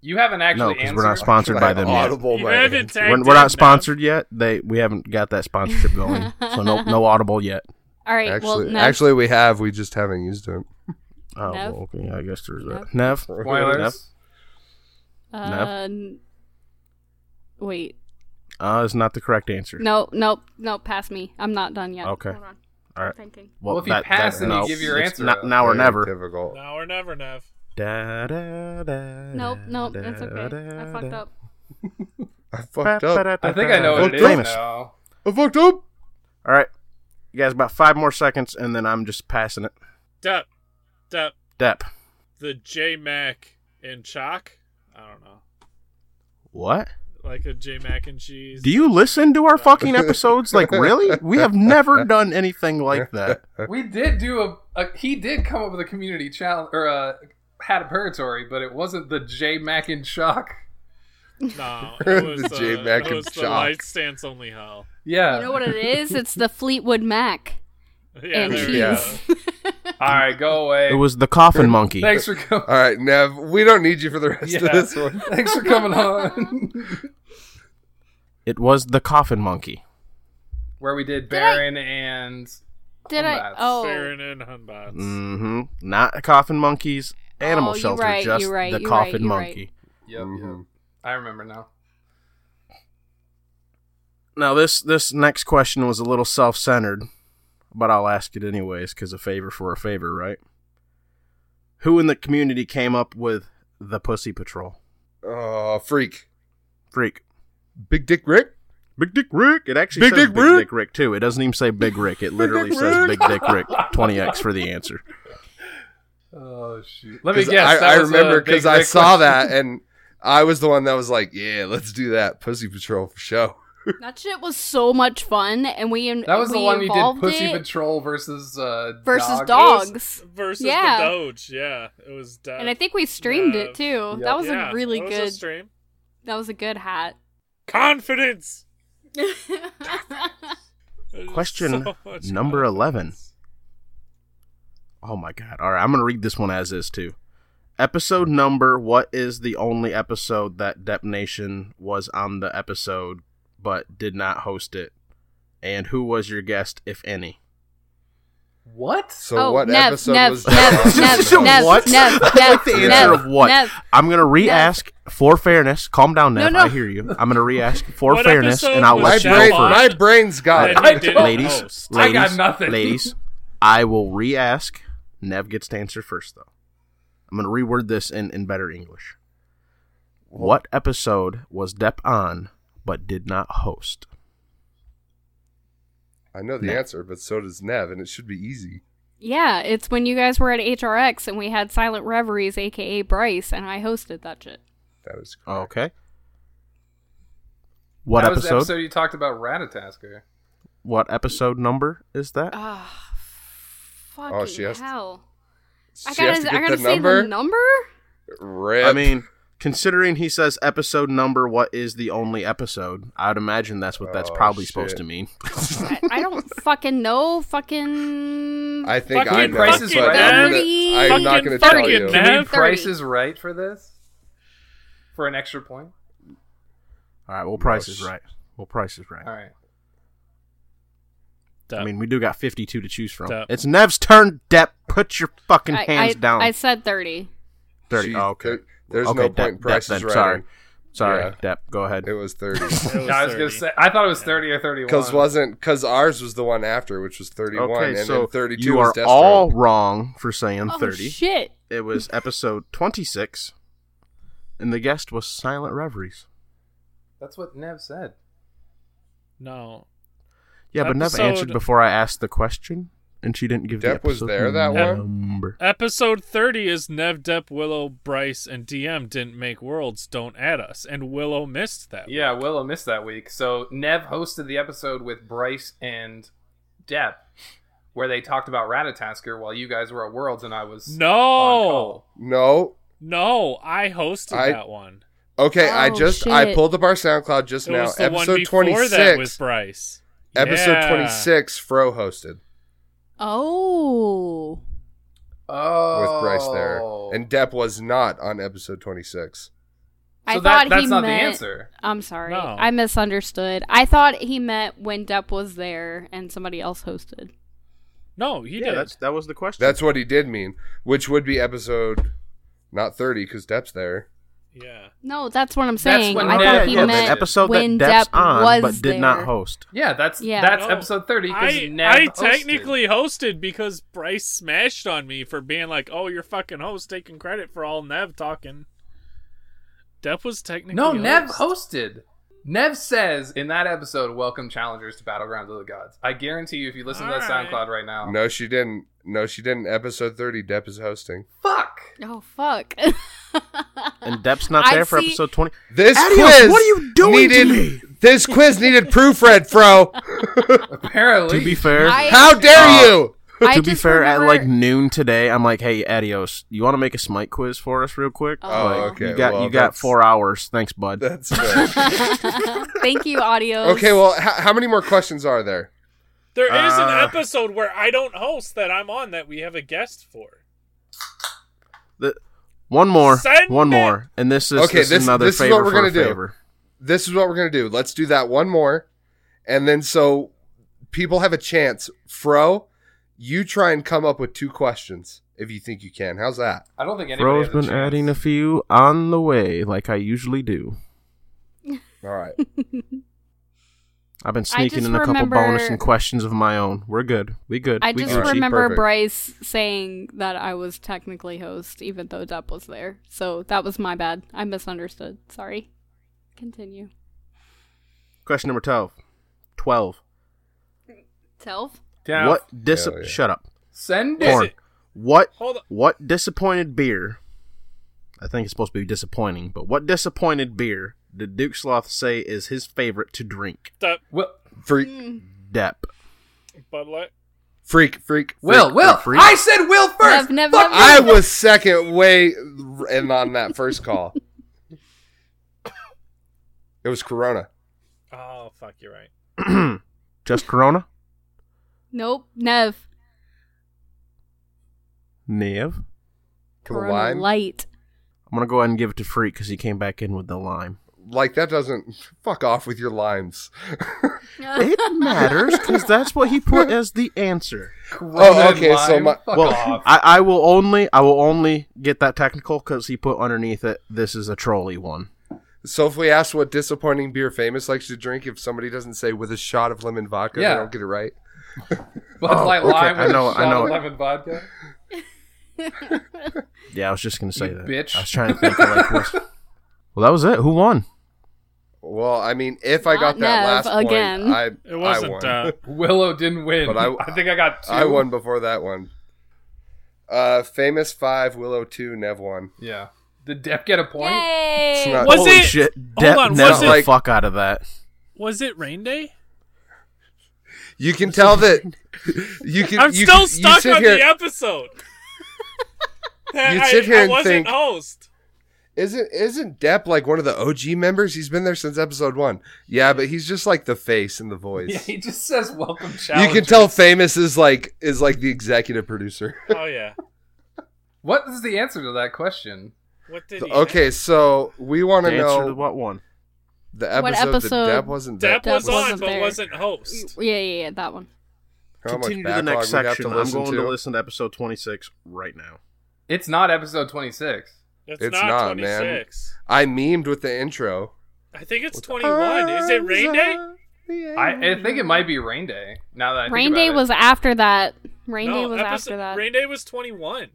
[SPEAKER 2] you haven't actually
[SPEAKER 5] no,
[SPEAKER 2] answered.
[SPEAKER 5] we're not sponsored by them yet.
[SPEAKER 4] Audible
[SPEAKER 6] You
[SPEAKER 4] my-
[SPEAKER 6] haven't tagged
[SPEAKER 5] We're, we're
[SPEAKER 6] in, man.
[SPEAKER 5] not sponsored yet. They we haven't got that sponsorship going, so no no audible yet.
[SPEAKER 3] All right. well,
[SPEAKER 4] Actually,
[SPEAKER 3] Nev.
[SPEAKER 4] actually, we have. We just haven't used it.
[SPEAKER 5] Oh,
[SPEAKER 3] Nev?
[SPEAKER 5] well, okay. I guess there's that. Nev. Nev.
[SPEAKER 2] Spoilers.
[SPEAKER 3] uh, n- Wait.
[SPEAKER 5] Uh, is not the correct answer.
[SPEAKER 3] No. Nope. Nope. Pass me. I'm not done yet.
[SPEAKER 5] Okay.
[SPEAKER 3] Hold on.
[SPEAKER 5] All right.
[SPEAKER 3] Thinking.
[SPEAKER 5] Well,
[SPEAKER 2] if you pass, then you give your
[SPEAKER 5] it's
[SPEAKER 2] answer
[SPEAKER 5] not-
[SPEAKER 2] up.
[SPEAKER 5] now or
[SPEAKER 4] Very
[SPEAKER 5] never.
[SPEAKER 4] Difficult.
[SPEAKER 6] Now or never, Nev.
[SPEAKER 5] Da, da, da,
[SPEAKER 3] Nope. Nope.
[SPEAKER 5] da,
[SPEAKER 3] That's okay.
[SPEAKER 5] da,
[SPEAKER 3] I fucked
[SPEAKER 5] da.
[SPEAKER 3] up.
[SPEAKER 4] I fucked up.
[SPEAKER 2] I think I know what it is
[SPEAKER 5] Famous.
[SPEAKER 2] now.
[SPEAKER 4] I fucked up.
[SPEAKER 5] All right, you guys, about five more seconds, and then I'm just passing it.
[SPEAKER 6] Depp. Depp.
[SPEAKER 5] Dep.
[SPEAKER 6] The J Mac and Chalk. I don't know.
[SPEAKER 5] What?
[SPEAKER 6] Like a J Mac and cheese.
[SPEAKER 5] Do you listen to our fucking episodes? Like, really? We
[SPEAKER 4] (laughs)
[SPEAKER 5] have never done anything like that.
[SPEAKER 2] We did do a, a. He did come up with a community challenge or a had a purgatory, but it wasn't the J Mac and Shock.
[SPEAKER 6] No, it was
[SPEAKER 4] The
[SPEAKER 6] uh,
[SPEAKER 4] J Mac
[SPEAKER 6] it
[SPEAKER 4] and
[SPEAKER 6] was the
[SPEAKER 4] Chalk.
[SPEAKER 6] light stance only hell. (laughs)
[SPEAKER 2] Yeah.
[SPEAKER 3] You know what it is? It's the Fleetwood Mac
[SPEAKER 6] Yeah,
[SPEAKER 3] and
[SPEAKER 6] there
[SPEAKER 3] cheese.
[SPEAKER 6] we go.
[SPEAKER 3] (laughs)
[SPEAKER 2] All right, go away.
[SPEAKER 5] It was the coffin monkey.
[SPEAKER 2] Thanks for coming.
[SPEAKER 4] All right, Nev. We don't need you for the rest
[SPEAKER 2] Yeah.
[SPEAKER 4] of this one.
[SPEAKER 2] Thanks for coming
[SPEAKER 3] (laughs)
[SPEAKER 2] on.
[SPEAKER 5] It was the coffin monkey.
[SPEAKER 2] Where we did
[SPEAKER 3] Did I-
[SPEAKER 2] Baron and
[SPEAKER 3] Did I?
[SPEAKER 2] That's
[SPEAKER 3] Oh.
[SPEAKER 6] Baron and Hunbots.
[SPEAKER 5] Mm-hmm. Not coffin monkeys. Animal
[SPEAKER 3] Oh, you're
[SPEAKER 5] shelter.
[SPEAKER 3] right,
[SPEAKER 5] just
[SPEAKER 3] you're right,
[SPEAKER 5] the
[SPEAKER 3] you're right,
[SPEAKER 5] coffin
[SPEAKER 4] Mm-hmm.
[SPEAKER 3] you're
[SPEAKER 5] monkey.
[SPEAKER 2] yep,
[SPEAKER 4] Mhm.
[SPEAKER 2] yep. I remember now.
[SPEAKER 5] Now this this next question was a little self centered, but I'll ask it anyways because a favor for a favor, right? Who in the community came up with the Pussy Patrol?
[SPEAKER 4] Oh, freak.
[SPEAKER 5] Freak.
[SPEAKER 4] Big Dick Rick?
[SPEAKER 5] Big Dick Rick. It actually
[SPEAKER 4] Big
[SPEAKER 5] says
[SPEAKER 4] Dick
[SPEAKER 5] Big
[SPEAKER 4] Rick?
[SPEAKER 5] Dick Rick too. It doesn't even say
[SPEAKER 4] (laughs)
[SPEAKER 5] Big Rick. It literally
[SPEAKER 4] Dick
[SPEAKER 5] says
[SPEAKER 4] Rick.
[SPEAKER 5] Big Dick Rick. Twenty X for the answer.
[SPEAKER 2] Oh shoot! Let me
[SPEAKER 4] 'Cause
[SPEAKER 2] guess.
[SPEAKER 4] I,
[SPEAKER 2] that
[SPEAKER 4] I
[SPEAKER 2] was a
[SPEAKER 4] remember
[SPEAKER 2] Big
[SPEAKER 4] because I
[SPEAKER 2] Dick
[SPEAKER 4] saw
[SPEAKER 2] (laughs) one.
[SPEAKER 4] that and I was the one that was like, yeah, let's do that. Pussy Patrol for show.
[SPEAKER 3] That shit was so much fun, and we in-
[SPEAKER 2] That was
[SPEAKER 3] we
[SPEAKER 2] the one we did.
[SPEAKER 3] evolved
[SPEAKER 2] Pussy
[SPEAKER 3] it
[SPEAKER 2] Patrol versus uh,
[SPEAKER 3] versus
[SPEAKER 2] dog.
[SPEAKER 3] dogs,
[SPEAKER 6] versus
[SPEAKER 3] Yeah.
[SPEAKER 6] the Doge. Yeah, it was. Death.
[SPEAKER 3] and I think we streamed
[SPEAKER 6] Yeah.
[SPEAKER 3] it too.
[SPEAKER 2] Yeah.
[SPEAKER 3] That was
[SPEAKER 6] yeah,
[SPEAKER 3] a really
[SPEAKER 6] that was
[SPEAKER 3] good.
[SPEAKER 6] a stream.
[SPEAKER 3] that was a good hat.
[SPEAKER 6] Confidence. There's just
[SPEAKER 5] Question
[SPEAKER 6] so much
[SPEAKER 5] number 11.
[SPEAKER 6] confidence.
[SPEAKER 5] Oh my god. All right, I'm going to read this one as is too. Episode number what is the only episode that Dep Nation was on the episode but did not host it? And who was your guest if any?
[SPEAKER 2] What?
[SPEAKER 4] So
[SPEAKER 3] oh,
[SPEAKER 4] what
[SPEAKER 3] Nev,
[SPEAKER 4] episode
[SPEAKER 3] Nev,
[SPEAKER 4] was
[SPEAKER 5] (laughs)
[SPEAKER 3] Nev,
[SPEAKER 4] that?
[SPEAKER 3] Nev,
[SPEAKER 2] (laughs)
[SPEAKER 3] Nev,
[SPEAKER 5] What?
[SPEAKER 3] Nev,
[SPEAKER 5] (laughs) I
[SPEAKER 3] Nev,
[SPEAKER 5] like the answer
[SPEAKER 3] Nev,
[SPEAKER 5] of what?
[SPEAKER 3] Nev.
[SPEAKER 5] I'm going to re-ask for fairness. Calm down,
[SPEAKER 3] No,
[SPEAKER 5] Nev.
[SPEAKER 3] no.
[SPEAKER 5] I hear you. I'm going to re-ask for
[SPEAKER 6] What
[SPEAKER 5] fairness
[SPEAKER 6] episode
[SPEAKER 5] and I'll
[SPEAKER 6] was
[SPEAKER 4] My,
[SPEAKER 5] let you
[SPEAKER 6] Shall
[SPEAKER 5] go
[SPEAKER 4] brain,
[SPEAKER 6] I?
[SPEAKER 5] first.
[SPEAKER 4] my brain's got it.
[SPEAKER 6] That
[SPEAKER 2] I
[SPEAKER 6] you
[SPEAKER 2] don't-
[SPEAKER 6] didn't
[SPEAKER 5] Ladies,
[SPEAKER 6] host.
[SPEAKER 5] ladies,
[SPEAKER 2] I got nothing.
[SPEAKER 5] Ladies, I will re-ask. Nev gets to answer first, though. I'm going to reword this in, in better English. What episode was Depp on but did not host?
[SPEAKER 4] I know the
[SPEAKER 5] Nev.
[SPEAKER 4] answer, but so does Nev, and it should be easy.
[SPEAKER 3] Yeah, it's when you guys were at HRX and we had Silent Reveries, aka Bryce, and I hosted that shit.
[SPEAKER 4] That is correct.
[SPEAKER 5] Okay. What
[SPEAKER 2] that was the
[SPEAKER 5] episode?
[SPEAKER 2] episode you talked about Ratatasker.
[SPEAKER 5] What episode number is that?
[SPEAKER 3] Ah, fucking
[SPEAKER 4] Oh, she has to-
[SPEAKER 3] hell! I
[SPEAKER 4] She has
[SPEAKER 3] gotta,
[SPEAKER 4] to get
[SPEAKER 3] I gotta
[SPEAKER 4] the
[SPEAKER 3] say
[SPEAKER 4] number.
[SPEAKER 3] the number.
[SPEAKER 4] Rip.
[SPEAKER 5] I mean, considering he says episode number, what is the only episode? I'd imagine that's what that's
[SPEAKER 4] Oh,
[SPEAKER 5] probably
[SPEAKER 4] shit.
[SPEAKER 5] supposed
[SPEAKER 3] (laughs)
[SPEAKER 5] to mean. (laughs)
[SPEAKER 3] I, I don't
[SPEAKER 4] (laughs)
[SPEAKER 3] fucking know. Fucking.
[SPEAKER 4] I think
[SPEAKER 6] Fucking
[SPEAKER 4] I know,
[SPEAKER 6] Price is
[SPEAKER 4] but
[SPEAKER 6] Right.
[SPEAKER 4] I'm,
[SPEAKER 3] Thirty.
[SPEAKER 4] gonna, I'm not
[SPEAKER 6] Fucking
[SPEAKER 4] going to tell
[SPEAKER 6] fucking
[SPEAKER 4] you.
[SPEAKER 6] Nev.
[SPEAKER 2] Can we
[SPEAKER 6] Nev?
[SPEAKER 2] price
[SPEAKER 3] 30.
[SPEAKER 2] is right for this? For an extra point?
[SPEAKER 5] All right, well, price is
[SPEAKER 4] Yes.
[SPEAKER 5] right. Well, price is right.
[SPEAKER 2] All right.
[SPEAKER 5] I mean, we do got 52 to choose from.
[SPEAKER 6] Dep.
[SPEAKER 5] It's Nev's turn, Dep. Put your fucking
[SPEAKER 3] I,
[SPEAKER 5] hands
[SPEAKER 3] I-
[SPEAKER 5] down.
[SPEAKER 3] I said thirty.
[SPEAKER 5] 30.
[SPEAKER 4] Gee,
[SPEAKER 5] oh, okay.
[SPEAKER 4] there- there's
[SPEAKER 5] Okay,
[SPEAKER 4] no
[SPEAKER 5] Dep-
[SPEAKER 4] point in
[SPEAKER 5] Dep
[SPEAKER 4] Price
[SPEAKER 5] then,
[SPEAKER 4] is right.
[SPEAKER 5] Sorry. Sorry,
[SPEAKER 4] Yeah.
[SPEAKER 5] Dep. Go ahead.
[SPEAKER 4] It was
[SPEAKER 5] (laughs)
[SPEAKER 4] 30.
[SPEAKER 6] It was
[SPEAKER 2] Yeah, I
[SPEAKER 6] 30.
[SPEAKER 2] was gonna say I thought it was thirty or thirty-one.
[SPEAKER 4] Because wasn't because ours was the one after, which was 31,
[SPEAKER 5] Okay,
[SPEAKER 4] and
[SPEAKER 5] so
[SPEAKER 4] then 32
[SPEAKER 5] you
[SPEAKER 4] was
[SPEAKER 5] are
[SPEAKER 4] Destro.
[SPEAKER 5] all wrong for saying
[SPEAKER 3] oh
[SPEAKER 5] 30.
[SPEAKER 3] shit!
[SPEAKER 5] It was episode 26, and the guest was Silent Reveries.
[SPEAKER 2] That's what Nev said.
[SPEAKER 6] No.
[SPEAKER 5] Yeah, but Nev
[SPEAKER 6] Episode-
[SPEAKER 5] answered before I asked the question, and she didn't give
[SPEAKER 4] Dep
[SPEAKER 5] the
[SPEAKER 4] was
[SPEAKER 5] episode
[SPEAKER 4] there that one?
[SPEAKER 5] number.
[SPEAKER 6] Episode 30 is Nev, Dep, Willow, Bryce, and DM didn't make worlds, don't add us. And Willow missed that.
[SPEAKER 2] Yeah, Willow missed that week. So Nev hosted the episode with Bryce and Depp, where they talked about Ratatasker while you guys were at Worlds and I was on
[SPEAKER 6] No.
[SPEAKER 2] call.
[SPEAKER 4] No.
[SPEAKER 6] No, I hosted
[SPEAKER 4] I-
[SPEAKER 6] that one.
[SPEAKER 4] Okay, I
[SPEAKER 3] Oh,
[SPEAKER 4] just I
[SPEAKER 3] shit.
[SPEAKER 4] pulled up our SoundCloud just
[SPEAKER 6] It
[SPEAKER 4] now.
[SPEAKER 6] was the one
[SPEAKER 4] Episode
[SPEAKER 6] before that with
[SPEAKER 4] 26.
[SPEAKER 6] Bryce.
[SPEAKER 4] Episode
[SPEAKER 6] Yeah.
[SPEAKER 4] 26, Fro hosted
[SPEAKER 3] Oh.
[SPEAKER 2] Oh,
[SPEAKER 4] with Bryce there,
[SPEAKER 5] Oh.
[SPEAKER 4] and Depp was not on episode 26.
[SPEAKER 3] I
[SPEAKER 2] so
[SPEAKER 3] thought
[SPEAKER 2] that, that's
[SPEAKER 3] he
[SPEAKER 2] not
[SPEAKER 3] meant.
[SPEAKER 2] the answer.
[SPEAKER 3] I'm sorry,
[SPEAKER 6] No.
[SPEAKER 3] I misunderstood. I thought he meant when Depp was there and somebody else hosted.
[SPEAKER 6] No, he
[SPEAKER 5] yeah,
[SPEAKER 6] did.
[SPEAKER 5] That's, that was the question.
[SPEAKER 4] That's what he did mean, which would be episode not 30 because Depp's there.
[SPEAKER 6] Yeah.
[SPEAKER 3] No, that's what I'm
[SPEAKER 2] That's
[SPEAKER 3] saying.
[SPEAKER 2] when
[SPEAKER 3] I
[SPEAKER 2] Depp
[SPEAKER 3] thought
[SPEAKER 2] was
[SPEAKER 3] he
[SPEAKER 2] there.
[SPEAKER 3] meant
[SPEAKER 5] the episode
[SPEAKER 3] when
[SPEAKER 5] that Dep's
[SPEAKER 3] Depp
[SPEAKER 5] on,
[SPEAKER 3] was
[SPEAKER 5] but did
[SPEAKER 3] there.
[SPEAKER 5] not host.
[SPEAKER 2] Yeah, that's
[SPEAKER 3] Yeah.
[SPEAKER 2] that's
[SPEAKER 6] No.
[SPEAKER 2] episode thirty because
[SPEAKER 6] I,
[SPEAKER 2] Nev
[SPEAKER 6] I
[SPEAKER 2] hosted.
[SPEAKER 6] technically hosted because Bryce smashed on me for being like, oh, you're fucking host taking credit for all Nev talking. Depp was technically.
[SPEAKER 2] No,
[SPEAKER 6] host.
[SPEAKER 2] Nev hosted. Nev says in that episode, "Welcome challengers to Battlegrounds of the Gods." I guarantee you, if you listen to that
[SPEAKER 6] Alright.
[SPEAKER 2] SoundCloud right now,
[SPEAKER 4] No, she didn't. No, she didn't. Episode 30, Depp is hosting.
[SPEAKER 2] fuck.
[SPEAKER 3] Oh fuck. (laughs)
[SPEAKER 5] And Dep's not
[SPEAKER 3] I
[SPEAKER 5] there for
[SPEAKER 3] see-
[SPEAKER 5] episode 20.
[SPEAKER 4] This
[SPEAKER 5] Adios,
[SPEAKER 4] quiz.
[SPEAKER 5] what are you doing to
[SPEAKER 4] needed,
[SPEAKER 5] me?
[SPEAKER 4] This quiz needed proofread, Fro.
[SPEAKER 2] Apparently,
[SPEAKER 5] To be fair,
[SPEAKER 3] I-
[SPEAKER 4] How dare
[SPEAKER 5] Uh,
[SPEAKER 2] Oh.
[SPEAKER 4] you?
[SPEAKER 3] I
[SPEAKER 5] to be
[SPEAKER 3] just
[SPEAKER 5] fair, at
[SPEAKER 3] remember-
[SPEAKER 5] like noon today, I'm like, "Hey, Adios, you want to make a smite quiz for us real quick?"
[SPEAKER 3] Oh,
[SPEAKER 5] Like,
[SPEAKER 4] okay,
[SPEAKER 5] You got
[SPEAKER 4] well,
[SPEAKER 5] you got
[SPEAKER 4] that's-
[SPEAKER 5] four hours. Thanks, bud.
[SPEAKER 4] That's fair.
[SPEAKER 3] (laughs)
[SPEAKER 5] (laughs)
[SPEAKER 3] Thank you, audio.
[SPEAKER 4] okay. Well, h- how many more questions are there?
[SPEAKER 6] There is
[SPEAKER 5] Uh,
[SPEAKER 4] Ah.
[SPEAKER 6] an episode where I don't host that I'm on that we have a guest for.
[SPEAKER 5] The- one more,
[SPEAKER 6] Send
[SPEAKER 5] one
[SPEAKER 6] it.
[SPEAKER 5] more, and this is
[SPEAKER 4] Okay,
[SPEAKER 5] This,
[SPEAKER 4] this-
[SPEAKER 5] is another
[SPEAKER 4] this is
[SPEAKER 5] favor
[SPEAKER 4] what we're
[SPEAKER 5] for
[SPEAKER 4] gonna
[SPEAKER 5] a
[SPEAKER 4] do.
[SPEAKER 5] favor.
[SPEAKER 4] This is what we're gonna do. Let's do that one more, and then so people have a chance. Fro, you try and come up with two questions if you think you can. How's that?
[SPEAKER 2] I don't think anybody.
[SPEAKER 5] Bro's
[SPEAKER 2] has a
[SPEAKER 5] been
[SPEAKER 2] chance.
[SPEAKER 5] adding a few on the way, like I usually do.
[SPEAKER 4] All right.
[SPEAKER 5] I've been sneaking
[SPEAKER 3] just
[SPEAKER 5] in a couple
[SPEAKER 3] remember-
[SPEAKER 5] bonus and questions of my own. We're good. We good.
[SPEAKER 3] I
[SPEAKER 5] we
[SPEAKER 3] just
[SPEAKER 5] Gucci.
[SPEAKER 4] Gucci,
[SPEAKER 3] remember
[SPEAKER 4] perfect.
[SPEAKER 3] Bryce saying that I was technically host, even though Depp was there. So that was my bad. I misunderstood. Sorry. Continue.
[SPEAKER 5] Question number 12. 12.
[SPEAKER 3] Telf?
[SPEAKER 6] Death.
[SPEAKER 5] What dis-
[SPEAKER 4] Hell yeah.
[SPEAKER 5] Shut up.
[SPEAKER 2] Send
[SPEAKER 6] Is
[SPEAKER 5] Porn.
[SPEAKER 6] it-
[SPEAKER 5] What
[SPEAKER 6] Hold on.
[SPEAKER 5] what disappointed beer? I think it's supposed to be disappointing, but what disappointed beer did Duke Sloth say is his favorite to drink?
[SPEAKER 6] Stop.
[SPEAKER 2] Will,
[SPEAKER 4] Freak,
[SPEAKER 5] Depp. (clears throat)
[SPEAKER 6] Bud Light.
[SPEAKER 4] freak, freak.
[SPEAKER 2] Will, Will.
[SPEAKER 5] free.
[SPEAKER 2] I said Will first.
[SPEAKER 3] Nev, nev,
[SPEAKER 2] Fuck
[SPEAKER 3] nev,
[SPEAKER 4] I was second way and on that first call. It was Corona.
[SPEAKER 6] Oh fuck, you're right.
[SPEAKER 5] Just Corona?
[SPEAKER 3] Nope. Nev.
[SPEAKER 5] Nev.
[SPEAKER 4] To the
[SPEAKER 3] Corona
[SPEAKER 4] lime?
[SPEAKER 2] (laughs)
[SPEAKER 3] Light.
[SPEAKER 5] I'm going to go ahead and give it to Freak because he came back in with
[SPEAKER 3] (laughs)
[SPEAKER 5] the lime.
[SPEAKER 4] Like that doesn't fuck off with your limes.
[SPEAKER 5] It matters because that's what he put as the answer.
[SPEAKER 2] Corona and
[SPEAKER 4] okay, so
[SPEAKER 2] lime.
[SPEAKER 4] my-
[SPEAKER 2] Fuck
[SPEAKER 5] well,
[SPEAKER 2] off.
[SPEAKER 5] I, I will only I will only get that technical because he put underneath it. This is a trolley one.
[SPEAKER 4] (laughs) So if we ask what disappointing beer famous likes to drink, if somebody doesn't say with a shot of lemon vodka, they
[SPEAKER 2] Yeah.
[SPEAKER 4] don't get it right.
[SPEAKER 2] Bud
[SPEAKER 5] Oh,
[SPEAKER 2] Light
[SPEAKER 5] okay,
[SPEAKER 2] Lime
[SPEAKER 5] I
[SPEAKER 2] with a
[SPEAKER 5] know it, I
[SPEAKER 2] shot
[SPEAKER 5] know
[SPEAKER 2] of
[SPEAKER 5] it.
[SPEAKER 2] lemon vodka.
[SPEAKER 5] Yeah, I was just gonna say
[SPEAKER 2] You
[SPEAKER 5] that.
[SPEAKER 2] bitch.
[SPEAKER 5] I was trying to think of like (laughs) what's- Well, that was it. Who won?
[SPEAKER 4] Well, I mean, if I got
[SPEAKER 3] Not
[SPEAKER 4] that
[SPEAKER 3] Nev
[SPEAKER 4] last point,
[SPEAKER 3] again.
[SPEAKER 4] I
[SPEAKER 6] It wasn't.
[SPEAKER 4] I won. (laughs)
[SPEAKER 6] Uh,
[SPEAKER 2] Willow didn't win.
[SPEAKER 4] But I-
[SPEAKER 2] think I got two.
[SPEAKER 4] I won before that one. Uh, famous five, Willow two, Nev one.
[SPEAKER 2] Yeah. Did Depp get a point?
[SPEAKER 4] It's
[SPEAKER 3] Yay!
[SPEAKER 4] not-
[SPEAKER 6] Was
[SPEAKER 5] Holy
[SPEAKER 6] it-
[SPEAKER 5] shit!
[SPEAKER 6] Hold
[SPEAKER 5] Depp
[SPEAKER 6] on,
[SPEAKER 5] nailed
[SPEAKER 6] was
[SPEAKER 5] the
[SPEAKER 4] it-
[SPEAKER 5] fuck out of that.
[SPEAKER 6] was it rain day?
[SPEAKER 4] You can tell
[SPEAKER 3] (laughs)
[SPEAKER 4] that you can.
[SPEAKER 6] I'm
[SPEAKER 4] you,
[SPEAKER 6] still
[SPEAKER 4] you
[SPEAKER 6] stuck
[SPEAKER 4] sit
[SPEAKER 6] on
[SPEAKER 4] here-
[SPEAKER 6] the
[SPEAKER 4] (laughs)
[SPEAKER 6] episode. That
[SPEAKER 4] You sit here
[SPEAKER 6] I, I
[SPEAKER 4] and
[SPEAKER 6] wasn't
[SPEAKER 4] think-
[SPEAKER 6] host.
[SPEAKER 4] Isn't isn't Depp like one of the OG members? He's been there since episode one. Yeah, but he's just like the
[SPEAKER 6] (laughs)
[SPEAKER 4] face and the
[SPEAKER 2] (laughs) Yeah,
[SPEAKER 4] voice.
[SPEAKER 2] he just says welcome
[SPEAKER 4] you
[SPEAKER 2] challenge.
[SPEAKER 4] can tell famous is like is like the executive producer.
[SPEAKER 6] Oh yeah.
[SPEAKER 2] What is the answer to that question?
[SPEAKER 6] What (laughs) did he
[SPEAKER 4] okay, so we want
[SPEAKER 5] The
[SPEAKER 4] to
[SPEAKER 5] answer to
[SPEAKER 4] know
[SPEAKER 5] what one?
[SPEAKER 4] the
[SPEAKER 3] What
[SPEAKER 4] episode,
[SPEAKER 3] episode
[SPEAKER 4] that Depp wasn't
[SPEAKER 6] Depp,
[SPEAKER 4] that
[SPEAKER 3] Depp
[SPEAKER 6] was on,
[SPEAKER 3] wasn't
[SPEAKER 6] but
[SPEAKER 3] there.
[SPEAKER 6] wasn't host.
[SPEAKER 3] Yeah, yeah, yeah, that one.
[SPEAKER 4] how much
[SPEAKER 5] Continue to the
[SPEAKER 4] backlog
[SPEAKER 5] next
[SPEAKER 4] we'd have
[SPEAKER 5] section.
[SPEAKER 4] to
[SPEAKER 5] I'm
[SPEAKER 4] listen
[SPEAKER 5] going to listen to episode 26 right now.
[SPEAKER 2] It's not episode 26.
[SPEAKER 6] It's,
[SPEAKER 4] It's
[SPEAKER 6] not,
[SPEAKER 4] not, man.
[SPEAKER 6] 26.
[SPEAKER 4] I memed with the intro.
[SPEAKER 6] I think it's 21. Is it
[SPEAKER 3] Um,
[SPEAKER 6] rain day?
[SPEAKER 2] I, I think it might be Rain Day. Now that I think
[SPEAKER 3] Rain
[SPEAKER 2] about
[SPEAKER 3] Day
[SPEAKER 2] it.
[SPEAKER 3] was after that. Rain Day was
[SPEAKER 6] episode-
[SPEAKER 3] after that.
[SPEAKER 6] Rain day was 21.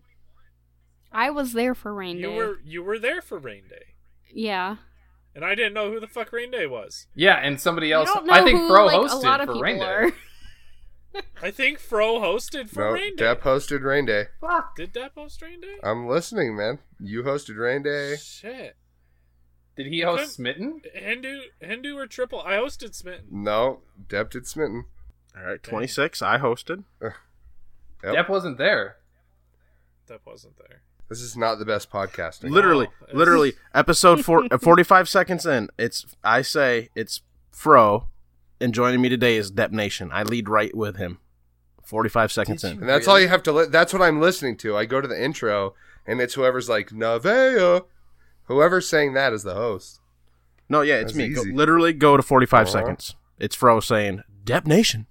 [SPEAKER 3] I was there for Rain
[SPEAKER 6] You
[SPEAKER 3] Day.
[SPEAKER 6] were you were there for rain day,
[SPEAKER 3] Yeah.
[SPEAKER 6] and I didn't know who the fuck rain day was.
[SPEAKER 2] yeah, and somebody
[SPEAKER 3] I
[SPEAKER 2] else.
[SPEAKER 3] don't know
[SPEAKER 2] I think
[SPEAKER 3] who,
[SPEAKER 2] Fro
[SPEAKER 3] like,
[SPEAKER 2] hosted
[SPEAKER 3] a lot of
[SPEAKER 2] for
[SPEAKER 3] people
[SPEAKER 2] Rain Day.
[SPEAKER 3] are.
[SPEAKER 6] I think Fro hosted for
[SPEAKER 4] No,
[SPEAKER 6] rain day.
[SPEAKER 4] Depp hosted Rain Day.
[SPEAKER 6] Did Depp host rain day?
[SPEAKER 4] I'm listening, man. You hosted Rain Day.
[SPEAKER 6] Shit.
[SPEAKER 2] Did he host Smitten?
[SPEAKER 6] Hindu Hindu or triple? I hosted Smitten.
[SPEAKER 4] No, Depp did Smitten.
[SPEAKER 5] All right, 26. I hosted.
[SPEAKER 4] Yep.
[SPEAKER 2] Depp wasn't there.
[SPEAKER 6] Depp wasn't there.
[SPEAKER 4] This is not the best podcasting.
[SPEAKER 5] Literally,
[SPEAKER 6] Wow.
[SPEAKER 5] literally, episode four, uh, 45 seconds in. It's I say it's Fro, and joining me today is Depp Nation. I lead right with him. 45 seconds
[SPEAKER 2] Did
[SPEAKER 5] in.
[SPEAKER 4] And that's all you have to. Li- that's what I'm listening to. I go to the intro, and it's whoever's like Nevea. Whoever's saying that is the host.
[SPEAKER 5] No, yeah, it's
[SPEAKER 4] That's
[SPEAKER 5] me. Go,
[SPEAKER 4] easy.
[SPEAKER 5] literally, go to 45
[SPEAKER 4] Uh-huh.
[SPEAKER 5] seconds. It's Fro saying Depp Nation.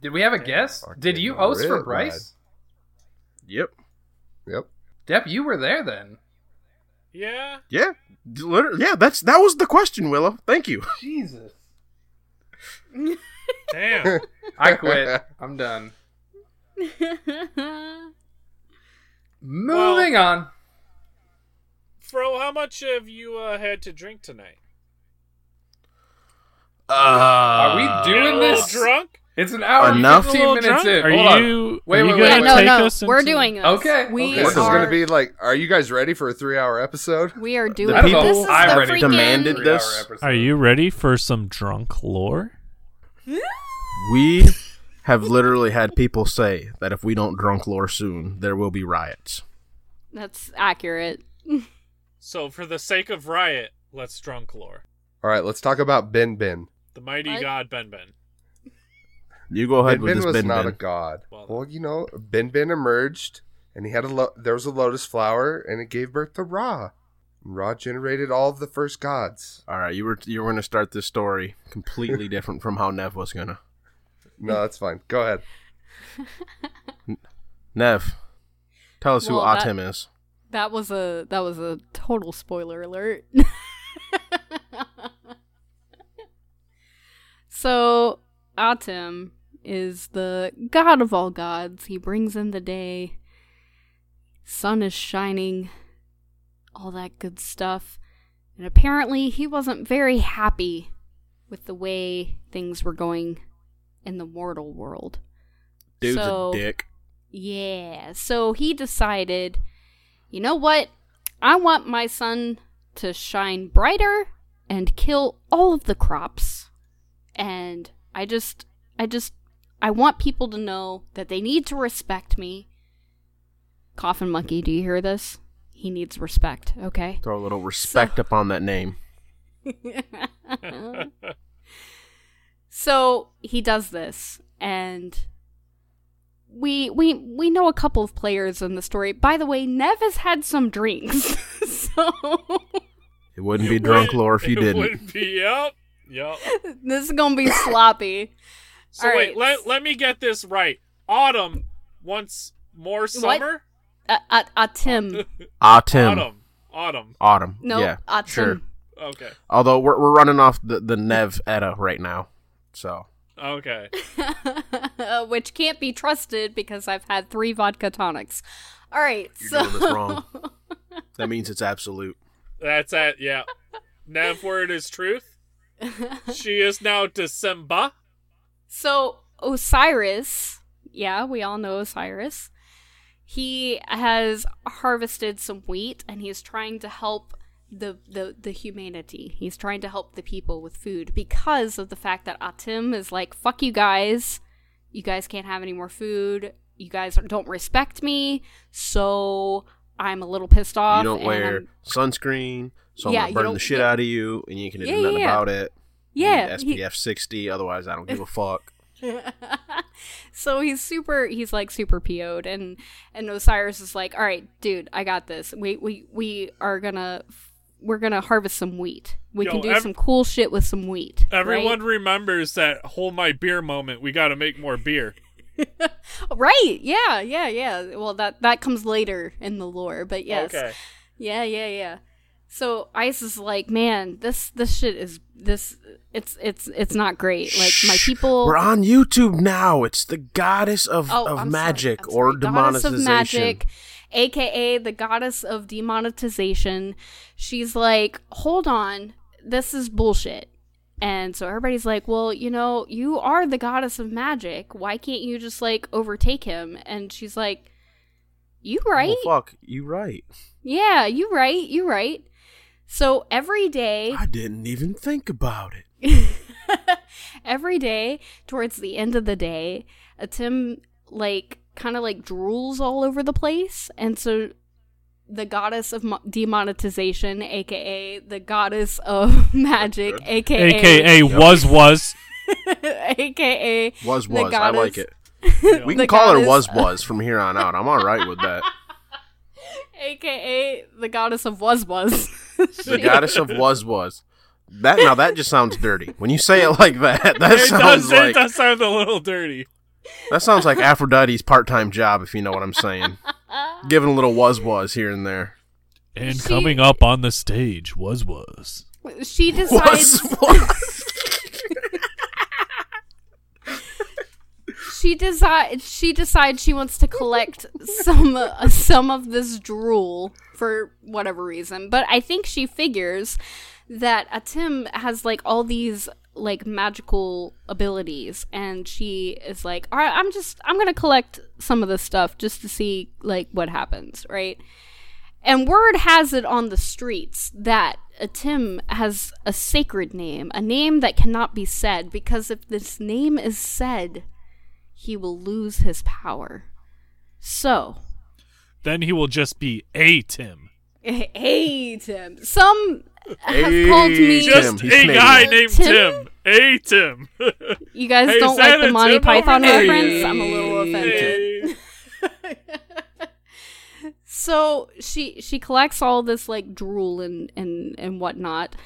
[SPEAKER 2] Did we have a guest?
[SPEAKER 4] fucking
[SPEAKER 2] Did you host for
[SPEAKER 4] rip,
[SPEAKER 2] Bryce?
[SPEAKER 5] Yep.
[SPEAKER 4] Yep.
[SPEAKER 2] Depp, you were there then.
[SPEAKER 6] Yeah.
[SPEAKER 5] Yeah. D- liter- yeah. That's that was the question, Willow.
[SPEAKER 4] (laughs)
[SPEAKER 5] Thank you.
[SPEAKER 2] Jesus.
[SPEAKER 5] (laughs)
[SPEAKER 6] Damn.
[SPEAKER 2] I quit. I'm done. Moving on.
[SPEAKER 6] Fro, how much have you uh, had to drink tonight?
[SPEAKER 5] Uh,
[SPEAKER 2] Are we
[SPEAKER 6] You
[SPEAKER 2] doing
[SPEAKER 6] a little
[SPEAKER 2] this?
[SPEAKER 6] drunk?
[SPEAKER 2] It's an hour and
[SPEAKER 5] Enough?
[SPEAKER 6] A little
[SPEAKER 2] 15 minutes
[SPEAKER 6] drunk?
[SPEAKER 2] in.
[SPEAKER 1] Are
[SPEAKER 2] Hold
[SPEAKER 1] you? are
[SPEAKER 2] on. Wait,
[SPEAKER 1] you
[SPEAKER 2] wait, wait,
[SPEAKER 1] gonna
[SPEAKER 3] yeah, no,
[SPEAKER 1] take
[SPEAKER 3] no.
[SPEAKER 1] us
[SPEAKER 3] We're
[SPEAKER 1] into-
[SPEAKER 3] doing this.
[SPEAKER 2] Okay,
[SPEAKER 3] We
[SPEAKER 2] okay.
[SPEAKER 4] This is
[SPEAKER 3] are.
[SPEAKER 4] gonna be like, are you guys ready for a three-hour episode?
[SPEAKER 3] we are doing
[SPEAKER 5] The
[SPEAKER 2] don't know.
[SPEAKER 5] people
[SPEAKER 3] this is
[SPEAKER 2] I'm
[SPEAKER 3] the
[SPEAKER 2] ready.
[SPEAKER 3] freaking-
[SPEAKER 5] Demanded
[SPEAKER 2] Three-hour
[SPEAKER 5] this.
[SPEAKER 2] episode.
[SPEAKER 1] Are you ready for some drunk lore?
[SPEAKER 5] We have literally had people say that if we don't drunk lore soon, there will be riots.
[SPEAKER 3] That's accurate.
[SPEAKER 6] So, for the sake of riot, let's drunk lore.
[SPEAKER 4] All right, let's talk about Ben Ben.
[SPEAKER 6] The mighty
[SPEAKER 3] What?
[SPEAKER 6] god Ben Ben.
[SPEAKER 5] You go ahead
[SPEAKER 4] Ben
[SPEAKER 5] with
[SPEAKER 4] Ben
[SPEAKER 5] this,
[SPEAKER 4] was
[SPEAKER 5] Ben
[SPEAKER 4] not a
[SPEAKER 5] Ben.
[SPEAKER 4] god.
[SPEAKER 6] Well-
[SPEAKER 4] Well, you know, Ben Ben emerged, and he had a lo- there was a lotus flower, and it gave birth to Ra. Ra generated all of the first gods.
[SPEAKER 5] All right, you were you were going to start this story completely different from how Nev was going to.
[SPEAKER 4] No, that's fine. Go ahead.
[SPEAKER 5] Nev, tell us
[SPEAKER 3] Well,
[SPEAKER 5] who
[SPEAKER 3] that-
[SPEAKER 5] Atim is.
[SPEAKER 3] That was a that was a total spoiler alert. (laughs) So Atum is the god of all gods. He brings in the day. Sun is shining. All that good stuff. And apparently he wasn't very happy with the way things were going in the mortal world.
[SPEAKER 5] Dude's
[SPEAKER 3] So-
[SPEAKER 5] a dick.
[SPEAKER 3] Yeah. So he decided, you know what? I want my sun to shine brighter and kill all of the crops. And I just I just I want people to know that they need to respect me. Coffin monkey, do you hear this? He needs respect,
[SPEAKER 5] (laughs)
[SPEAKER 3] okay? (laughs)
[SPEAKER 5] Throw a little respect up on that name.
[SPEAKER 3] Oh.
[SPEAKER 6] (laughs)
[SPEAKER 3] so he does this and we we we know a couple of players in the story. By the way, Nev has had some drinks. (laughs) so
[SPEAKER 5] It wouldn't be drunk lore if you
[SPEAKER 6] it
[SPEAKER 5] didn't.
[SPEAKER 6] Would be yep,
[SPEAKER 3] (laughs)
[SPEAKER 6] yep.
[SPEAKER 3] this is going to be sloppy.
[SPEAKER 6] So
[SPEAKER 3] All
[SPEAKER 6] wait,
[SPEAKER 3] right.
[SPEAKER 6] let let me get this right. Autumn wants more summer.
[SPEAKER 3] A, a, a Uh, Tim.
[SPEAKER 5] Autumn.
[SPEAKER 6] Autumn, autumn.
[SPEAKER 5] Autumn.
[SPEAKER 3] No,
[SPEAKER 5] yeah,
[SPEAKER 3] a Tim.
[SPEAKER 5] sure.
[SPEAKER 6] Okay,
[SPEAKER 5] Although we're, we're running off the, the Nev Etta right now. So,
[SPEAKER 6] okay.
[SPEAKER 3] (laughs) Which can't be trusted because I've had 3 vodka tonics. All right.
[SPEAKER 5] You're
[SPEAKER 3] so
[SPEAKER 5] doing
[SPEAKER 3] (laughs)
[SPEAKER 5] this wrong. that means it's absolute.
[SPEAKER 6] That's it. Yeah. Nav word is
[SPEAKER 3] (laughs)
[SPEAKER 6] truth. she is now December.
[SPEAKER 3] So Osiris, yeah, we all know Osiris. He has harvested some wheat and he's trying to help the, the the humanity. He's trying to help the people with food because of the fact that Atim is like, fuck you guys. You guys can't have any more food. You guys don't respect me. So I'm a little pissed off.
[SPEAKER 5] You don't
[SPEAKER 3] and
[SPEAKER 5] wear
[SPEAKER 3] I'm-
[SPEAKER 5] sunscreen, so
[SPEAKER 3] Yeah,
[SPEAKER 5] I'm
[SPEAKER 3] you
[SPEAKER 5] going to burn
[SPEAKER 3] don't-
[SPEAKER 5] the shit
[SPEAKER 3] yeah.
[SPEAKER 5] out of you, and you can do
[SPEAKER 3] Yeah,
[SPEAKER 5] nothing
[SPEAKER 3] yeah.
[SPEAKER 5] about it. You need
[SPEAKER 3] Yeah. he-
[SPEAKER 5] SPF 60, otherwise I don't
[SPEAKER 3] (laughs)
[SPEAKER 5] give a fuck.
[SPEAKER 3] so he's super he's like super PO'd and and Osiris is like, "All right, dude, I got this. We we we are going to we're going to harvest some wheat. We
[SPEAKER 6] Yo,
[SPEAKER 3] can do
[SPEAKER 6] ev-
[SPEAKER 3] some cool shit with some wheat." right?
[SPEAKER 6] Everyone remembers that hold my beer moment. We got to make more beer.
[SPEAKER 3] Right. Yeah, yeah, yeah. Well, that that comes later in the lore, but yes.
[SPEAKER 6] Okay.
[SPEAKER 3] Yeah, yeah, yeah. So Ice is like, "Man, this this shit is this it's it's it's not great. Like my
[SPEAKER 5] Shh,
[SPEAKER 3] people
[SPEAKER 5] We're on YouTube now. It's the goddess of,
[SPEAKER 3] Oh,
[SPEAKER 5] of
[SPEAKER 3] I'm sorry.
[SPEAKER 5] magic
[SPEAKER 3] I'm
[SPEAKER 5] or
[SPEAKER 3] sorry. Goddess
[SPEAKER 5] demonetization.
[SPEAKER 3] of magic, aka the goddess of demonetization. She's like, hold on, this is bullshit. And so everybody's like, well, you know, you are the goddess of magic. Why can't you just like overtake him? And she's like, you right.
[SPEAKER 5] Oh, fuck, you right.
[SPEAKER 3] yeah, you right. You right. So every day,
[SPEAKER 5] I didn't even think about it.
[SPEAKER 3] (laughs) every day towards the end of the day a tim like kind of like drools all over the place and so the goddess of mo- demonetization aka the goddess of (laughs) magic aka
[SPEAKER 1] AKA was was.
[SPEAKER 3] (laughs) aka
[SPEAKER 5] Was
[SPEAKER 3] the
[SPEAKER 5] was. I like
[SPEAKER 3] goddess-
[SPEAKER 5] it.
[SPEAKER 6] Yeah.
[SPEAKER 5] (laughs) We
[SPEAKER 3] The
[SPEAKER 5] can call her was
[SPEAKER 3] goddess-
[SPEAKER 5] was from here on out. I'm all right with
[SPEAKER 3] (laughs)
[SPEAKER 5] that.
[SPEAKER 3] aka the goddess of was was (laughs)
[SPEAKER 5] The goddess of was was. That now that just sounds dirty. When you say (laughs) it like that, that
[SPEAKER 6] it
[SPEAKER 5] sounds
[SPEAKER 6] does, it
[SPEAKER 5] like
[SPEAKER 6] does sound a little dirty.
[SPEAKER 5] that sounds like Aphrodite's part-time job. If you know what
[SPEAKER 3] (laughs)
[SPEAKER 5] I'm saying, giving a little was was here and there.
[SPEAKER 1] And
[SPEAKER 3] She-
[SPEAKER 1] coming up on the stage was was.
[SPEAKER 3] (laughs) she
[SPEAKER 5] Was
[SPEAKER 3] decides
[SPEAKER 5] was.
[SPEAKER 3] she decides she decides she wants to collect some uh, some of this drool for whatever reason but i think she figures that atim has like all these like magical abilities and she is like all right i'm just i'm gonna collect some of this stuff just to see like what happens right and word has it on the streets that Atim has a sacred name, a name that cannot be said, because if this name is said, he will lose his power. So,
[SPEAKER 1] Then he will just be a Tim.
[SPEAKER 3] (laughs) hey Tim, some have called me.
[SPEAKER 5] Hey,
[SPEAKER 6] Just
[SPEAKER 5] Tim, he's
[SPEAKER 6] a
[SPEAKER 5] Canadian.
[SPEAKER 6] guy named
[SPEAKER 3] Tim?
[SPEAKER 6] Tim. A Tim.
[SPEAKER 3] you guys
[SPEAKER 6] Hey,
[SPEAKER 3] don't
[SPEAKER 6] is that
[SPEAKER 3] like
[SPEAKER 6] a
[SPEAKER 3] the Monty
[SPEAKER 6] Tim
[SPEAKER 3] Python
[SPEAKER 6] over there?
[SPEAKER 3] reference. I'm a little offended.
[SPEAKER 5] (laughs)
[SPEAKER 6] Hey.
[SPEAKER 3] So she she collects all this like drool and and and whatnot,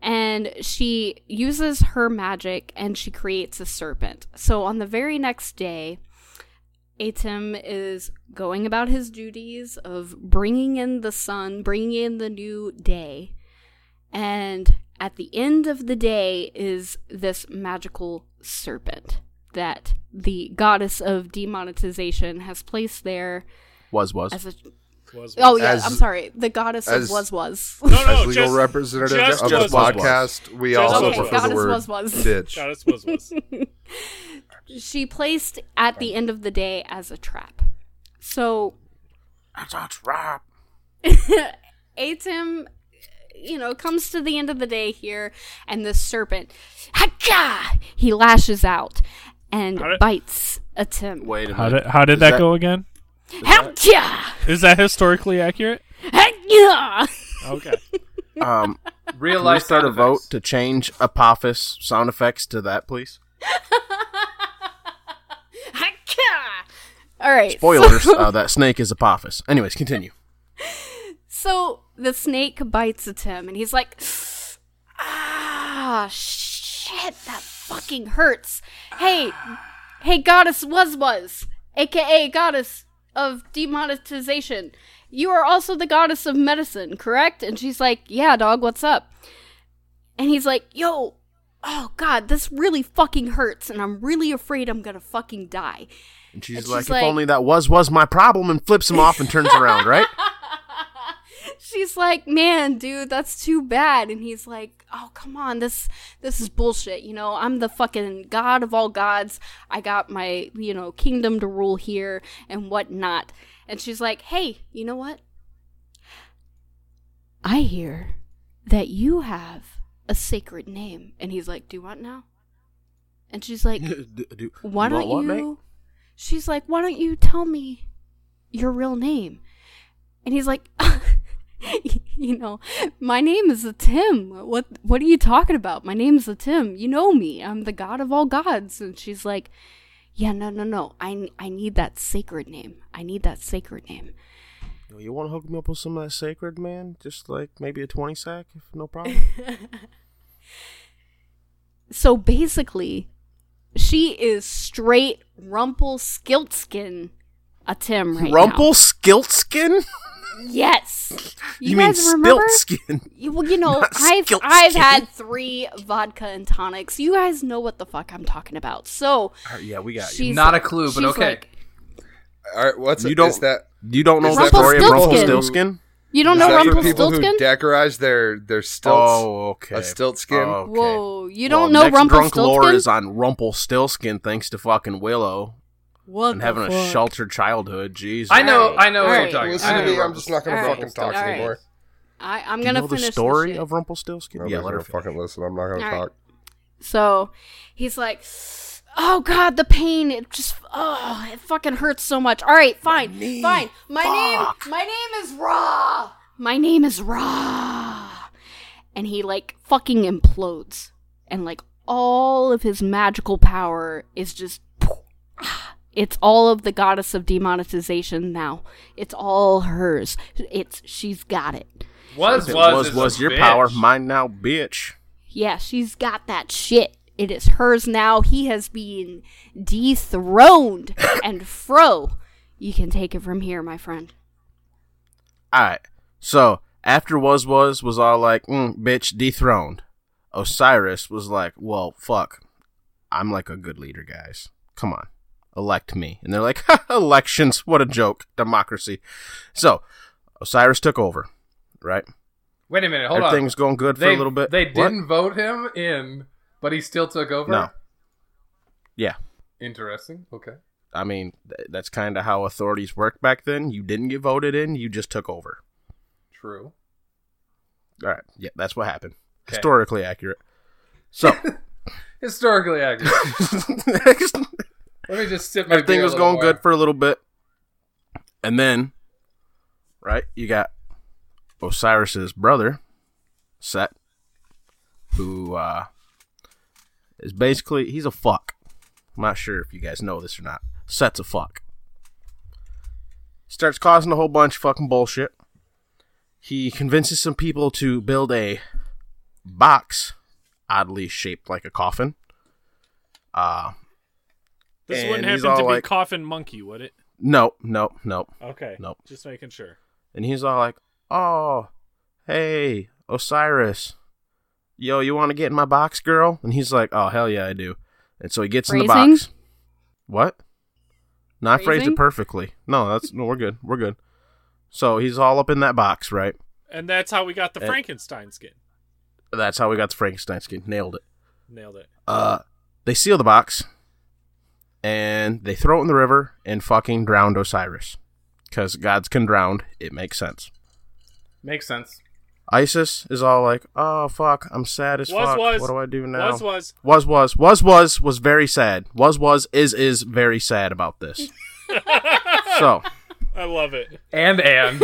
[SPEAKER 3] and she uses her magic and she creates a serpent. So on the very next day, Atim is going about his duties of bringing in the sun, bringing in the new day. And at the end of the day is this magical serpent that the goddess of demonetization has placed there
[SPEAKER 5] Was was.
[SPEAKER 3] as a
[SPEAKER 6] Was
[SPEAKER 3] oh yeah
[SPEAKER 4] As-
[SPEAKER 3] I'm sorry the goddess
[SPEAKER 4] as-
[SPEAKER 3] of was was
[SPEAKER 4] (laughs)
[SPEAKER 6] No, no,
[SPEAKER 4] As legal
[SPEAKER 6] just-
[SPEAKER 4] representative
[SPEAKER 6] just
[SPEAKER 4] of the
[SPEAKER 6] was-
[SPEAKER 5] was-
[SPEAKER 4] podcast, we
[SPEAKER 6] Just
[SPEAKER 4] also
[SPEAKER 6] was-
[SPEAKER 4] prefer
[SPEAKER 6] Goddess
[SPEAKER 4] the word
[SPEAKER 3] was- was.
[SPEAKER 4] bitch.
[SPEAKER 6] God, it's was was.
[SPEAKER 3] she placed at the end of the day as a trap so
[SPEAKER 5] That's a trap.
[SPEAKER 3] Atim, you know, comes to the end of the day here, and the serpent, hacha! He lashes out and
[SPEAKER 6] Got it.
[SPEAKER 3] bites Atim.
[SPEAKER 5] Wait a
[SPEAKER 1] How
[SPEAKER 5] minute.
[SPEAKER 1] did how did
[SPEAKER 5] Is
[SPEAKER 1] that, go again?
[SPEAKER 3] Hacha!
[SPEAKER 1] Is that historically accurate?
[SPEAKER 3] Hacha!
[SPEAKER 6] Okay.
[SPEAKER 5] Um,
[SPEAKER 2] Real
[SPEAKER 5] can we
[SPEAKER 2] life
[SPEAKER 5] start a
[SPEAKER 2] sound
[SPEAKER 5] vote
[SPEAKER 2] effects.
[SPEAKER 5] to change Apophis sound effects to that, please?
[SPEAKER 3] Hacha! All right.
[SPEAKER 5] (laughs) Spoilers.
[SPEAKER 3] So,
[SPEAKER 5] uh, that snake is Apophis. Anyways, continue.
[SPEAKER 3] so the snake bites Atim, and he's like, ah, shit, that fucking hurts. Hey, hey, goddess was was, aka goddess of demonetization. You are also the goddess of medicine, correct? And she's like, yeah, dog, what's up? And he's like, yo, oh god, this really fucking hurts, and I'm really afraid I'm gonna fucking die.
[SPEAKER 5] And she's,
[SPEAKER 3] And she's
[SPEAKER 5] like,
[SPEAKER 3] like-
[SPEAKER 5] if only that was was my problem, and flips him off and turns
[SPEAKER 3] (laughs)
[SPEAKER 5] around, right?
[SPEAKER 3] She's like, "Man, dude, that's too bad." And he's like, "Oh, come on. This this is bullshit. You know, I'm the fucking god of all gods. I got my, you know, kingdom to rule here and whatnot." And she's like, "Hey, you know what? I hear that you have a sacred name." And he's like, "Do what now?" And she's like,
[SPEAKER 5] (laughs) Do- do-
[SPEAKER 3] why
[SPEAKER 5] want
[SPEAKER 3] don't
[SPEAKER 5] what, mate?
[SPEAKER 3] you she's like why don't you tell me your real name and he's like (laughs) you know my name is a tim what what are you talking about my name's a tim you know me i'm the god of all gods and she's like yeah no no no i, I need that sacred name i need that sacred name (laughs)
[SPEAKER 5] Yo, Oh, You want to hook me up with some of that sacred man? Just like maybe a 20 sack, if no problem.
[SPEAKER 3] so basically she is straight rumple skiltskin a tim (laughs) right now.
[SPEAKER 5] Rumple Skiltskin?
[SPEAKER 3] yes
[SPEAKER 5] You,
[SPEAKER 3] you,
[SPEAKER 5] mean
[SPEAKER 3] guys remember
[SPEAKER 5] Stiltskin? (laughs)
[SPEAKER 3] You- Well, you know,
[SPEAKER 5] Not
[SPEAKER 3] I've
[SPEAKER 5] skilled
[SPEAKER 3] I've
[SPEAKER 5] skin.
[SPEAKER 3] had three vodka and tonics. You guys know what the fuck I'm talking about. So
[SPEAKER 5] All right, yeah, we got you.
[SPEAKER 3] she's
[SPEAKER 2] Not a clue, but
[SPEAKER 3] she's
[SPEAKER 2] okay.
[SPEAKER 3] Like,
[SPEAKER 4] All right, what's
[SPEAKER 5] You don't-
[SPEAKER 4] is that?
[SPEAKER 5] You don't know
[SPEAKER 4] Is
[SPEAKER 5] the
[SPEAKER 4] that for
[SPEAKER 5] story of
[SPEAKER 4] people
[SPEAKER 5] Rumple
[SPEAKER 4] who-
[SPEAKER 5] Stiltskin?
[SPEAKER 3] you don't
[SPEAKER 4] is
[SPEAKER 3] know
[SPEAKER 4] that for people
[SPEAKER 3] Rumpelstiltskin?
[SPEAKER 4] who deckerize their their stilts?
[SPEAKER 5] Oh, okay.
[SPEAKER 4] A stilt skin?
[SPEAKER 5] Oh, okay.
[SPEAKER 3] Whoa, you
[SPEAKER 5] Well,
[SPEAKER 3] don't know
[SPEAKER 5] next Drunk lore is
[SPEAKER 3] Rumpelstiltskin?
[SPEAKER 5] on Rumple Stiltskin thanks to fucking Willow
[SPEAKER 3] What
[SPEAKER 5] and
[SPEAKER 3] the
[SPEAKER 5] having a
[SPEAKER 3] fuck?
[SPEAKER 5] sheltered childhood. Jeez.
[SPEAKER 2] I know,
[SPEAKER 3] Alright,
[SPEAKER 2] I know what
[SPEAKER 3] alright,
[SPEAKER 2] you're talking
[SPEAKER 4] Listen
[SPEAKER 2] about.
[SPEAKER 4] to
[SPEAKER 3] Alright.
[SPEAKER 4] me. I'm just not going to
[SPEAKER 3] Alright.
[SPEAKER 4] fucking talk
[SPEAKER 3] Alright.
[SPEAKER 4] anymore.
[SPEAKER 3] I, I'm
[SPEAKER 5] Do you
[SPEAKER 3] gonna
[SPEAKER 5] know the
[SPEAKER 3] finish this
[SPEAKER 5] story
[SPEAKER 3] shit.
[SPEAKER 5] of Rumpelstiltskin?
[SPEAKER 4] Nobody's
[SPEAKER 5] Yeah, let her
[SPEAKER 4] gonna
[SPEAKER 5] finish.
[SPEAKER 4] fucking listen. I'm not going to
[SPEAKER 3] Alright.
[SPEAKER 4] talk.
[SPEAKER 3] So he's like, oh god, the pain. It just, oh, it fucking hurts so much. All right, fine, fine. My name, my name is Raw. My name is Raw. And he like fucking implodes, and like all of his magical power is just. It's all of the goddess of demonetization now. It's all hers. It's she's got it.
[SPEAKER 2] Was
[SPEAKER 5] If it
[SPEAKER 2] was
[SPEAKER 5] was,
[SPEAKER 2] is
[SPEAKER 5] was
[SPEAKER 2] a
[SPEAKER 5] your
[SPEAKER 2] bitch.
[SPEAKER 5] power, mine now, bitch.
[SPEAKER 3] Yeah, she's got that shit. It is hers now. He has been
[SPEAKER 5] (coughs)
[SPEAKER 3] dethroned. and Fro, you can take it from here, my friend.
[SPEAKER 5] Alright. So after Was Was was all like, mm, bitch, dethroned. Osiris was like, Well, fuck. I'm like a good leader, guys. Come on. Elect me. And they're like, (laughs) elections, what a joke. Democracy. So Osiris took over, right?
[SPEAKER 2] Wait a minute, hold on.
[SPEAKER 5] Everything's going good for
[SPEAKER 2] they,
[SPEAKER 5] a little bit.
[SPEAKER 2] They
[SPEAKER 5] What?
[SPEAKER 2] didn't vote him in, but he still took over.
[SPEAKER 5] No. Yeah.
[SPEAKER 2] Interesting. Okay.
[SPEAKER 5] I mean, th- that's kind of how authorities worked back then. You didn't get voted in, you just took over.
[SPEAKER 2] True.
[SPEAKER 5] All right. Yeah, that's what happened.
[SPEAKER 2] Okay.
[SPEAKER 5] Historically accurate.
[SPEAKER 2] (laughs)
[SPEAKER 5] So, (laughs)
[SPEAKER 2] Historically (laughs) accurate.
[SPEAKER 5] everything
[SPEAKER 2] Let me just sip my beer a
[SPEAKER 5] was
[SPEAKER 2] little
[SPEAKER 5] going
[SPEAKER 2] more.
[SPEAKER 5] good for a little bit. And then, right, you got Osiris's brother, Set, who uh, is basically, he's a fuck. I'm not sure if you guys know this or not. Set's a fuck. Starts causing a whole bunch of fucking bullshit. He convinces some people to build a box, oddly shaped like a coffin. Uh,
[SPEAKER 6] This
[SPEAKER 5] And
[SPEAKER 6] wouldn't
[SPEAKER 5] he's
[SPEAKER 6] happen to
[SPEAKER 5] all
[SPEAKER 6] be
[SPEAKER 5] like-
[SPEAKER 6] coffin monkey, would it?
[SPEAKER 5] Nope, nope, nope.
[SPEAKER 6] Okay.
[SPEAKER 5] Nope.
[SPEAKER 6] Just making sure.
[SPEAKER 5] And he's all like, "Oh, hey, Osiris, yo, you want to get in my box, girl? And he's like, oh, hell yeah, I do. And so he gets in the
[SPEAKER 3] Phrasing?
[SPEAKER 5] box. What? Not phrased
[SPEAKER 3] Phrasing?
[SPEAKER 5] it perfectly. No, that's no, we're good. We're good. So he's all up in that box, right?
[SPEAKER 6] And that's how we got the
[SPEAKER 5] Eh.
[SPEAKER 6] Frankenstein skin.
[SPEAKER 5] That's how we got the Frankenstein skin. Nailed it.
[SPEAKER 6] Nailed it.
[SPEAKER 5] Uh, they seal the box, and they throw it in the river and fucking drowned Osiris, because gods can drown. It makes sense.
[SPEAKER 2] Makes sense.
[SPEAKER 5] Isis is all like, "Oh fuck, I'm sad as
[SPEAKER 6] Was,
[SPEAKER 5] fuck.
[SPEAKER 6] was.
[SPEAKER 5] what do I do now?"
[SPEAKER 6] Was was.
[SPEAKER 5] was was was was was very sad. Was was is is very sad about
[SPEAKER 6] (laughs)
[SPEAKER 5] this. so
[SPEAKER 6] I love it.
[SPEAKER 2] And and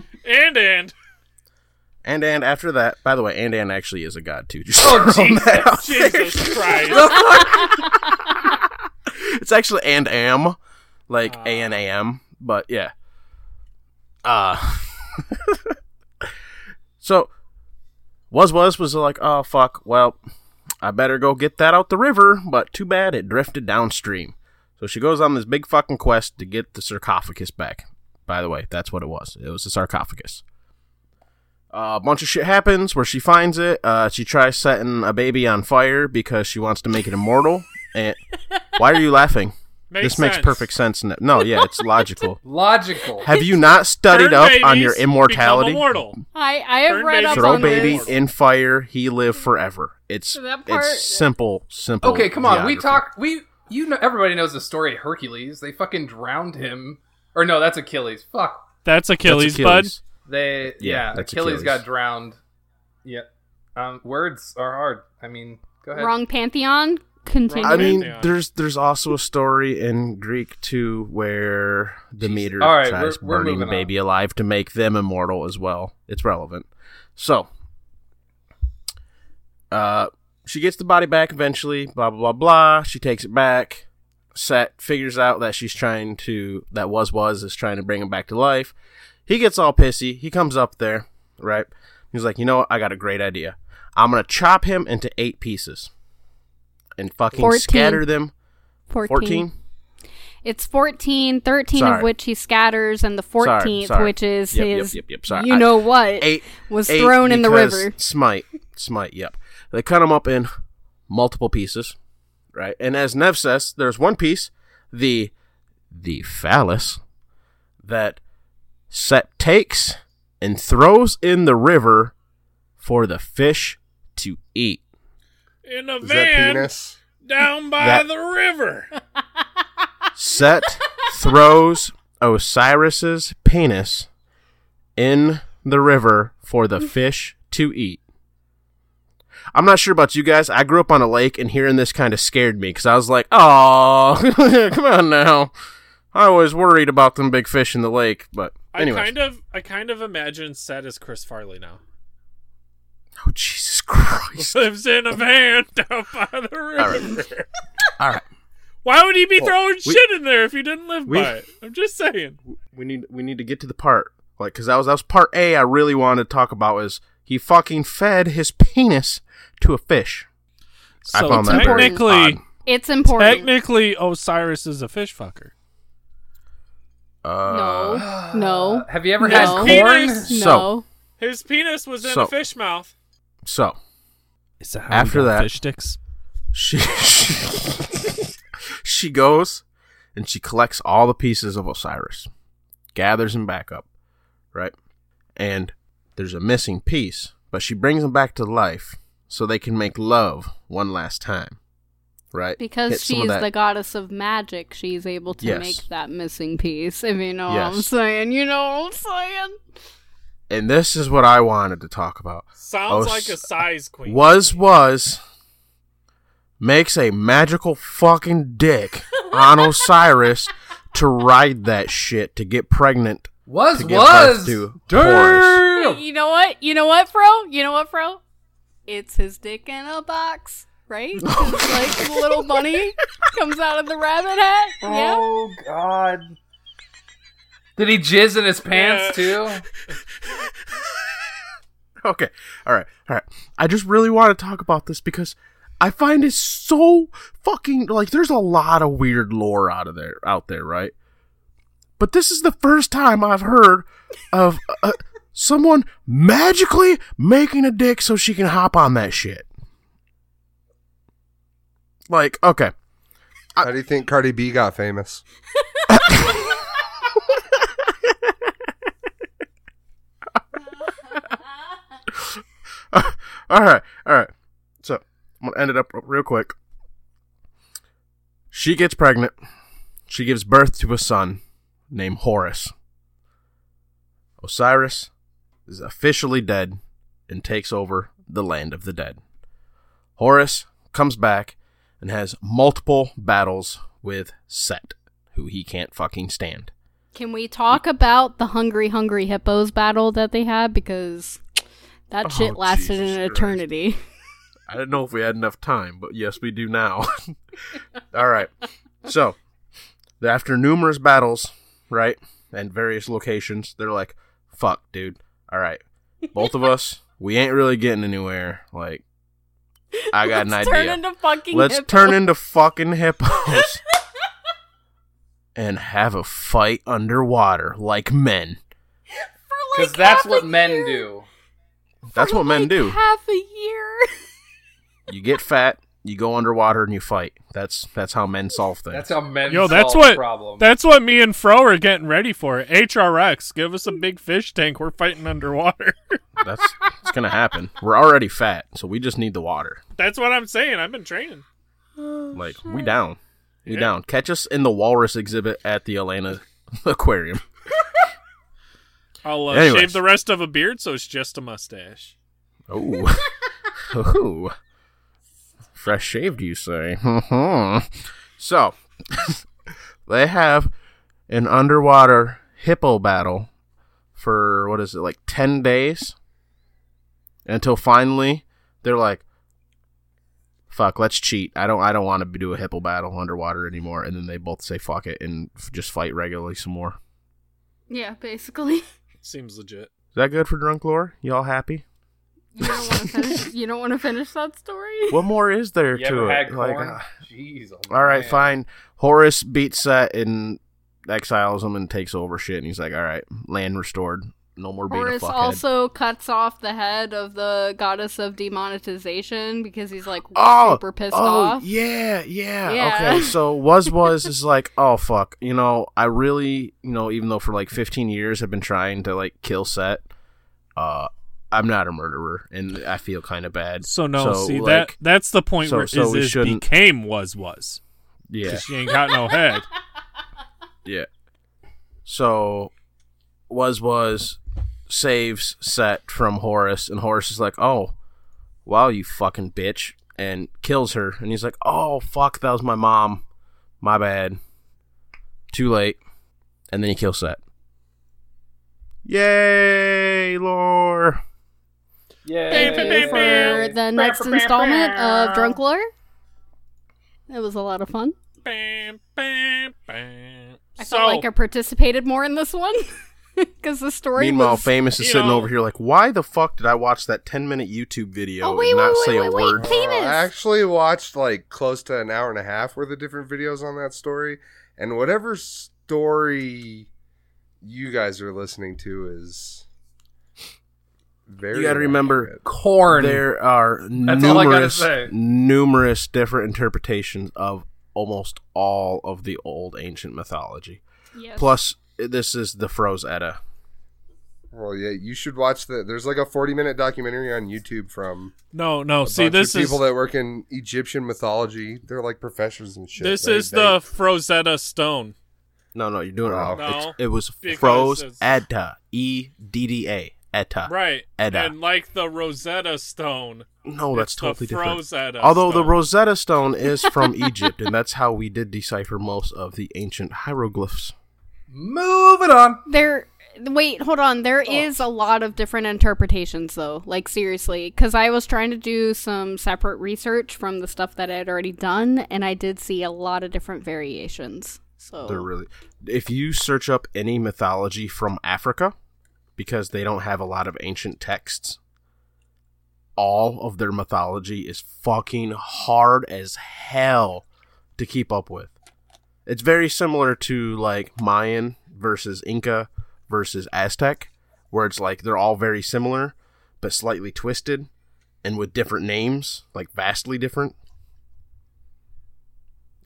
[SPEAKER 2] (laughs)
[SPEAKER 6] And
[SPEAKER 5] (laughs)
[SPEAKER 6] and
[SPEAKER 5] and and after that, by the way, and and actually is a god too. Just
[SPEAKER 6] Oh, Jesus Christ.
[SPEAKER 5] it's actually and am like a and am but yeah uh (laughs) so was was was like oh fuck well i better go get that out the river but too bad it drifted downstream so she goes on this big fucking quest to get the sarcophagus back by the way that's what it was it was a sarcophagus uh, a bunch of shit happens where she finds it. Uh, she tries setting a baby on fire because she wants to make it immortal. And why are you laughing?
[SPEAKER 6] Makes
[SPEAKER 5] this makes
[SPEAKER 6] sense.
[SPEAKER 5] perfect sense. No, no,
[SPEAKER 6] (laughs)
[SPEAKER 5] yeah, it's logical.
[SPEAKER 2] logical.
[SPEAKER 5] Have you not studied
[SPEAKER 6] Turn
[SPEAKER 5] up
[SPEAKER 6] babies,
[SPEAKER 5] on your
[SPEAKER 6] become
[SPEAKER 5] immortality?
[SPEAKER 6] Immortal.
[SPEAKER 3] I I have
[SPEAKER 6] Burn
[SPEAKER 3] read
[SPEAKER 6] baby.
[SPEAKER 3] up
[SPEAKER 5] Throw
[SPEAKER 3] on
[SPEAKER 5] baby
[SPEAKER 3] this.
[SPEAKER 5] in fire, he live forever. It's
[SPEAKER 3] That part-
[SPEAKER 5] it's simple, simple.
[SPEAKER 2] Okay, come on. We
[SPEAKER 5] geography.
[SPEAKER 2] talk. We you know everybody knows the story of Hercules. They fucking drowned him. Or no, that's Achilles. Fuck.
[SPEAKER 1] That's
[SPEAKER 5] That's
[SPEAKER 1] Achilles,
[SPEAKER 5] Achilles.
[SPEAKER 2] They yeah.
[SPEAKER 5] Yeah,
[SPEAKER 2] Achilles,
[SPEAKER 5] that's Achilles.
[SPEAKER 2] got drowned. Yeah. Um, words are hard. I mean, go ahead.
[SPEAKER 3] Wrong pantheon. Continue.
[SPEAKER 5] I mean,
[SPEAKER 6] Pantheon.
[SPEAKER 5] there's there's also a story in Greek too where Demeter
[SPEAKER 2] All right,
[SPEAKER 5] tries
[SPEAKER 2] we're- we're
[SPEAKER 5] burning the
[SPEAKER 2] moving on.
[SPEAKER 5] baby alive to make them immortal as well. It's relevant. So, uh, she gets the body back eventually. Blah blah blah blah. She takes it back. Set figures out that she's trying to that was was is trying to bring him back to life. He gets all pissy. He comes up there, right? He's like, you know what? I got a great idea. I'm gonna chop him into eight pieces and fucking
[SPEAKER 3] 14.
[SPEAKER 5] scatter them
[SPEAKER 3] 14.
[SPEAKER 5] 14
[SPEAKER 3] It's 14, 13 of
[SPEAKER 5] Sorry.
[SPEAKER 3] which he scatters, and the 14th,
[SPEAKER 5] sorry.
[SPEAKER 3] which is
[SPEAKER 5] Yep, yep,
[SPEAKER 3] his,
[SPEAKER 5] yep, yep, sorry.
[SPEAKER 3] you
[SPEAKER 5] I-
[SPEAKER 3] know what,
[SPEAKER 5] eight
[SPEAKER 3] was
[SPEAKER 5] eight
[SPEAKER 3] thrown in the
[SPEAKER 5] because
[SPEAKER 3] river.
[SPEAKER 5] smite smite yep they cut them up in multiple pieces right and as nev says there's one piece the the phallus that set takes and throws in the river for the fish to eat
[SPEAKER 6] In a
[SPEAKER 4] Is that
[SPEAKER 6] van
[SPEAKER 4] penis?
[SPEAKER 6] down by
[SPEAKER 5] That-
[SPEAKER 6] the river.
[SPEAKER 5] set throws osiris's penis in the river for the fish to eat i'm not sure about you guys i grew up on a lake and hearing this kind of scared me because i was like oh (laughs) come on now i was worried about them big fish in the lake but anyway
[SPEAKER 6] I kind of I kind of imagine Set as Chris Farley
[SPEAKER 5] (laughs)
[SPEAKER 6] now.
[SPEAKER 5] oh
[SPEAKER 6] (laughs)
[SPEAKER 5] jesus christ
[SPEAKER 6] Lives in a van down by the river.
[SPEAKER 5] all right
[SPEAKER 6] Why would he be
[SPEAKER 5] Well,
[SPEAKER 6] throwing
[SPEAKER 5] we-
[SPEAKER 6] shit in there if he didn't live
[SPEAKER 5] we-
[SPEAKER 6] by it? I'm just saying.
[SPEAKER 5] we need we need to get to the part like because that was that was part a i really wanted to talk about is he fucking fed his penis to a fish
[SPEAKER 1] So
[SPEAKER 5] I found that very
[SPEAKER 1] technically,
[SPEAKER 3] It's important.
[SPEAKER 1] technically, Osiris is a fish fucker.
[SPEAKER 5] odd. Uh,
[SPEAKER 3] no, no,
[SPEAKER 2] Have you ever
[SPEAKER 3] No.
[SPEAKER 2] had corn?
[SPEAKER 6] Penis.
[SPEAKER 3] no.
[SPEAKER 5] So-
[SPEAKER 6] His penis was in
[SPEAKER 5] So-
[SPEAKER 6] a fish mouth.
[SPEAKER 5] So
[SPEAKER 1] Is that
[SPEAKER 5] how After we got that-
[SPEAKER 1] fish
[SPEAKER 5] fish
[SPEAKER 1] sticks?
[SPEAKER 5] she (laughs) she goes and she collects all the pieces of Osiris, gathers them back up, right? And there's a missing piece, but she brings them back to life so they can make love one last time, right?
[SPEAKER 3] Because
[SPEAKER 5] Hit some of
[SPEAKER 3] she's
[SPEAKER 5] that-
[SPEAKER 3] the goddess of magic, she's able to
[SPEAKER 5] Yes.
[SPEAKER 3] make that missing piece. If you know what I'm
[SPEAKER 5] Yes.
[SPEAKER 3] saying, you know what I'm saying.
[SPEAKER 5] and this is what I wanted to talk about.
[SPEAKER 6] Sounds
[SPEAKER 5] Os-
[SPEAKER 6] like a size queen.
[SPEAKER 5] Was was makes a magical fucking dick on Osiris to ride that shit to get pregnant.
[SPEAKER 2] Was
[SPEAKER 5] To give
[SPEAKER 2] was.
[SPEAKER 5] birth to
[SPEAKER 2] Damn.
[SPEAKER 3] You know what? You know what, Fro? You know what, Fro? It's his dick in a box,
[SPEAKER 5] (laughs)
[SPEAKER 3] right? It's like the little bunny comes out of the rabbit hat. Yeah.
[SPEAKER 2] Oh God. Did he jizz in his
[SPEAKER 3] (laughs)
[SPEAKER 2] pants too?
[SPEAKER 5] (laughs) Okay. All right. All right. I just really want to talk about this because I find it so fucking like there's a lot of weird lore out of there out there, right? But this is the first time I've heard of a, someone magically making a dick so she can hop on that shit. Like, okay.
[SPEAKER 4] How do you think Cardi B got famous?
[SPEAKER 5] (laughs) all right, all right. So I'm gonna end it up real quick. She gets pregnant. She gives birth to a son named Horus. Osiris is officially dead and takes over the land of the dead. Horus comes back and has multiple battles with Set, who he can't fucking stand.
[SPEAKER 3] Can we talk about the Hungry Hungry Hippos battle that they had? Because that
[SPEAKER 5] Oh,
[SPEAKER 3] shit lasted
[SPEAKER 5] Jesus
[SPEAKER 3] an
[SPEAKER 5] Christ.
[SPEAKER 3] eternity.
[SPEAKER 5] I didn't know if we had enough time, but yes, we do now. (laughs) All right. So, after numerous battles, right, and various locations, they're like, fuck, dude. All right. Both of us, we ain't really getting anywhere. Like, I got
[SPEAKER 3] Let's
[SPEAKER 5] an
[SPEAKER 3] turn
[SPEAKER 5] idea.
[SPEAKER 3] into fucking
[SPEAKER 5] Let's
[SPEAKER 3] hippos.
[SPEAKER 5] turn into fucking hippos (laughs) and have a fight underwater like men.
[SPEAKER 3] For
[SPEAKER 2] Because
[SPEAKER 3] oh, like
[SPEAKER 2] that's
[SPEAKER 3] half
[SPEAKER 2] what
[SPEAKER 3] a
[SPEAKER 2] men
[SPEAKER 3] year.
[SPEAKER 2] do.
[SPEAKER 5] That's
[SPEAKER 3] For
[SPEAKER 5] what men
[SPEAKER 3] like
[SPEAKER 5] do.
[SPEAKER 3] Half a year. (laughs)
[SPEAKER 5] You get fat, you go underwater, and you fight. That's that's how men solve things.
[SPEAKER 2] That's how men
[SPEAKER 1] Yo,
[SPEAKER 2] solve
[SPEAKER 1] that's what
[SPEAKER 2] problem.
[SPEAKER 1] that's what me and Fro are getting ready for. HRX, give us a big fish tank. We're fighting underwater. (laughs)
[SPEAKER 5] That's it's gonna happen. We're already fat, so we just need the water.
[SPEAKER 1] that's what I'm saying. I've been training.
[SPEAKER 5] Like we down, we
[SPEAKER 1] Yeah.
[SPEAKER 5] down. Catch us in the walrus exhibit at the Atlanta (laughs) Aquarium.
[SPEAKER 1] I'll uh,
[SPEAKER 5] Anyways.
[SPEAKER 1] shave the rest of a beard, so it's just a mustache.
[SPEAKER 5] Oh, (laughs) ooh, fresh shaved, you say? (laughs) Mhm. so (laughs) they have an underwater hippo battle for what is it like ten days until finally they're like, "Fuck, let's cheat. I don't, I don't want to do a hippo battle underwater anymore." And then they both say, "Fuck it," and f- just fight regularly some more.
[SPEAKER 3] Yeah, basically. (laughs)
[SPEAKER 1] Seems legit.
[SPEAKER 5] Is that good for drunk lore? Y'all happy?
[SPEAKER 3] You don't want to
[SPEAKER 5] (laughs)
[SPEAKER 3] finish. You don't want to finish that story.
[SPEAKER 5] What more is there
[SPEAKER 2] You
[SPEAKER 5] to
[SPEAKER 2] ever
[SPEAKER 5] it?
[SPEAKER 2] had
[SPEAKER 5] Like,
[SPEAKER 2] corn?
[SPEAKER 5] uh,
[SPEAKER 2] Jeez, oh
[SPEAKER 5] All right,
[SPEAKER 2] man.
[SPEAKER 5] fine. Horus beats Set and exiles him and takes over shit. And he's like, all right, land restored. No more being
[SPEAKER 3] Horus
[SPEAKER 5] a fuckhead.
[SPEAKER 3] also cuts off the head of the goddess of demonetization because he's like
[SPEAKER 5] (gasps) oh,
[SPEAKER 3] super pissed
[SPEAKER 5] oh,
[SPEAKER 3] off.
[SPEAKER 5] Yeah, yeah,
[SPEAKER 3] Yeah.
[SPEAKER 5] Okay, so was was is like, (laughs) oh fuck, you know, I really, you know, even though for like 15 years I've been trying to like kill Set, uh, I'm not a murderer, and I feel kind of bad.
[SPEAKER 1] So no, see
[SPEAKER 5] like,
[SPEAKER 1] that that's the point
[SPEAKER 5] so-
[SPEAKER 1] where
[SPEAKER 5] so we
[SPEAKER 1] is, is
[SPEAKER 5] shouldn't-
[SPEAKER 1] became was was.
[SPEAKER 5] yeah,
[SPEAKER 1] 'Cause she ain't got no
[SPEAKER 5] (laughs)
[SPEAKER 1] head.
[SPEAKER 5] Yeah. So was was saves Set from Horus, and Horus is like, "Oh, wow, you fucking bitch," and kills her. And he's like, "Oh fuck, that was my mom. My bad. Too late." And then he kills Set. Yay, lore!
[SPEAKER 2] Yay.
[SPEAKER 3] Thank you for the next installment of Drunk Lore. It was a lot of fun.
[SPEAKER 1] bam, bam, bam.
[SPEAKER 3] I
[SPEAKER 1] so,
[SPEAKER 3] felt like I participated more in this one (laughs) because the story.
[SPEAKER 5] Meanwhile,
[SPEAKER 3] was...
[SPEAKER 5] Famous is
[SPEAKER 1] you
[SPEAKER 5] sitting
[SPEAKER 1] know-
[SPEAKER 5] over here like, "Why the fuck did I watch that ten-minute YouTube video
[SPEAKER 3] Oh wait,
[SPEAKER 5] and
[SPEAKER 3] wait,
[SPEAKER 5] not
[SPEAKER 3] wait,
[SPEAKER 5] say
[SPEAKER 3] wait,
[SPEAKER 5] a
[SPEAKER 3] wait,
[SPEAKER 5] word?"
[SPEAKER 3] Famous.
[SPEAKER 4] I actually watched like close to an hour and a half worth of different videos on that story, and whatever story you guys are listening to is very.
[SPEAKER 5] You got to remember,
[SPEAKER 4] inaccurate.
[SPEAKER 2] Corn.
[SPEAKER 5] There are
[SPEAKER 2] That's all I gotta
[SPEAKER 5] numerous,
[SPEAKER 2] say.
[SPEAKER 5] numerous different interpretations of almost all of the old ancient mythology.
[SPEAKER 3] Yes.
[SPEAKER 5] Plus, this is the Froze Edda.
[SPEAKER 4] Well, yeah, you should watch the. There's like a 40 minute documentary on YouTube from
[SPEAKER 1] no, no.
[SPEAKER 4] a
[SPEAKER 1] Oh, See,
[SPEAKER 4] bunch
[SPEAKER 1] this
[SPEAKER 4] of
[SPEAKER 1] is
[SPEAKER 4] people that work in Egyptian mythology. They're like professors and shit.
[SPEAKER 1] this
[SPEAKER 4] They-
[SPEAKER 1] is
[SPEAKER 4] they-
[SPEAKER 1] the Frozetta Stone.
[SPEAKER 5] No, no, you're doing it wrong.
[SPEAKER 4] No.
[SPEAKER 5] It's- it was
[SPEAKER 1] Because
[SPEAKER 5] Froze
[SPEAKER 1] it's-
[SPEAKER 5] Edda. E D D A. Etta.
[SPEAKER 1] Right.
[SPEAKER 5] Edda.
[SPEAKER 1] And like the Rosetta Stone.
[SPEAKER 5] No, that's
[SPEAKER 1] it's
[SPEAKER 5] totally
[SPEAKER 1] the
[SPEAKER 5] different.
[SPEAKER 1] Frozetta
[SPEAKER 5] Although the
[SPEAKER 1] Stone.
[SPEAKER 5] Rosetta Stone is from Egypt, and that's how we did decipher most of the ancient hieroglyphs.
[SPEAKER 2] Move it on.
[SPEAKER 3] There. Wait, hold on. There is
[SPEAKER 5] Oh.
[SPEAKER 3] a lot of different interpretations, though. Like seriously, because I was trying to do some separate research from the stuff that I had already done, and I did see a lot of different variations. So
[SPEAKER 5] They're really. If you search up any mythology from Africa, because they don't have a lot of ancient texts, all of their mythology is fucking hard as hell to keep up with. It's very similar to like Mayan versus Inca versus Aztec, where it's like they're all very similar but slightly twisted and with different names, like vastly different.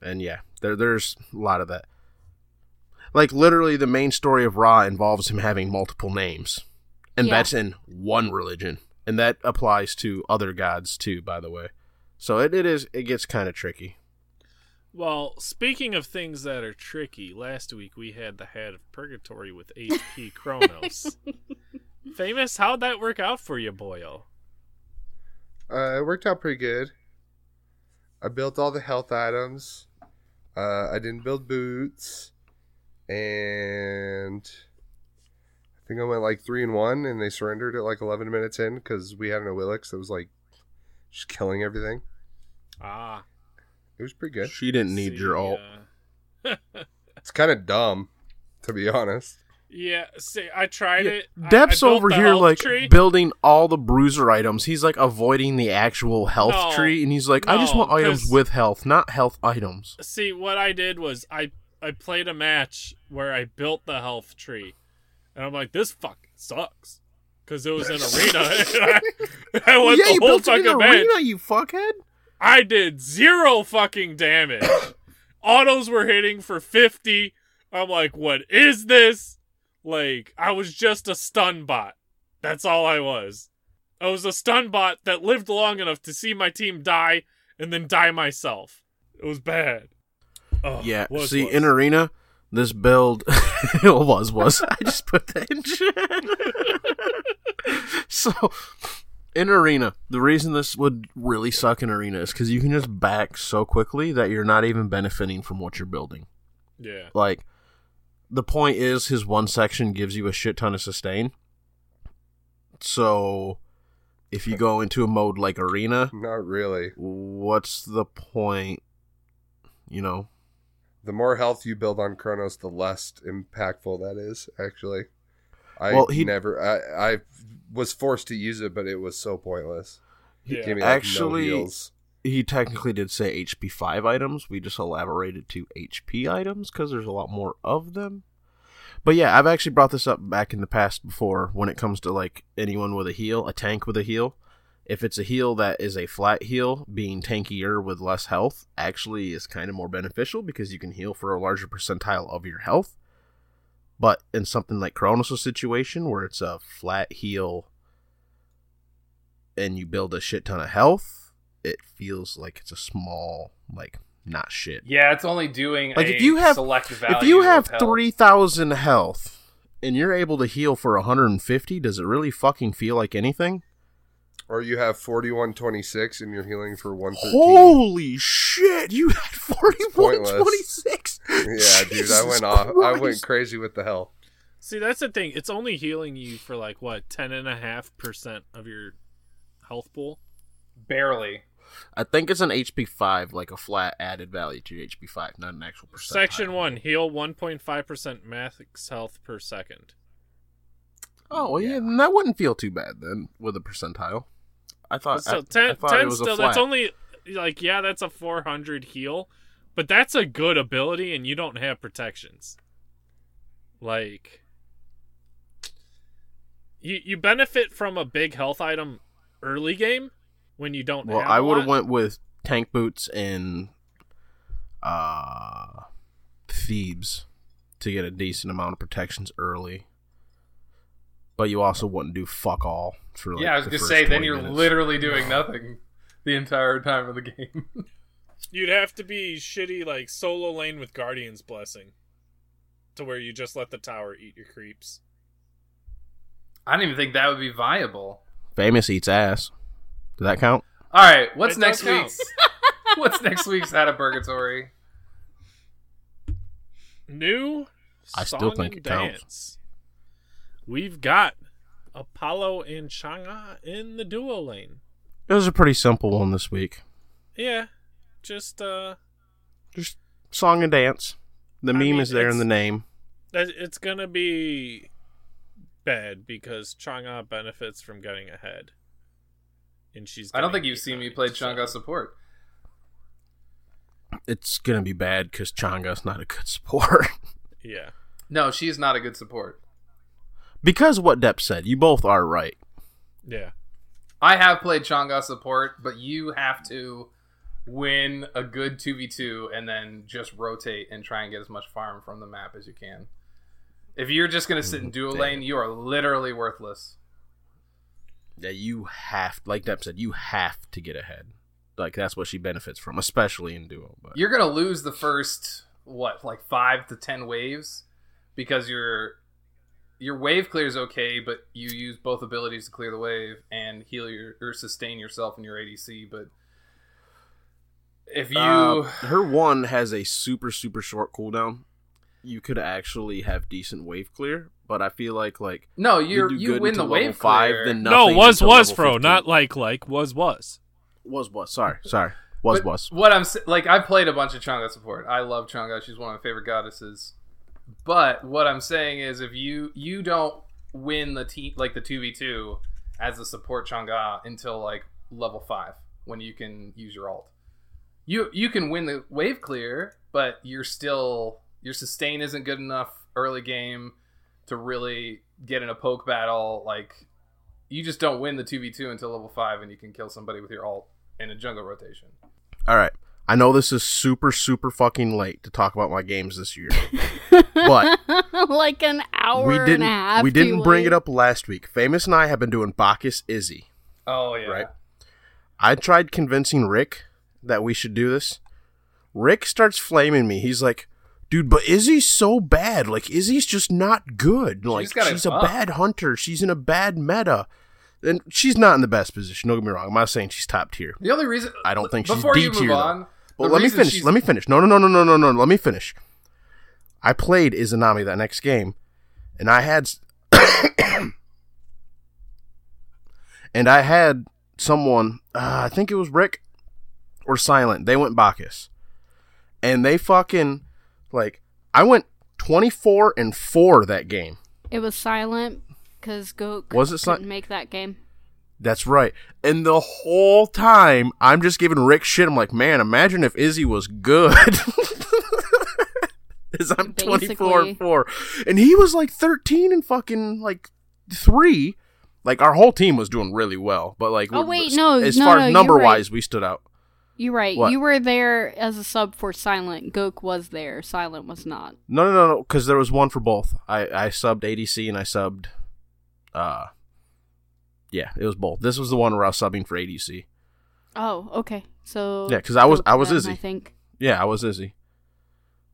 [SPEAKER 5] And yeah, there there's a lot of that. Like literally the main story of Ra involves him having multiple names. And
[SPEAKER 3] Yeah.
[SPEAKER 5] that's in one religion. And that applies to other gods too, by the way. So it, it is it gets kind of tricky.
[SPEAKER 6] Well, speaking of things that are tricky, last week we had the Hat of Purgatory with
[SPEAKER 5] (laughs)
[SPEAKER 6] HP Kronos. Famous, how'd that work out for you, Boyle?
[SPEAKER 4] Uh, it worked out pretty good. I built all the health items. Uh, I didn't build boots, and I think I went like three and one, and they surrendered at like eleven minutes in because we had an Willix that was like just killing everything.
[SPEAKER 6] Ah,
[SPEAKER 4] It was pretty good.
[SPEAKER 5] She didn't need
[SPEAKER 6] see,
[SPEAKER 5] your ult.
[SPEAKER 6] uh,
[SPEAKER 4] It's kind of dumb, to be honest.
[SPEAKER 6] yeah, see, I tried
[SPEAKER 5] Yeah,
[SPEAKER 6] it. I-
[SPEAKER 5] Depp's
[SPEAKER 6] I built
[SPEAKER 5] over
[SPEAKER 6] the
[SPEAKER 5] here
[SPEAKER 6] health
[SPEAKER 5] like
[SPEAKER 6] tree.
[SPEAKER 5] building all the bruiser items. He's like avoiding the actual health
[SPEAKER 6] No,
[SPEAKER 5] tree, and he's like, I just
[SPEAKER 6] no,
[SPEAKER 5] want items
[SPEAKER 6] 'cause-
[SPEAKER 5] with health, not health items.
[SPEAKER 6] See, what I did was I I played a match where I built the health tree, and I'm like, this fucking sucks, because it was an arena. (laughs) And I, I went Oh, the whole
[SPEAKER 5] it in
[SPEAKER 6] fucking match.
[SPEAKER 5] arena, you fuckhead.
[SPEAKER 6] I did zero fucking damage.
[SPEAKER 5] (coughs)
[SPEAKER 6] Autos were hitting for 50. I'm like, what is this? Like, I was just a stun bot. That's all I was. I was a stun bot that lived long enough to see my team die and then die myself. It was bad. Oh,
[SPEAKER 5] Yeah,
[SPEAKER 6] was,
[SPEAKER 5] see,
[SPEAKER 6] was.
[SPEAKER 5] in arena, this build (laughs) was was. I just put that in (laughs) chat. so, in arena, the reason this would really suck in arena is because you can just back so quickly that you're not even benefiting from what you're building.
[SPEAKER 6] Yeah.
[SPEAKER 5] Like, the point is, his one section gives you a shit ton of sustain. So, if you go into a mode like Arena,
[SPEAKER 4] Not really.
[SPEAKER 5] what's the point? You know,
[SPEAKER 4] The more health you build on Kronos, the less impactful that is. Actually, I
[SPEAKER 5] Well, he-
[SPEAKER 4] never. I, I was forced to use it, but it was so pointless.
[SPEAKER 6] Yeah.
[SPEAKER 4] Gave me, like, no
[SPEAKER 5] Actually,
[SPEAKER 4] heals.
[SPEAKER 5] he technically did say HP 5 items. We just elaborated to HP items because there's a lot more of them. But yeah, I've actually brought this up back in the past before when it comes to like anyone with a heal, a tank with a heal. If it's a heal that is a flat heal, being tankier with less health actually is kind of more beneficial because you can heal for a larger percentile of your health. But in something like Kronos' situation where it's a flat heal and you build a shit ton of health, it feels like it's a small, like, not shit.
[SPEAKER 2] Yeah, it's only doing
[SPEAKER 5] Like,
[SPEAKER 2] a
[SPEAKER 5] if you have-
[SPEAKER 2] select value.
[SPEAKER 5] If you have
[SPEAKER 2] of health.
[SPEAKER 5] 3,000 health and you're able to heal for 150, does it really fucking feel like anything?
[SPEAKER 4] Or you have 4126 and you're healing for 113.
[SPEAKER 5] Holy shit, you had
[SPEAKER 4] pointless.
[SPEAKER 5] 4126.
[SPEAKER 4] (laughs) yeah, dude, I went off. I went crazy with the hell.
[SPEAKER 6] See, that's the thing. It's only healing you for like, what, 10.5% of your health pool?
[SPEAKER 2] barely.
[SPEAKER 5] I think it's an HP 5, like a flat added value to your HP 5, not an actual percent.
[SPEAKER 6] Section 1 heal 1.5% max health per second.
[SPEAKER 5] Oh, well, yeah, then that wouldn't feel too bad then with a percentile. I thought,
[SPEAKER 6] So
[SPEAKER 5] I, I
[SPEAKER 6] 10,
[SPEAKER 5] thought
[SPEAKER 6] 10
[SPEAKER 5] it was
[SPEAKER 6] still,
[SPEAKER 5] a flat.
[SPEAKER 6] that's only like, yeah, that's a 400 heal, but that's a good ability and you don't have protections. Like, you, you benefit from a big health item early game when you don't
[SPEAKER 5] Well,
[SPEAKER 6] have
[SPEAKER 5] I
[SPEAKER 6] a
[SPEAKER 5] would have
[SPEAKER 6] lot.
[SPEAKER 5] went with tank boots and uh, Thebes to get a decent amount of protections early. But you also wouldn't do fuck all for like
[SPEAKER 2] yeah, I was
[SPEAKER 5] the
[SPEAKER 2] gonna
[SPEAKER 5] first
[SPEAKER 2] say then
[SPEAKER 5] 20
[SPEAKER 2] you're
[SPEAKER 5] minutes. (sighs)
[SPEAKER 2] literally doing nothing the entire time of the game. (laughs)
[SPEAKER 6] You'd have to be shitty, like, solo lane with Guardian's Blessing to where you just let the tower eat your creeps.
[SPEAKER 2] I don't even think that would be viable.
[SPEAKER 5] famous eats ass. Does that count?
[SPEAKER 2] All right, what's
[SPEAKER 6] It
[SPEAKER 2] next
[SPEAKER 6] don't count.
[SPEAKER 2] week's? (laughs) what's next week's out of purgatory?
[SPEAKER 6] new
[SPEAKER 5] I
[SPEAKER 6] song
[SPEAKER 5] still think
[SPEAKER 6] and
[SPEAKER 5] it counts.
[SPEAKER 6] dance. We've got Apollo and Changa in the duo lane.
[SPEAKER 5] It was a pretty simple one this week.
[SPEAKER 6] Yeah, just uh,
[SPEAKER 5] Just song and dance. The
[SPEAKER 6] I
[SPEAKER 5] meme
[SPEAKER 6] mean,
[SPEAKER 5] is there in
[SPEAKER 6] it's-
[SPEAKER 5] the name.
[SPEAKER 6] that- it's gonna be bad because Changa benefits from getting ahead, and she's.
[SPEAKER 2] I don't
[SPEAKER 6] getting
[SPEAKER 2] think you've seen me
[SPEAKER 6] behind,
[SPEAKER 2] play
[SPEAKER 6] so-
[SPEAKER 2] Changa support.
[SPEAKER 5] It's gonna be bad (laughs) because Changa's not a good support.
[SPEAKER 6] Yeah,
[SPEAKER 2] No, she's not a good support.
[SPEAKER 5] because what Depp said, you both are right.
[SPEAKER 6] Yeah.
[SPEAKER 2] I have played Changa support, but you have to win a good 2v2 and then just rotate and try and get as much farm from the map as you can. If you're just going to sit in dual
[SPEAKER 5] Damn.
[SPEAKER 2] lane, you are literally worthless.
[SPEAKER 5] Yeah, you have, like Depp said, you have to get ahead. Like that's what she benefits from, especially in duo. But
[SPEAKER 2] You're going to lose the first what, like 5 to 10 waves because your your wave clears okay, but you use both abilities to clear the wave and heal your or sustain yourself and your ADC, but if you
[SPEAKER 5] Uh, her one has a super super short cooldown. You could actually have decent wave clear, but I feel like like
[SPEAKER 2] no,
[SPEAKER 5] you
[SPEAKER 2] you're,
[SPEAKER 5] do
[SPEAKER 2] you
[SPEAKER 5] good
[SPEAKER 2] win the
[SPEAKER 5] until level
[SPEAKER 2] wave
[SPEAKER 5] five,
[SPEAKER 2] clear.
[SPEAKER 5] then
[SPEAKER 1] No,
[SPEAKER 5] nothing
[SPEAKER 1] was
[SPEAKER 5] until
[SPEAKER 1] was
[SPEAKER 5] level
[SPEAKER 1] fro,
[SPEAKER 5] 15.
[SPEAKER 1] not like like was was.
[SPEAKER 5] was was. Sorry, sorry, was
[SPEAKER 2] But
[SPEAKER 5] was.
[SPEAKER 2] What I'm s- like, I've played a bunch of Changa support. I love Changa. She's one of my favorite goddesses. But what I'm saying is, if you you don't win the team like the two v two as a support Changa until like level five when you can use your alt, you you can win the wave clear, but you're still your sustain isn't good enough early game to really get in a poke battle. Like you just don't win the two v two until level five, and you can kill somebody with your alt in a jungle rotation.
[SPEAKER 5] All right, I know this is super super fucking late to talk about my games this year.
[SPEAKER 3] (laughs)
[SPEAKER 5] But-
[SPEAKER 3] like an hour
[SPEAKER 5] we
[SPEAKER 3] and
[SPEAKER 5] didn't
[SPEAKER 3] a half.
[SPEAKER 5] we didn't
[SPEAKER 3] too
[SPEAKER 5] bring
[SPEAKER 3] late.
[SPEAKER 5] it up last week. Famous and I have been doing Bacchus Izzy.
[SPEAKER 2] Oh yeah.
[SPEAKER 5] right? I tried convincing Rick that we should do this. Rick starts flaming me. He's like, dude, but Izzy's so bad. Like, Izzy's just not good. Like, she's,
[SPEAKER 2] gotta
[SPEAKER 5] a
[SPEAKER 2] up."
[SPEAKER 5] bad hunter. She's in a bad meta. And she's not in the best position. Don't get me wrong. I'm not saying she's top tier.
[SPEAKER 2] The only reason
[SPEAKER 5] I don't think she's
[SPEAKER 2] before you
[SPEAKER 5] D
[SPEAKER 2] move
[SPEAKER 5] tier, though.
[SPEAKER 2] on.
[SPEAKER 5] But
[SPEAKER 2] the
[SPEAKER 5] let me
[SPEAKER 2] reason
[SPEAKER 5] finish.
[SPEAKER 2] she's-
[SPEAKER 5] Let me finish. No, no, no, no, no, no, no. Let me finish. I played Izanami that next game, and I had, s- (coughs) and I had someone. Uh, I think it was Rick or Silent. They went Bacchus, and they fucking like I went twenty four and four that game.
[SPEAKER 3] It was silent because Goat
[SPEAKER 5] Was it si-
[SPEAKER 3] couldn't make that game.
[SPEAKER 5] That's right. And the whole time I'm just giving Rick shit. I'm like, man, imagine if Izzy was good. (laughs) As I'm 24
[SPEAKER 3] Basically.
[SPEAKER 5] and 4. And he was like 13 and fucking like 3. Like our whole team was doing really well, but like
[SPEAKER 3] Oh,
[SPEAKER 5] we-
[SPEAKER 3] wait,
[SPEAKER 5] s-
[SPEAKER 3] no,
[SPEAKER 5] as
[SPEAKER 3] no,
[SPEAKER 5] far
[SPEAKER 3] no,
[SPEAKER 5] as
[SPEAKER 3] you're
[SPEAKER 5] number
[SPEAKER 3] right.
[SPEAKER 5] wise, we stood out.
[SPEAKER 3] You're right.
[SPEAKER 5] What?
[SPEAKER 3] You were there as a sub for Silent. Goat was there. Silent was not.
[SPEAKER 5] No, no, no, no, because there was one for both. I I subbed ADC and I subbed, uh, yeah, it was both. This was the one where I was subbing for ADC.
[SPEAKER 3] Oh, okay. So
[SPEAKER 5] Yeah, 'cause I was-
[SPEAKER 3] Goat
[SPEAKER 5] I was
[SPEAKER 3] won,
[SPEAKER 5] Izzy.
[SPEAKER 3] I think.
[SPEAKER 5] Yeah, I was Izzy.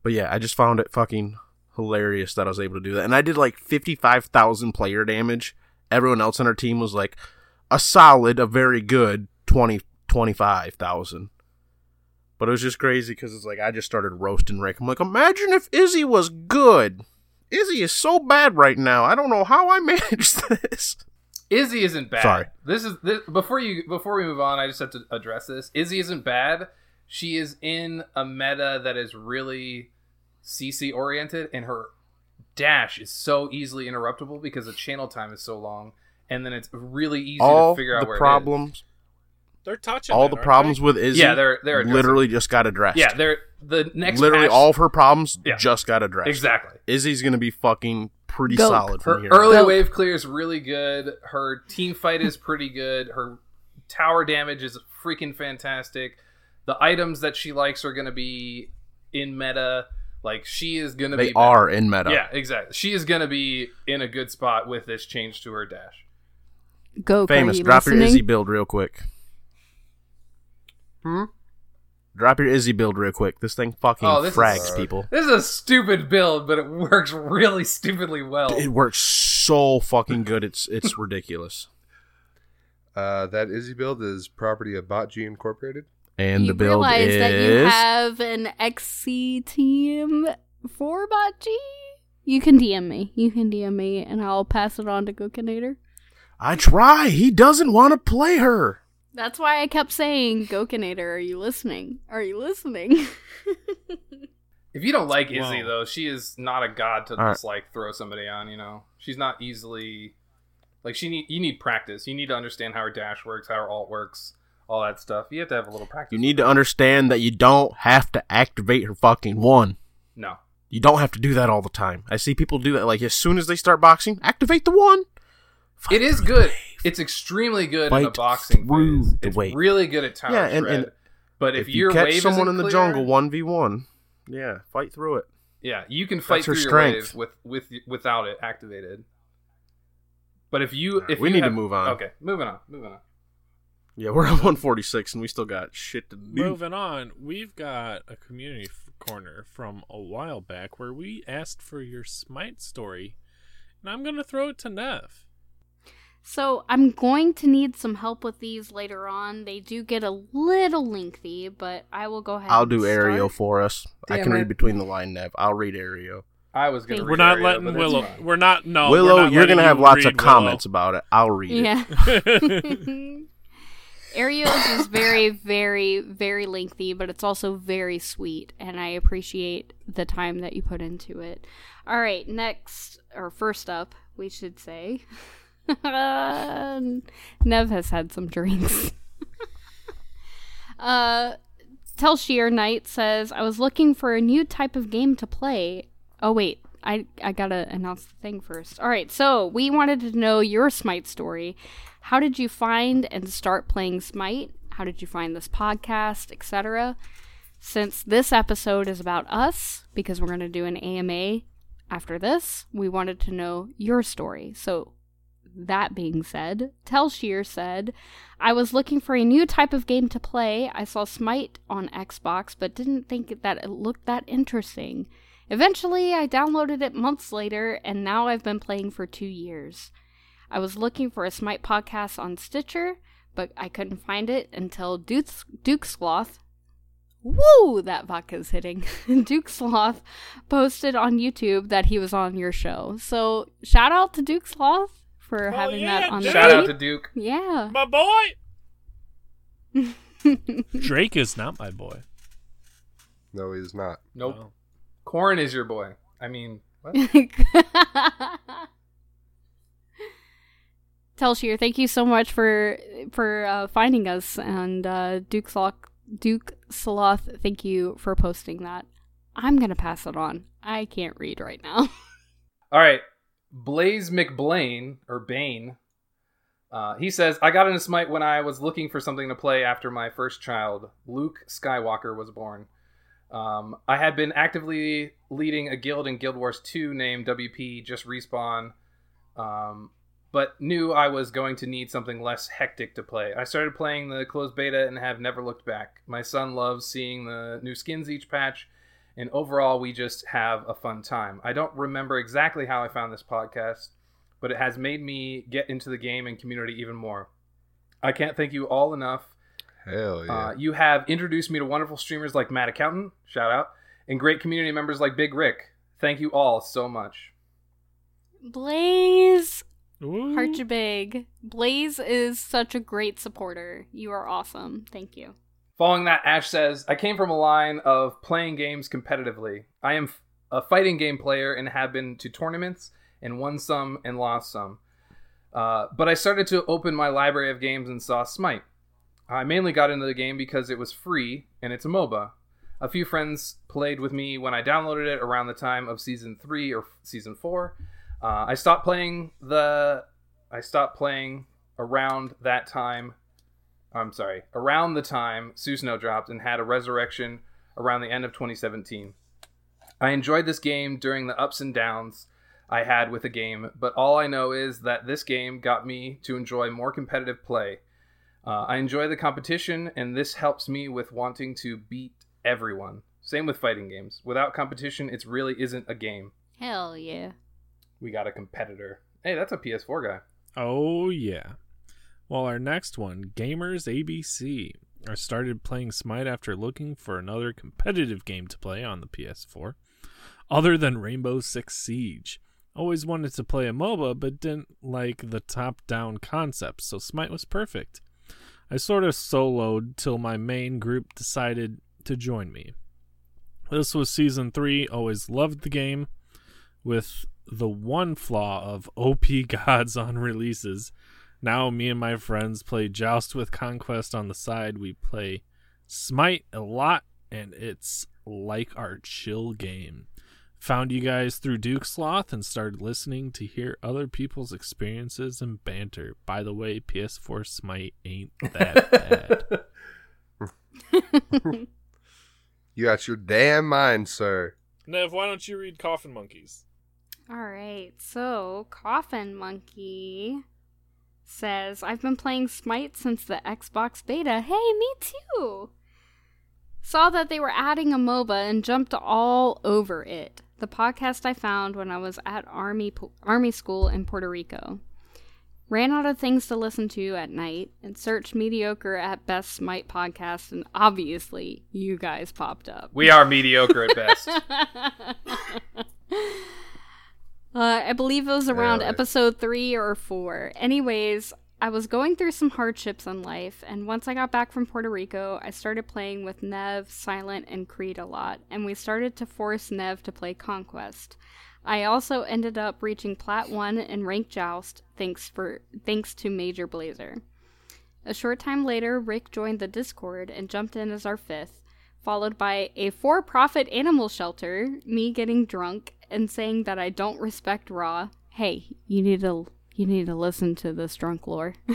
[SPEAKER 5] But yeah, I just found it fucking hilarious that I was able to do that. And I did like 55,000 player damage. Everyone else on our team was like a solid, a very good 20, 25,000. But it was just crazy because it's like I just started roasting Rick. I'm like, imagine if Izzy was good. Izzy is so bad right now. I don't know how I (laughs) managed this.
[SPEAKER 2] Izzy isn't bad.
[SPEAKER 5] Sorry.
[SPEAKER 2] This is this, before you before we move on. I just have to address this. Izzy isn't bad. She is in a meta that is really CC oriented, and her dash is so easily interruptible because the channel time is so long, and then it's really easy
[SPEAKER 5] all
[SPEAKER 2] to figure out
[SPEAKER 5] the
[SPEAKER 2] where it is.
[SPEAKER 5] problems,
[SPEAKER 6] They're touching
[SPEAKER 5] all
[SPEAKER 6] it,
[SPEAKER 5] the
[SPEAKER 6] aren't
[SPEAKER 5] problems
[SPEAKER 6] they?
[SPEAKER 5] with Izzy,
[SPEAKER 2] Yeah, they're they're addressing-
[SPEAKER 5] literally just got addressed.
[SPEAKER 2] Yeah, they're the next
[SPEAKER 5] literally
[SPEAKER 2] patch-
[SPEAKER 5] all of her problems
[SPEAKER 2] Yeah.
[SPEAKER 5] just got addressed.
[SPEAKER 2] exactly.
[SPEAKER 5] Izzy's gonna be fucking pretty
[SPEAKER 3] Go.
[SPEAKER 5] solid
[SPEAKER 2] Her
[SPEAKER 5] from here.
[SPEAKER 2] early
[SPEAKER 3] Well-
[SPEAKER 2] wave clear is really good. Her team fight is pretty good. Her tower damage is freaking fantastic. The items that she likes are going to be in meta. Like she is going to be
[SPEAKER 5] they
[SPEAKER 2] better.
[SPEAKER 5] are in meta.
[SPEAKER 2] Yeah, exactly. She is going to be in a good spot with this change to her dash.
[SPEAKER 3] Goat,
[SPEAKER 5] Famous.
[SPEAKER 3] Are you
[SPEAKER 5] Drop your
[SPEAKER 3] listening?
[SPEAKER 5] Izzy build real quick.
[SPEAKER 4] Hmm?
[SPEAKER 5] Drop your Izzy build real quick. This thing fucking
[SPEAKER 2] Oh, this
[SPEAKER 5] frags
[SPEAKER 2] is-
[SPEAKER 5] people.
[SPEAKER 2] This is a stupid build, but it works (laughs) really stupidly well.
[SPEAKER 5] It works so fucking good. It's
[SPEAKER 2] (laughs)
[SPEAKER 5] it's ridiculous.
[SPEAKER 4] Uh, that Izzy build is property of Botg Incorporated.
[SPEAKER 5] And
[SPEAKER 3] you
[SPEAKER 5] the build
[SPEAKER 3] realize
[SPEAKER 5] is
[SPEAKER 3] that you have an XC team for Bocce? You can DM me. You can DM me, and I'll pass it on to Gokinator.
[SPEAKER 5] I try. He doesn't want to play her.
[SPEAKER 3] That's why I kept saying, Gokinator, are you listening? Are you listening? (laughs)
[SPEAKER 2] If you don't like Izzy
[SPEAKER 6] Whoa.
[SPEAKER 2] though, she is not a god to
[SPEAKER 5] All right.
[SPEAKER 2] just like throw somebody on. You know, she's not easily like she need. You need practice. You need to understand how her dash works, how her alt works, all that stuff. You have to have a little practice.
[SPEAKER 5] You need to understand that you don't have to activate her fucking one.
[SPEAKER 2] no.
[SPEAKER 5] You don't have to do that all the time. I see people do that. Like as soon as they start boxing, activate the one. Fight
[SPEAKER 2] It is
[SPEAKER 5] through the
[SPEAKER 2] good.
[SPEAKER 5] wave.
[SPEAKER 2] It's extremely good in the
[SPEAKER 5] Fight
[SPEAKER 2] boxing
[SPEAKER 5] through
[SPEAKER 2] phase.
[SPEAKER 5] the
[SPEAKER 2] It's
[SPEAKER 5] wave.
[SPEAKER 2] really good at time
[SPEAKER 5] Yeah,
[SPEAKER 2] yeah,
[SPEAKER 5] and- and
[SPEAKER 2] but if,
[SPEAKER 5] if you
[SPEAKER 2] your
[SPEAKER 5] catch
[SPEAKER 2] wave
[SPEAKER 5] someone
[SPEAKER 2] isn't
[SPEAKER 5] in the
[SPEAKER 2] clear,
[SPEAKER 5] jungle one v one, yeah, fight through it.
[SPEAKER 2] yeah, you can fight
[SPEAKER 5] her
[SPEAKER 2] through your
[SPEAKER 5] strength.
[SPEAKER 2] wave with with without it activated. But if you
[SPEAKER 5] Alright,
[SPEAKER 2] if
[SPEAKER 5] we
[SPEAKER 2] you
[SPEAKER 5] need to
[SPEAKER 2] have-
[SPEAKER 5] move on.
[SPEAKER 2] okay, moving on, moving on.
[SPEAKER 5] Yeah, we're at (laughs) one forty six and we still got shit to do.
[SPEAKER 6] Moving on, we've got a community f- corner from a while back where we asked for your smite story, and I'm gonna throw it to Nev.
[SPEAKER 3] So I'm going to need some help with these later on. They do get a little lengthy, but I will go ahead.
[SPEAKER 5] I'll
[SPEAKER 3] and
[SPEAKER 5] do Aereo
[SPEAKER 3] start.
[SPEAKER 5] for us. I
[SPEAKER 2] Damn
[SPEAKER 5] can
[SPEAKER 2] it.
[SPEAKER 5] read between the line, Nev. I'll read Aereo.
[SPEAKER 2] I was gonna.
[SPEAKER 3] Thank
[SPEAKER 2] read
[SPEAKER 6] We're not
[SPEAKER 2] Aereo,
[SPEAKER 6] letting
[SPEAKER 2] but that's
[SPEAKER 6] Willow.
[SPEAKER 2] fine.
[SPEAKER 6] We're not. No, we're
[SPEAKER 5] Willow,
[SPEAKER 6] not
[SPEAKER 5] you're gonna
[SPEAKER 6] letting
[SPEAKER 5] have
[SPEAKER 6] you
[SPEAKER 5] lots of
[SPEAKER 6] read Willow.
[SPEAKER 5] comments about it. I'll read it.
[SPEAKER 3] Yeah. (laughs) Arios is very, very, very lengthy, but it's also very sweet, and I appreciate the time that you put into it. All right, next, or first up, we should say. (laughs) Nev has had some drinks. (laughs) uh, Tell Sheer Knight says, I was looking for a new type of game to play. Oh, wait. I, I gotta announce the thing first. All right, so we wanted to know your Smite story. How did you find and start playing Smite? How did you find this podcast, etc.? Since this episode is about us, because we're gonna do an AMA after this, we wanted to know your story. So that being said, Telshear said, I was looking for a new type of game to play. I saw Smite on Xbox, but didn't think that it looked that interesting. Eventually, I downloaded it months later, and now I've been playing for two years. I was looking for a Smite podcast on Stitcher, but I couldn't find it until Duke, Duke Sloth. Woo! That vodka's hitting. (laughs) Duke Sloth posted on YouTube that he was on your show. So, shout out to Duke Sloth for
[SPEAKER 6] Oh,
[SPEAKER 3] having
[SPEAKER 6] yeah,
[SPEAKER 3] that on the
[SPEAKER 6] Duke.
[SPEAKER 2] Shout out
[SPEAKER 3] feed.
[SPEAKER 2] to Duke.
[SPEAKER 3] Yeah.
[SPEAKER 6] (laughs) My boy,
[SPEAKER 3] (laughs) Corn
[SPEAKER 6] Drake is not my boy.
[SPEAKER 4] No, he's not.
[SPEAKER 2] Nope.
[SPEAKER 6] No.
[SPEAKER 2] Corn is your boy. I mean, what?
[SPEAKER 3] (laughs) Telshear, thank you so much for for uh, finding us, and uh, Duke Sloth, Duke Sloth, thank you for posting that. I'm gonna pass it on. I can't read right now. (laughs)
[SPEAKER 2] All right. Blaze McBlain, or Bane, uh, he says, I got into Smite when I was looking for something to play after my first child, Luke Skywalker, was born. Um, I had been actively leading a guild in Guild Wars 2 named WP, just respawn, um, but knew I was going to need something less hectic to play. I started playing the closed beta and have never looked back. My son loves seeing the new skins each patch, and overall we just have a fun time. I don't remember exactly how I found this podcast, but it has made me get into the game and community even more. I can't thank you all enough.
[SPEAKER 4] Hell Oh, yeah.
[SPEAKER 2] Uh, you have introduced me to wonderful streamers like Matt Accountant, shout out, and great community members like Big Rick. Thank you all so much.
[SPEAKER 3] Blaze
[SPEAKER 6] Oh. Ooh.
[SPEAKER 3] Harchabig, Blaze is such a great supporter. You are awesome. Thank you.
[SPEAKER 2] Following that, Ash says, I came from a line of playing games competitively. I am f- a fighting game player and have been to tournaments and won some and lost some. Uh, but I started to open my library of games and saw Smite. I mainly got into the game because it was free and it's a MOBA. A few friends played with me when I downloaded it around the time of season three or season four. Uh, I stopped playing the. I stopped playing around that time I'm sorry, around the time Sue Snow dropped and had a resurrection around the end of 2017. I enjoyed this game during the ups and downs I had with the game, but all I know is that this game got me to enjoy more competitive play. Uh, I enjoy the competition, and this helps me with wanting to beat everyone. Same with fighting games. Without competition, it really isn't a game.
[SPEAKER 3] Hell yeah. (laughs)
[SPEAKER 2] We got a competitor. Hey, that's a PS4 guy.
[SPEAKER 6] Oh yeah. Well, our next one, Gamers ABC. I started playing Smite after looking for another competitive game to play on the PS4, other than Rainbow Six Siege. Always wanted to play a MOBA, but didn't like the top-down concept, so Smite was perfect. I sort of soloed till my main group decided to join me. This was season three. Always loved the game with the one flaw of OP (laughs) gods on releases. Now me and my friends play Joust with Conquest on the side. We play Smite a lot and it's like our chill game.
[SPEAKER 1] Found you guys through Duke Sloth and started listening to hear other people's experiences and banter. By the way, PS4 Smite ain't
[SPEAKER 6] (laughs)
[SPEAKER 1] that bad.
[SPEAKER 4] You got your damn mind, sir.
[SPEAKER 6] Nev, why don't you read Coffin Monkeys?
[SPEAKER 3] All right. So, Coffin Monkey says, I've been playing Smite since the Xbox beta. Hey, me too. Saw that they were adding a MOBA and jumped all over it. The podcast I found when I was at army po- army school in Puerto Rico. Ran out of things to listen to at night and searched mediocre at best Smite podcast and obviously you guys popped up.
[SPEAKER 2] (laughs) We are mediocre at best.
[SPEAKER 3] (laughs) Uh, I believe it was around
[SPEAKER 4] Really?
[SPEAKER 3] episode three or four. Anyways, I was going through some hardships in life, and once I got back from Puerto Rico, I started playing with Nev, Silent, and Creed a lot, and we started to force Nev to play Conquest. I also ended up reaching Plat 1 in Rank Joust thanks for thanks to Major Blazer. A short time later, Rick joined the Discord and jumped in as our fifth, followed by a for profit animal shelter, me getting drunk and saying that I don't respect Raw. Hey, you need to you need to listen to this drunk lore. (laughs)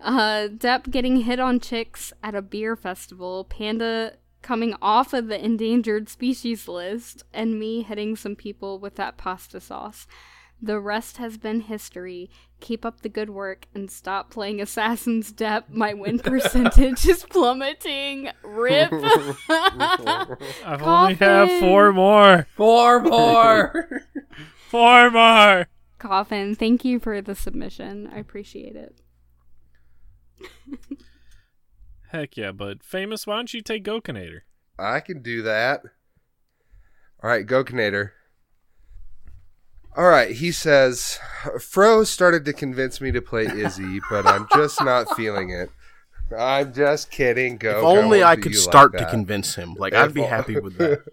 [SPEAKER 3] uh Depp getting hit on chicks at a beer festival, Panda coming off of the endangered species list, and me hitting some people with that pasta sauce. The rest has been history. Keep up the good work and stop playing Assassin's Depth. My win percentage is plummeting. Rip.
[SPEAKER 1] I only have four
[SPEAKER 3] Coffin.
[SPEAKER 1] more.
[SPEAKER 2] Four (laughs) more.
[SPEAKER 1] Four more.
[SPEAKER 3] Coffin, thank you for the submission. I appreciate it.
[SPEAKER 1] Heck yeah, bud. Famous, why don't you take Gokinator?
[SPEAKER 4] I can do that. All right, Gokinator. All right, he says, Fro started to convince me to play
[SPEAKER 5] (laughs)
[SPEAKER 4] Izzy, but I'm just not feeling it. I'm just kidding. Go.
[SPEAKER 5] if
[SPEAKER 4] go,
[SPEAKER 5] only
[SPEAKER 4] do
[SPEAKER 5] I
[SPEAKER 4] you
[SPEAKER 5] could
[SPEAKER 4] like
[SPEAKER 5] start to
[SPEAKER 4] that?
[SPEAKER 5] convince him. Like,
[SPEAKER 4] If
[SPEAKER 5] I'd be
[SPEAKER 4] o-
[SPEAKER 5] happy
[SPEAKER 4] (laughs)
[SPEAKER 5] with that.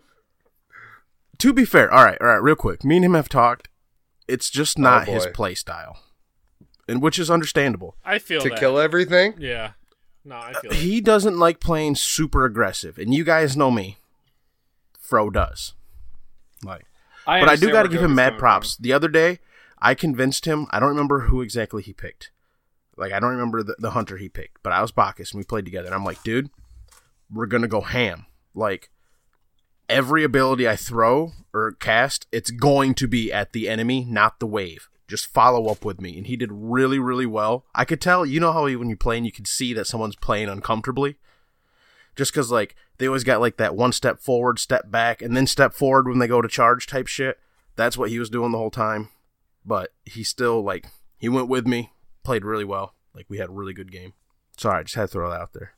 [SPEAKER 5] to be fair, all right, all right, real quick. Me and him have talked. It's just not his
[SPEAKER 4] Oh, boy.
[SPEAKER 5] play style, and which is understandable.
[SPEAKER 6] I feel
[SPEAKER 4] to
[SPEAKER 6] that.
[SPEAKER 4] kill everything.
[SPEAKER 6] Yeah. No, I
[SPEAKER 5] (laughs)
[SPEAKER 6] feel that.
[SPEAKER 5] He doesn't like playing super aggressive, and you guys know me. Fro does. Like, but I do
[SPEAKER 2] understand
[SPEAKER 5] got to
[SPEAKER 2] where
[SPEAKER 5] give him
[SPEAKER 2] Goku's
[SPEAKER 5] mad
[SPEAKER 2] coming
[SPEAKER 5] props. The other day, I convinced him. I don't remember who exactly he picked. Like, I don't remember the, the hunter he picked, but I was Bacchus and we played together. And I'm like, dude, we're gonna go ham. Like, every ability I throw or cast, it's going to be at the enemy, not the wave. Just follow up with me. And he did really, really well. I could tell, you know how when you play and you can see that someone's playing uncomfortably? Just because, like, they always got, like, that one step forward, step back, and then step forward when they go to charge type shit. That's what he was doing the whole time. But he still, like, he went with me, played really well. Like, we had a really good game. Sorry, I just had to throw that out there.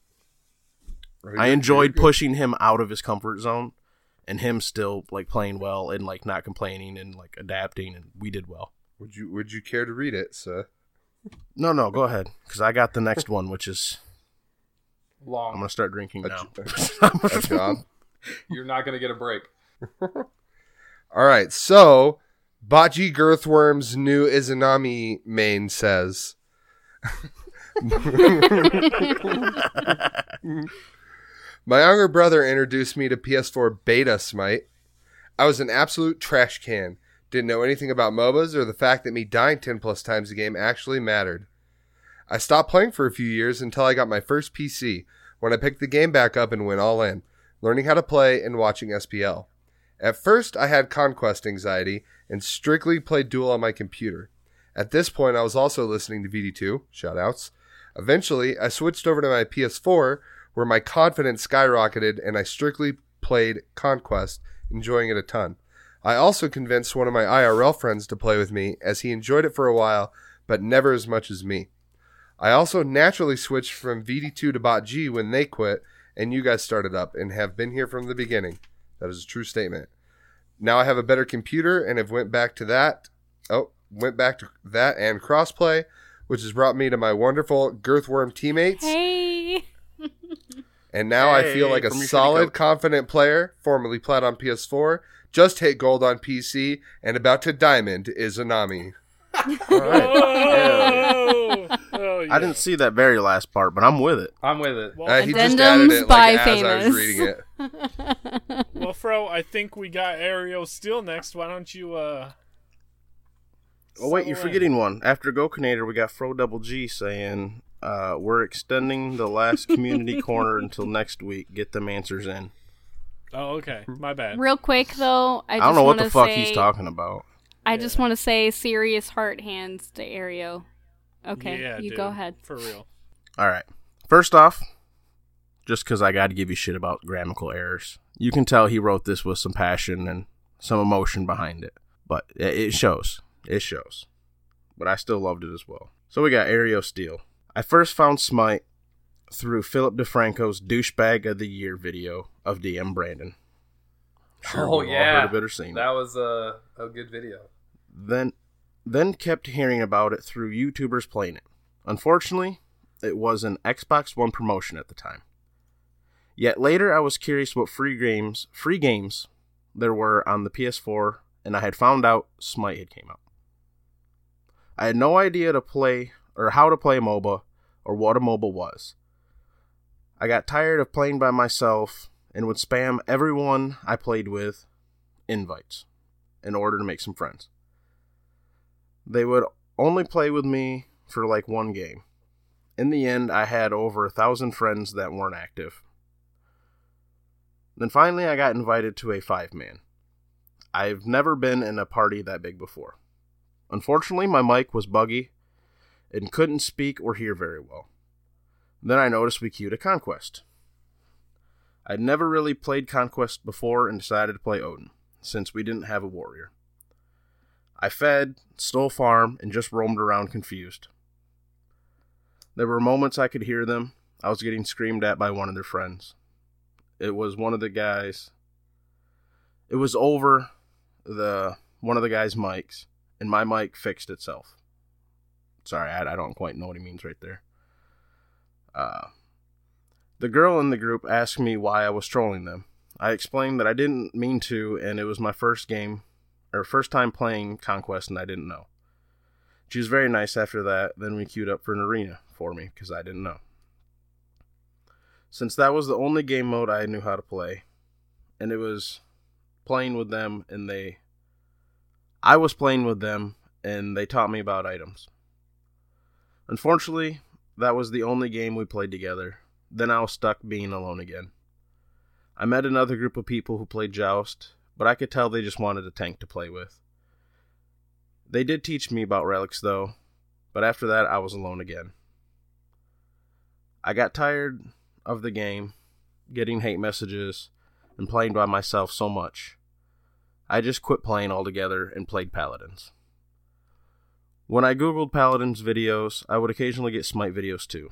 [SPEAKER 5] I enjoyed pushing him out of his comfort zone and him still like playing well and like not complaining and like adapting and we did well.
[SPEAKER 4] Would you Would you care to read it, sir?
[SPEAKER 5] No, no, go ahead cuz I got the next one which is
[SPEAKER 2] from. Long.
[SPEAKER 5] I'm going to start drinking now. (laughs)
[SPEAKER 4] Good job.
[SPEAKER 2] You're not going to get a break.
[SPEAKER 4] All right, so Baji Girthworm's new Izanami main says. My younger brother introduced me to PS4 Beta Smite. I was an absolute trash can. Didn't know anything about MOBAs or the fact that me dying 10 plus times a game actually mattered. I stopped playing for a few years until I got my first PC, when I picked the game back up and went all in, learning how to play and watching SPL. At first, I had conquest anxiety and strictly played Duel on my computer. At this point, I was also listening to VD2, shoutouts. Eventually, I switched over to my PS4, where my confidence skyrocketed and I strictly played Conquest, enjoying it a ton. I also convinced one of my IRL friends to play with me, as he enjoyed it for a while, but never as much as me. I also naturally switched from VD2 to Bot G when they quit, and you guys started up and have been here from the beginning. That is a true statement. Now I have a better computer and have went back to that. Oh, went back to that and crossplay, which has brought me to my wonderful Girthworm teammates.
[SPEAKER 3] (laughs) Hey.
[SPEAKER 4] And now I feel
[SPEAKER 5] Hey,
[SPEAKER 4] like a
[SPEAKER 5] from your shitty
[SPEAKER 4] solid,
[SPEAKER 5] Coke.
[SPEAKER 4] confident player, formerly plat on PS4, just hit gold on PC, and about to diamond is Anami. (laughs) All right.
[SPEAKER 6] Oh, oh, yeah.
[SPEAKER 5] I didn't see that very last part, but I'm with it.
[SPEAKER 2] I'm with it.
[SPEAKER 6] Well,
[SPEAKER 4] Uh, he just
[SPEAKER 3] Addendums
[SPEAKER 4] added it like,
[SPEAKER 3] by
[SPEAKER 4] as I was
[SPEAKER 3] famous.
[SPEAKER 4] reading it.
[SPEAKER 6] well, Well, Fro, I think we got Ariel Steel next. Why don't you? uh
[SPEAKER 5] Oh wait, you're
[SPEAKER 6] settle in?
[SPEAKER 5] forgetting one. After Gokinator, we got Fro Double G saying uh, we're extending the
[SPEAKER 3] (laughs)
[SPEAKER 5] last community corner until next week. Get them answers in.
[SPEAKER 6] Oh, okay. My bad.
[SPEAKER 3] Real quick though, I,
[SPEAKER 5] I,
[SPEAKER 3] just
[SPEAKER 5] don't know what the
[SPEAKER 3] wanna
[SPEAKER 5] fuck
[SPEAKER 3] say,
[SPEAKER 5] he's talking about.
[SPEAKER 3] I just want to say serious heart hands to Ario. Okay,
[SPEAKER 6] Yeah,
[SPEAKER 3] you
[SPEAKER 6] dude,
[SPEAKER 3] go ahead.
[SPEAKER 6] For real.
[SPEAKER 5] All right. First off, just because I got to give you shit about grammatical errors, you can tell he wrote this with some passion and some emotion behind it. But i- it shows. It shows. But I still loved it as well. So we got Ario Steele. I first found Smite through Philip DeFranco's Douchebag of the Year video of DM Brandon. (laughs) Sure,
[SPEAKER 2] oh
[SPEAKER 5] we've all
[SPEAKER 2] yeah,
[SPEAKER 5] heard of it or seen it.
[SPEAKER 2] that was a a good video.
[SPEAKER 5] then then kept hearing about it through YouTubers playing it. Unfortunately, it was an Xbox One promotion at the time. Yet later I was curious what free games free games there were on the PS4 and I had found out Smite had came out. I had no idea to play or how to play MOBA or what a MOBA was. I got tired of playing by myself and would spam everyone I played with invites in order to make some friends they would only play with me for like one game. In the end, I had over a thousand friends that weren't active. Then finally, I got invited to a five man. I've never been in a party that big before. Unfortunately, my mic was buggy and couldn't speak or hear very well. Then I noticed we queued a conquest. I'd never really played conquest before and decided to play Odin, since we didn't have a warrior. I fed, stole farm, and just roamed around confused. There were moments I could hear them. I was getting screamed at by one of their friends. It was one of the guys. It was over the one of the guys' mics, and my mic fixed itself. Sorry, I, I don't quite know what he means right there. Uh, the girl in the group asked me why I was trolling them. I explained that I didn't mean to, and it was my first game or first time playing Conquest and I didn't know. She was very nice after that. Then we queued up for an arena for me because I didn't know. Since that was the only game mode I knew how to play, and it was playing with them, and they. I was playing with them, and they taught me about items. Unfortunately, that was the only game we played together. Then I was stuck being alone again. I met another group of people who played Joust, but I could tell they just wanted a tank to play with. They did teach me about relics, though, but after that I was alone again. I got tired of the game, getting hate messages, and playing by myself so much. I just quit playing altogether and played Paladins. When I googled Paladins videos, I would occasionally get Smite videos too.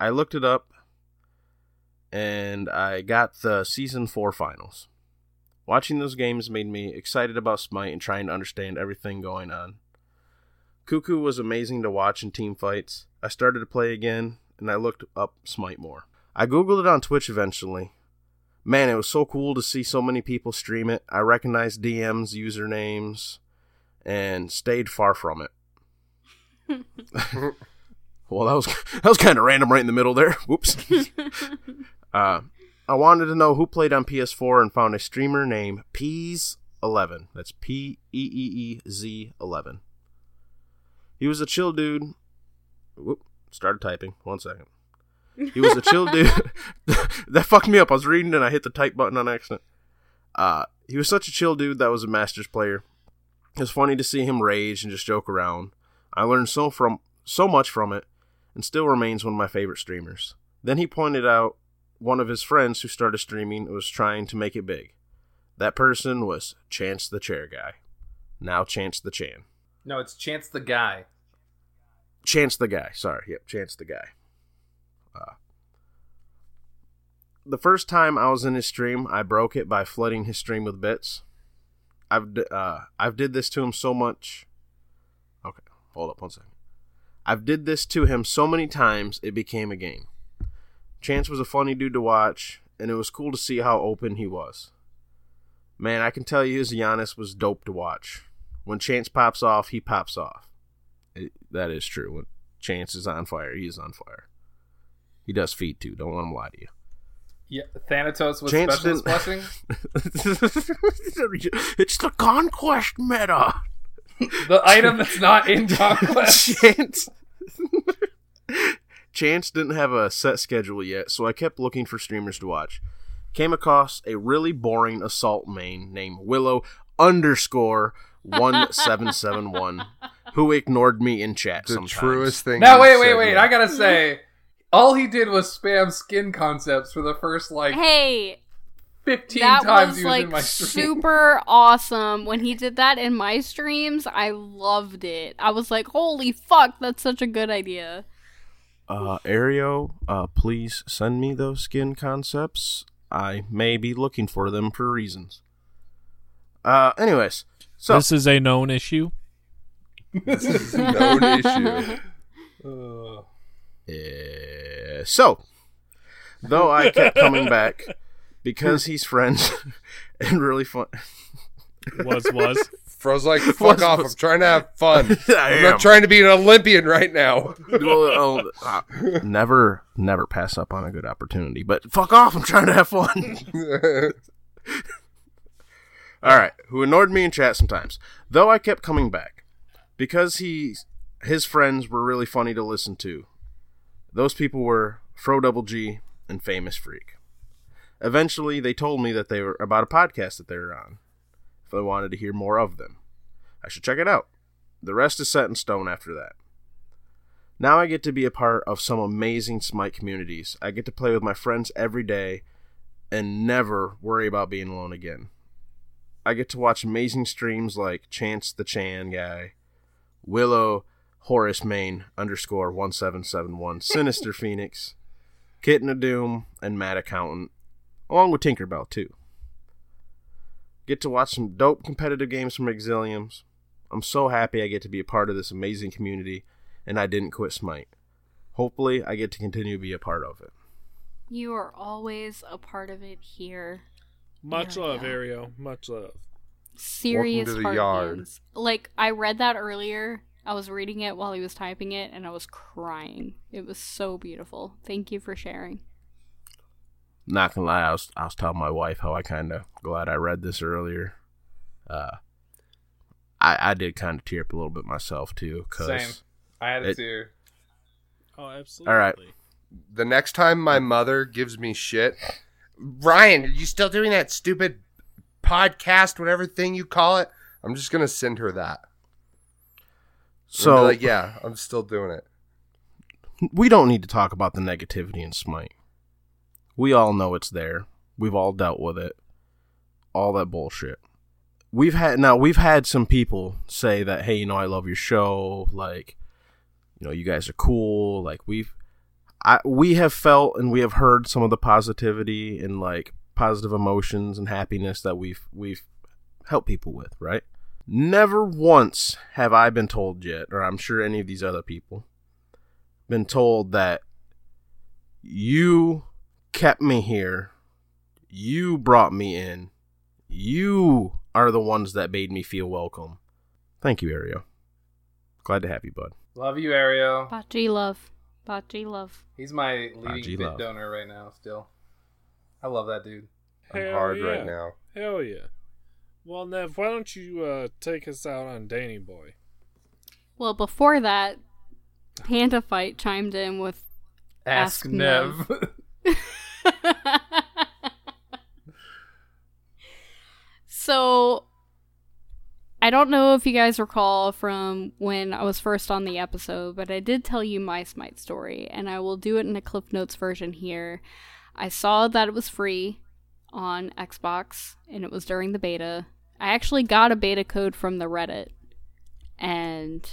[SPEAKER 5] I looked it up and I got the season 4 finals. Watching those games made me excited about Smite and trying to understand everything going on. Cuckoo was amazing to watch in team fights. I started to play again, and I looked up Smite more. I googled it on Twitch eventually. Man, it was so cool to see so many people stream it. I recognized DMs, usernames, and stayed far from it. (laughs) well, that was that was kind of random right in the middle there. Whoops. Uh, I wanted to know who played on PS4 and found a streamer named Peas11. That's P E E E Z 11. He was a chill dude. Whoop, started typing. One second. He was a chill dude. (laughs) that fucked me up. I was reading and I hit the type button on accident. Uh, he was such a chill dude that was a Masters player. It was funny to see him rage and just joke around. I learned so from so much from it, and still remains one of my favorite streamers. Then he pointed out one of his friends who started streaming was trying to make it big. That person was Chance the Chair Guy. Now Chance the Chan.
[SPEAKER 2] No, it's Chance the Guy.
[SPEAKER 5] Chance the Guy. Sorry. Yep. Chance the Guy. Uh, the first time I was in his stream, I broke it by flooding his stream with bits. I've d- uh, I've did this to him so much. Okay, hold up one second. I've did this to him so many times it became a game. Chance was a funny dude to watch, and it was cool to see how open he was. Man, I can tell you his Giannis was dope to watch. When Chance pops off, he pops off. It, that is true. When Chance is on fire, he is on fire. He does feed too. Don't let him lie to you. (laughs)
[SPEAKER 2] Yeah, Thanatos with
[SPEAKER 5] Chance
[SPEAKER 2] specialist
[SPEAKER 5] didn't-
[SPEAKER 2] blessing.
[SPEAKER 5] it's the conquest
[SPEAKER 4] (laughs)
[SPEAKER 5] meta.
[SPEAKER 2] The item that's
[SPEAKER 5] (laughs)
[SPEAKER 2] not in Conquest.
[SPEAKER 5] Chance. (laughs) Chance didn't have a set schedule yet, so I kept looking for streamers to watch. Came across a really boring assault main named Willow underscore one seven seven one, who ignored me in chat.
[SPEAKER 4] The
[SPEAKER 5] sometimes.
[SPEAKER 4] truest thing.
[SPEAKER 2] Now
[SPEAKER 4] you
[SPEAKER 2] wait, wait,
[SPEAKER 4] said,
[SPEAKER 2] wait!
[SPEAKER 4] yeah.
[SPEAKER 2] I gotta say, all he did was spam skin concepts for the first like
[SPEAKER 3] Hey,
[SPEAKER 2] fifteen
[SPEAKER 3] that
[SPEAKER 2] times
[SPEAKER 3] was
[SPEAKER 2] he was in my
[SPEAKER 3] like
[SPEAKER 2] stream.
[SPEAKER 3] super awesome when he did that in my streams. I loved it. I was like, holy fuck, that's such a good idea.
[SPEAKER 5] Uh, Aereo, uh, please send me those skin concepts. I may be looking for them for reasons. Uh, anyways, so
[SPEAKER 6] this is a known issue.
[SPEAKER 4] (laughs) This is no issue.
[SPEAKER 2] Ugh.
[SPEAKER 5] Uh, so, though I kept
[SPEAKER 4] (laughs)
[SPEAKER 5] coming back because he's friends (laughs) and really fun. (laughs)
[SPEAKER 6] Was (laughs) was.
[SPEAKER 4] Fro's like, fuck
[SPEAKER 5] What's-
[SPEAKER 4] off. I'm
[SPEAKER 5] what's-
[SPEAKER 4] trying to have fun.
[SPEAKER 5] I
[SPEAKER 4] I'm not trying to be an Olympian right now. (laughs)
[SPEAKER 5] Well, oh, uh, never, never pass up on a good opportunity. But fuck off! I'm trying to have fun. All right, who annoyed me in chat sometimes, though I kept coming back because he, his friends were really funny to listen to. Those people were Fro Double G and Famous Freak. Eventually, they told me that they were about a podcast that they were on. If I wanted to hear more of them, I should check it out. The rest is set in stone after that. Now I get to be a part of some amazing Smite communities. I get to play with my friends every day and never worry about being alone again. I get to watch amazing streams like Chance the Chan guy, Willow, Horace Main underscore 1771, Sinister Phoenix, Kitten of Doom, and Mad Accountant, along with Tinkerbell too. Get to watch some dope competitive games from Exiliums. I'm so happy I get to be a part of this amazing community and I didn't quit Smite. Hopefully, I get to continue to be a part of it.
[SPEAKER 3] You are always a part of it here.
[SPEAKER 6] Much
[SPEAKER 3] Yeah.
[SPEAKER 6] love, Ario. Much love.
[SPEAKER 3] serious
[SPEAKER 4] the
[SPEAKER 3] heart
[SPEAKER 4] yard.
[SPEAKER 3] pains. Like I read that earlier. I was reading it while he was typing it and I was crying. It was so beautiful. Thank you for sharing.
[SPEAKER 5] Not gonna lie, I was, I was telling my wife how I kind of glad I read this earlier. Uh, I I did kind of tear up a little bit myself too,
[SPEAKER 2] Same.
[SPEAKER 5] cause
[SPEAKER 2] I had it,
[SPEAKER 5] It-
[SPEAKER 2] too.
[SPEAKER 6] Oh, absolutely.
[SPEAKER 5] All right.
[SPEAKER 4] the next time my mother gives me shit, Ryan, are you still doing that stupid podcast, whatever thing you call it? I'm just gonna send her that. I'm gonna
[SPEAKER 5] so
[SPEAKER 4] be like, yeah, I'm still doing it. (gasps)
[SPEAKER 5] we don't need to talk about the negativity in Smite. We all know it's there. We've all dealt with it. All that bullshit. We've had now we've had some people say that, hey, you know, I love your show, like you know, you guys are cool, like we've I we have felt and we have heard some of the positivity and like positive emotions and happiness that we've we've helped people with, right? Never once have I been told yet, or I'm sure any of these other people been told that you kept me here, you brought me in, you are the ones that made me feel welcome. Thank you, Ariel. Glad to have you,
[SPEAKER 3] (laughs)
[SPEAKER 5] bud.
[SPEAKER 2] Love you, Ario.
[SPEAKER 3] Bachi love. Bachi love.
[SPEAKER 2] He's my
[SPEAKER 5] Ah, G
[SPEAKER 2] leading bit
[SPEAKER 5] love.
[SPEAKER 2] donor right now. Still, I love that dude.
[SPEAKER 4] I'm
[SPEAKER 6] Hell
[SPEAKER 4] hard
[SPEAKER 6] yeah.
[SPEAKER 4] right now.
[SPEAKER 6] Hell yeah. Well, Nev, why don't you uh, take us out on Danny Boy?
[SPEAKER 3] Well, before that, Panda Fight chimed in with Ask
[SPEAKER 2] Ask, Nev.
[SPEAKER 3] so I don't know if you guys recall from when I was first on the episode, but I did tell you my Smite story, and I will do it in a Cliff Notes version here. I saw that it was free on Xbox, and it was during the beta. I actually got a beta code from the Reddit, and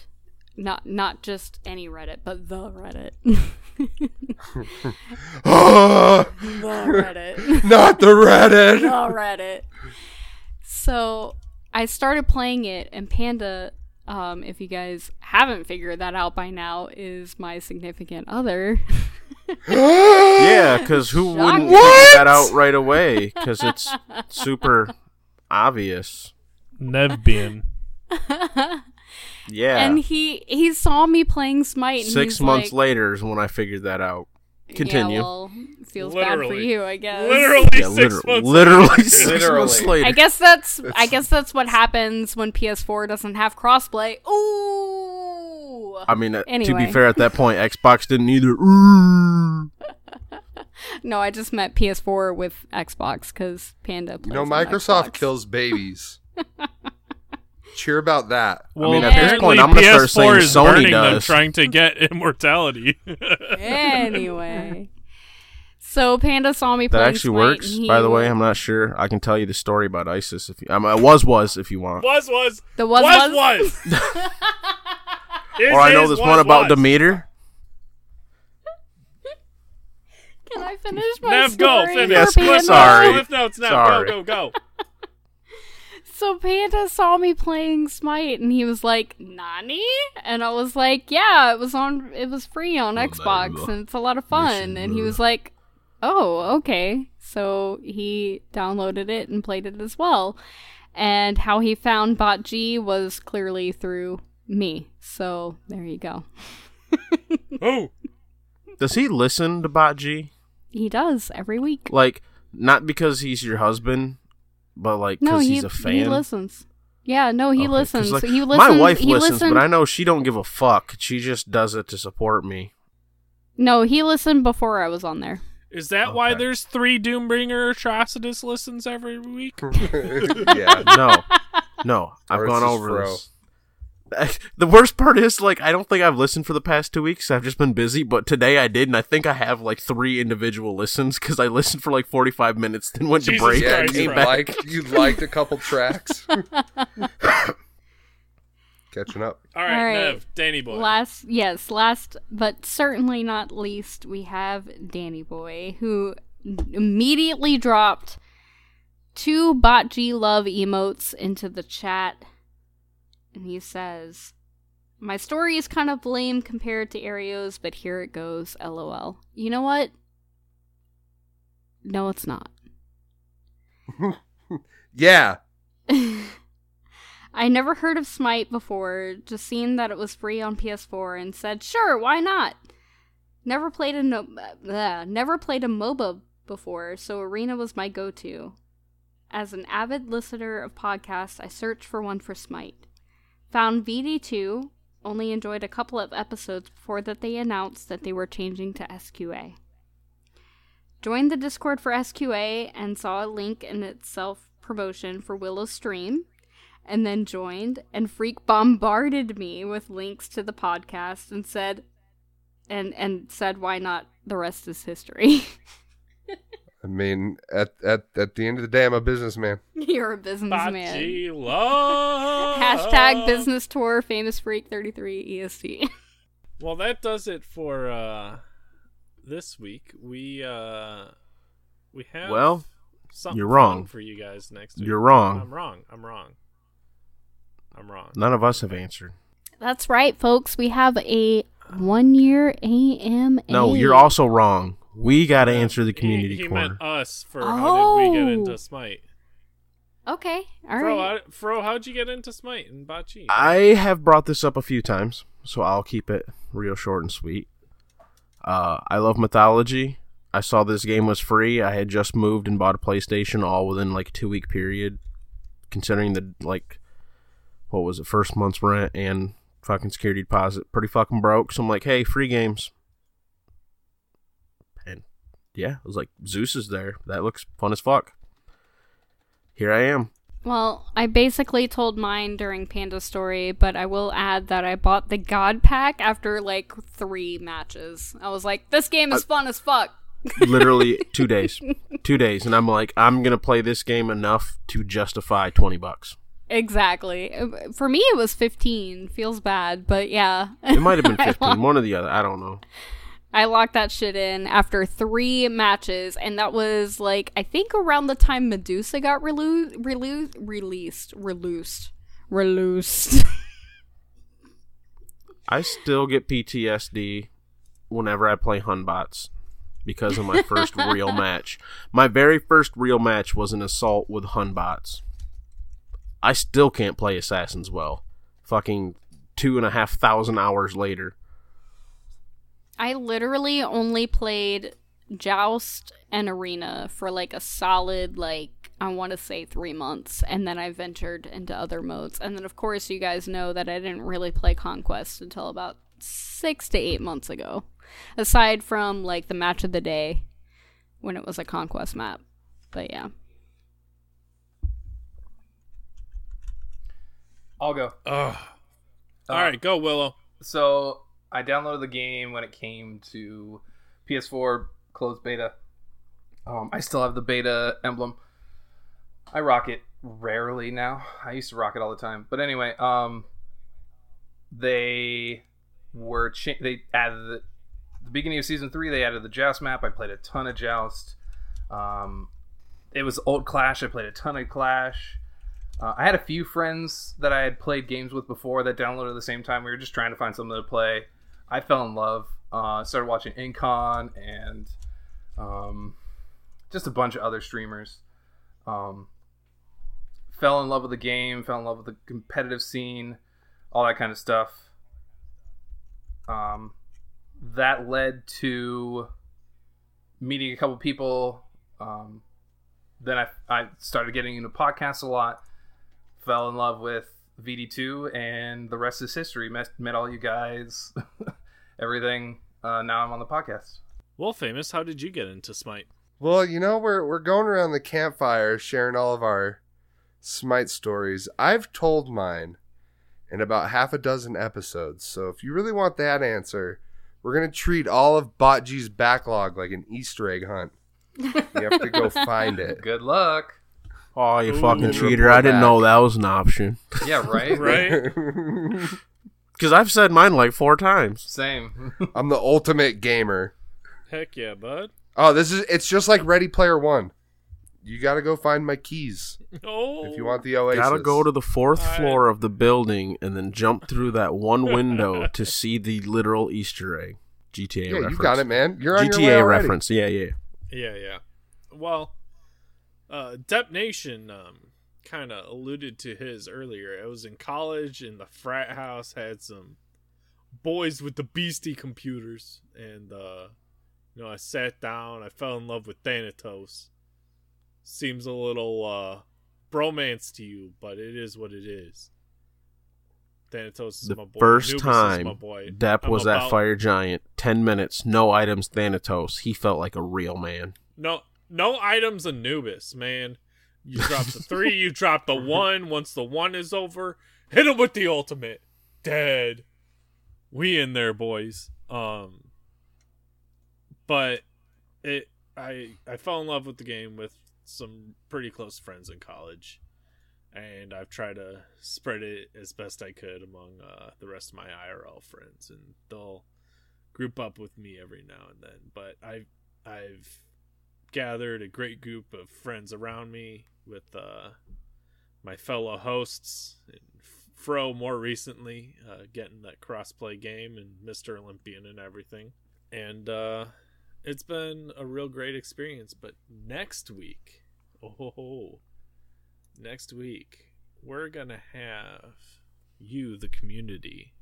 [SPEAKER 3] not not just any Reddit, (laughs) but the Reddit. The Reddit.
[SPEAKER 4] Not the
[SPEAKER 3] the
[SPEAKER 4] Reddit. (gasps)
[SPEAKER 3] Reddit. So I started playing it, and Panda, um, if you guys haven't figured that out by now, is my significant other. (laughs)
[SPEAKER 5] Yeah, because who wouldn't
[SPEAKER 3] What?
[SPEAKER 5] figure that out right away? Because it's super obvious.
[SPEAKER 6] Nev
[SPEAKER 3] (laughs)
[SPEAKER 6] being
[SPEAKER 5] Yeah.
[SPEAKER 3] And he he saw me playing Smite. And
[SPEAKER 5] Six
[SPEAKER 3] he's
[SPEAKER 5] months
[SPEAKER 3] like, (laughs)
[SPEAKER 5] later is when I figured that out. Continue.
[SPEAKER 3] Yeah, well, feels bad for
[SPEAKER 6] Literally.
[SPEAKER 3] you, I guess.
[SPEAKER 6] Literally
[SPEAKER 5] Yeah,
[SPEAKER 6] six
[SPEAKER 5] literally,
[SPEAKER 6] months. (laughs)
[SPEAKER 5] literally six
[SPEAKER 2] Literally.
[SPEAKER 5] months later.
[SPEAKER 3] I guess that's I
[SPEAKER 4] It's-
[SPEAKER 3] guess that's what happens when PS4 doesn't have crossplay. Ooh.
[SPEAKER 5] I mean, uh, to
[SPEAKER 3] Anyway.
[SPEAKER 5] be fair, at that point, Xbox didn't either. (laughs) Ooh.
[SPEAKER 3] No, I just meant PS4 with Xbox because Panda.
[SPEAKER 4] You
[SPEAKER 3] Plays
[SPEAKER 4] know,
[SPEAKER 3] on
[SPEAKER 4] Microsoft
[SPEAKER 3] Xbox.
[SPEAKER 4] kills babies. Cheer about
[SPEAKER 5] (laughs)
[SPEAKER 4] that.
[SPEAKER 1] Well,
[SPEAKER 5] mean,
[SPEAKER 3] at this
[SPEAKER 1] apparently
[SPEAKER 5] point, I'm gonna
[SPEAKER 1] PS4
[SPEAKER 5] start saying
[SPEAKER 1] is
[SPEAKER 5] Sony
[SPEAKER 1] burning them,
[SPEAKER 5] does.
[SPEAKER 1] trying to get immortality.
[SPEAKER 3] Anyway, (laughs) so Panda saw me.
[SPEAKER 5] That
[SPEAKER 3] playing
[SPEAKER 5] actually
[SPEAKER 3] Smite,
[SPEAKER 5] works,
[SPEAKER 3] and he-
[SPEAKER 5] by the way. I'm not sure. I can tell you the story about ISIS if you. I, mean, I was was if you
[SPEAKER 6] (laughs)
[SPEAKER 5] want.
[SPEAKER 6] was was
[SPEAKER 3] The was
[SPEAKER 6] was
[SPEAKER 3] was.
[SPEAKER 6] was.
[SPEAKER 3] (laughs)
[SPEAKER 6] Is,
[SPEAKER 5] Or I know
[SPEAKER 6] is,
[SPEAKER 5] this
[SPEAKER 6] was,
[SPEAKER 5] one about
[SPEAKER 6] was.
[SPEAKER 5] Demeter.
[SPEAKER 3] Can I finish my
[SPEAKER 6] Nev, go
[SPEAKER 3] story?
[SPEAKER 6] finish.
[SPEAKER 3] for
[SPEAKER 5] Yes,
[SPEAKER 3] Panda?
[SPEAKER 5] please. Sorry.
[SPEAKER 6] Cliff notes now.
[SPEAKER 5] Sorry.
[SPEAKER 6] Go go (laughs) go.
[SPEAKER 3] So Panda saw me playing Smite, and he was like, "Nani?" And I was like, "Yeah, it was on. It was free on Xbox, and it's a lot of fun." And he was like, "Oh, okay." So he downloaded it and played it as well. And how he found Bot G was clearly through me. So there you go.
[SPEAKER 6] Oh,
[SPEAKER 5] Does he listen to Bot G?
[SPEAKER 3] He does every week.
[SPEAKER 5] Like not because he's your husband, but like because
[SPEAKER 3] No, he,
[SPEAKER 5] he's a fan.
[SPEAKER 3] he listens. Yeah, no, he
[SPEAKER 5] Okay, 'cause,
[SPEAKER 3] listens.
[SPEAKER 5] like,
[SPEAKER 3] he listens.
[SPEAKER 5] My wife
[SPEAKER 3] he
[SPEAKER 5] listens,
[SPEAKER 3] listened-
[SPEAKER 5] but I know she don't give a fuck. She just does it to support me.
[SPEAKER 3] No, he listened before I was on there.
[SPEAKER 6] is that why
[SPEAKER 5] Okay.
[SPEAKER 6] there's three Doombringer Atrocitus listens every week?
[SPEAKER 4] yeah.
[SPEAKER 6] (laughs)
[SPEAKER 5] No, no, I've
[SPEAKER 4] Or
[SPEAKER 5] gone
[SPEAKER 4] it's his
[SPEAKER 5] over
[SPEAKER 4] fro.
[SPEAKER 5] this. (laughs) The worst part is like I don't think I've listened for the past two weeks. I've just been busy, but today I did, and I think I have like three individual listens because I listened for like forty five minutes, then went
[SPEAKER 6] Jesus
[SPEAKER 5] to break.
[SPEAKER 4] Yeah,
[SPEAKER 5] and
[SPEAKER 6] Christ,
[SPEAKER 4] you
[SPEAKER 5] came
[SPEAKER 6] bro.
[SPEAKER 5] back.
[SPEAKER 4] liked you liked a couple tracks. Catching up. (laughs)
[SPEAKER 6] All right,
[SPEAKER 3] All right.
[SPEAKER 6] Nev, Danny boy.
[SPEAKER 3] Last, yes, last but certainly not least, we have Danny Boy, who immediately dropped two botg love emotes into the chat, and he says, "My story is kind of lame compared to Ario's, but here it goes. LOL. You know what? No, it's not."
[SPEAKER 4] Yeah.
[SPEAKER 3] I never heard of Smite before, just seen that it was free on PS4 and said, "Sure, why not?" Never played a no- bleh, never played a MOBA before, so Arena was my go-to. As an avid listener of podcasts, I searched for one for Smite. Found VD2, only enjoyed a couple of episodes before that they announced that they were changing to SQA. Joined the Discord for SQA and saw a link in its self promotion for Willow's stream, and then joined, and Freak bombarded me with links to the podcast and said, and and said, why not? The rest is history. (laughs)
[SPEAKER 4] I mean, at at at the end of the day, I'm a businessman.
[SPEAKER 3] You're a businessman.
[SPEAKER 6] Bocce love.
[SPEAKER 3] (laughs) Hashtag business tour, famous freak E 33 (laughs) EST.
[SPEAKER 6] Well, that does it for uh this week. We uh we have
[SPEAKER 5] Well,
[SPEAKER 6] something
[SPEAKER 5] you're wrong.
[SPEAKER 6] fun for you guys next week.
[SPEAKER 5] You're wrong.
[SPEAKER 6] I'm wrong. I'm wrong. I'm wrong.
[SPEAKER 5] None of us have answered.
[SPEAKER 3] That's right, folks. We have a one year AMA.
[SPEAKER 5] No, you're also wrong. We got to answer the community
[SPEAKER 6] He, he
[SPEAKER 5] corner.
[SPEAKER 6] meant us for how did we get
[SPEAKER 3] Oh.
[SPEAKER 6] into Smite?
[SPEAKER 3] Okay. All
[SPEAKER 6] Fro,
[SPEAKER 3] right.
[SPEAKER 6] how, Fro, how'd you get into Smite and Bocce?
[SPEAKER 5] I have brought this up a few times, so I'll keep it real short and sweet. Uh, I love mythology. I saw this game was free. I had just moved and bought a PlayStation all within like a two week period, considering the like what was it, first month's rent and fucking security deposit. Pretty fucking broke. So I'm like, hey, free games. And yeah, it was like Zeus is there. That looks fun as fuck. Here I am.
[SPEAKER 3] Well, I basically told mine during Panda Story, but I will add that I bought the God Pack after like three matches. I was like, this game is fun as fuck.
[SPEAKER 5] literally two days two days and i'm like i'm gonna play this game enough to justify 20 bucks
[SPEAKER 3] Exactly. Uh, For me, it was 15. Feels bad, but yeah.
[SPEAKER 5] it might have
[SPEAKER 6] (laughs)
[SPEAKER 5] been
[SPEAKER 3] I
[SPEAKER 5] 15
[SPEAKER 3] locked-
[SPEAKER 5] one or the other i don't know
[SPEAKER 3] (laughs) I locked that shit in after three matches, and that was like, I think around the time Medusa got relu- relu- released. Released. Released.
[SPEAKER 5] i still get ptsd whenever i play hunbots because of my
[SPEAKER 6] (laughs)
[SPEAKER 5] first real match my very first real match was an assault with hunbots i still can't play assassins well fucking two and a half thousand hours later
[SPEAKER 3] I literally only played Joust and Arena for like a solid like I want to say 3 months and then I ventured into other modes. And then of course you guys know that I didn't really play Conquest until about 6 to 8 months ago. Aside from like the match of the day when it was a Conquest map. But yeah.
[SPEAKER 2] (laughs) I'll go.
[SPEAKER 6] Ugh. All right, go Willow.
[SPEAKER 2] So I downloaded the game when it came to PS4 closed beta. Um, I still have the beta emblem. I rock it rarely now. I used to rock it all the time, but anyway, um, they were cha- they added the, the beginning of season three. They added the joust map. I played a ton of joust. Um, it was old Clash. I played a ton of Clash. Uh, I had a few friends that I had played games with before that downloaded at the same time. We were just trying to find something to play. I fell in love. Uh, started watching Incon and um, just a bunch of other streamers. Um, fell in love with the game. Fell in love with the competitive scene, all that kind of stuff. Um, that led to meeting a couple people. Um, then I, I started getting into podcasts a lot fell in love with VD2, and the rest is history. Met, met all you guys, (laughs) everything. Uh, now I'm on the podcast.
[SPEAKER 6] Well, famous. How did you get into
[SPEAKER 4] (laughs)
[SPEAKER 6] Smite?
[SPEAKER 4] Well, you know, we're we're going around the campfire sharing all of our smite stories. I've told mine in about half a dozen episodes. So if you really want that answer, we're gonna treat all of Botg's backlog like an Easter egg hunt. You have to go find
[SPEAKER 1] Eh.
[SPEAKER 4] it.
[SPEAKER 2] Good luck.
[SPEAKER 5] Oh, you
[SPEAKER 6] Ooh.
[SPEAKER 5] fucking
[SPEAKER 6] Report
[SPEAKER 5] cheater! I didn't
[SPEAKER 4] back.
[SPEAKER 5] know that was an option.
[SPEAKER 2] Yeah,
[SPEAKER 6] (laughs)
[SPEAKER 2] right.
[SPEAKER 6] Right?
[SPEAKER 5] Because I've said mine like four times.
[SPEAKER 2] Same. (laughs)
[SPEAKER 4] I'm the ultimate gamer.
[SPEAKER 6] Heck yeah, bud.
[SPEAKER 4] Oh, this is it's just like Ready Player One. You gotta go find my keys
[SPEAKER 6] Oh.
[SPEAKER 4] if you want the Oasis.
[SPEAKER 5] Gotta go to the fourth
[SPEAKER 6] All right.
[SPEAKER 5] floor of the building and then jump through that one
[SPEAKER 6] (laughs)
[SPEAKER 5] window to see the literal Easter egg. GTA
[SPEAKER 4] Yeah,
[SPEAKER 5] reference.
[SPEAKER 4] you got it, man. You're on
[SPEAKER 5] GTA
[SPEAKER 4] your way already.
[SPEAKER 5] reference. Yeah, yeah.
[SPEAKER 6] Yeah, yeah. Well, uh, Dep Nation um, kind of alluded to his earlier. I was in college, and the frat house had some boys with the beastie computers, and uh, you know, I sat down. I fell in love with Thanatos. Seems a little uh, bromance to you, but it is what it is. Thanatos is
[SPEAKER 5] The
[SPEAKER 6] my boy.
[SPEAKER 5] first
[SPEAKER 6] Anubis is
[SPEAKER 5] time
[SPEAKER 6] my boy.
[SPEAKER 5] Depp
[SPEAKER 6] I'm
[SPEAKER 5] was that
[SPEAKER 6] about-
[SPEAKER 5] fire giant, ten minutes, no items, Thanatos. He felt like a real man.
[SPEAKER 6] No, no items Anubis, man. You drop the three, you drop the one. Once the one is over, hit him with the ultimate. Dead. We in there, boys. Um, but it, I, I fell in love with the game with some pretty close friends in college, and I've tried to spread it as best I could among uh, the rest of my IRL friends, and they'll group up with me every now and then. But I've, I've gathered a great group of friends around me with uh, my fellow hosts and Fro more recently uh, getting that crossplay game and Mr. Olympian and everything. And uh, it's been a real great experience. But next week, oh, ho, ho, next week, we're going to have you, the community,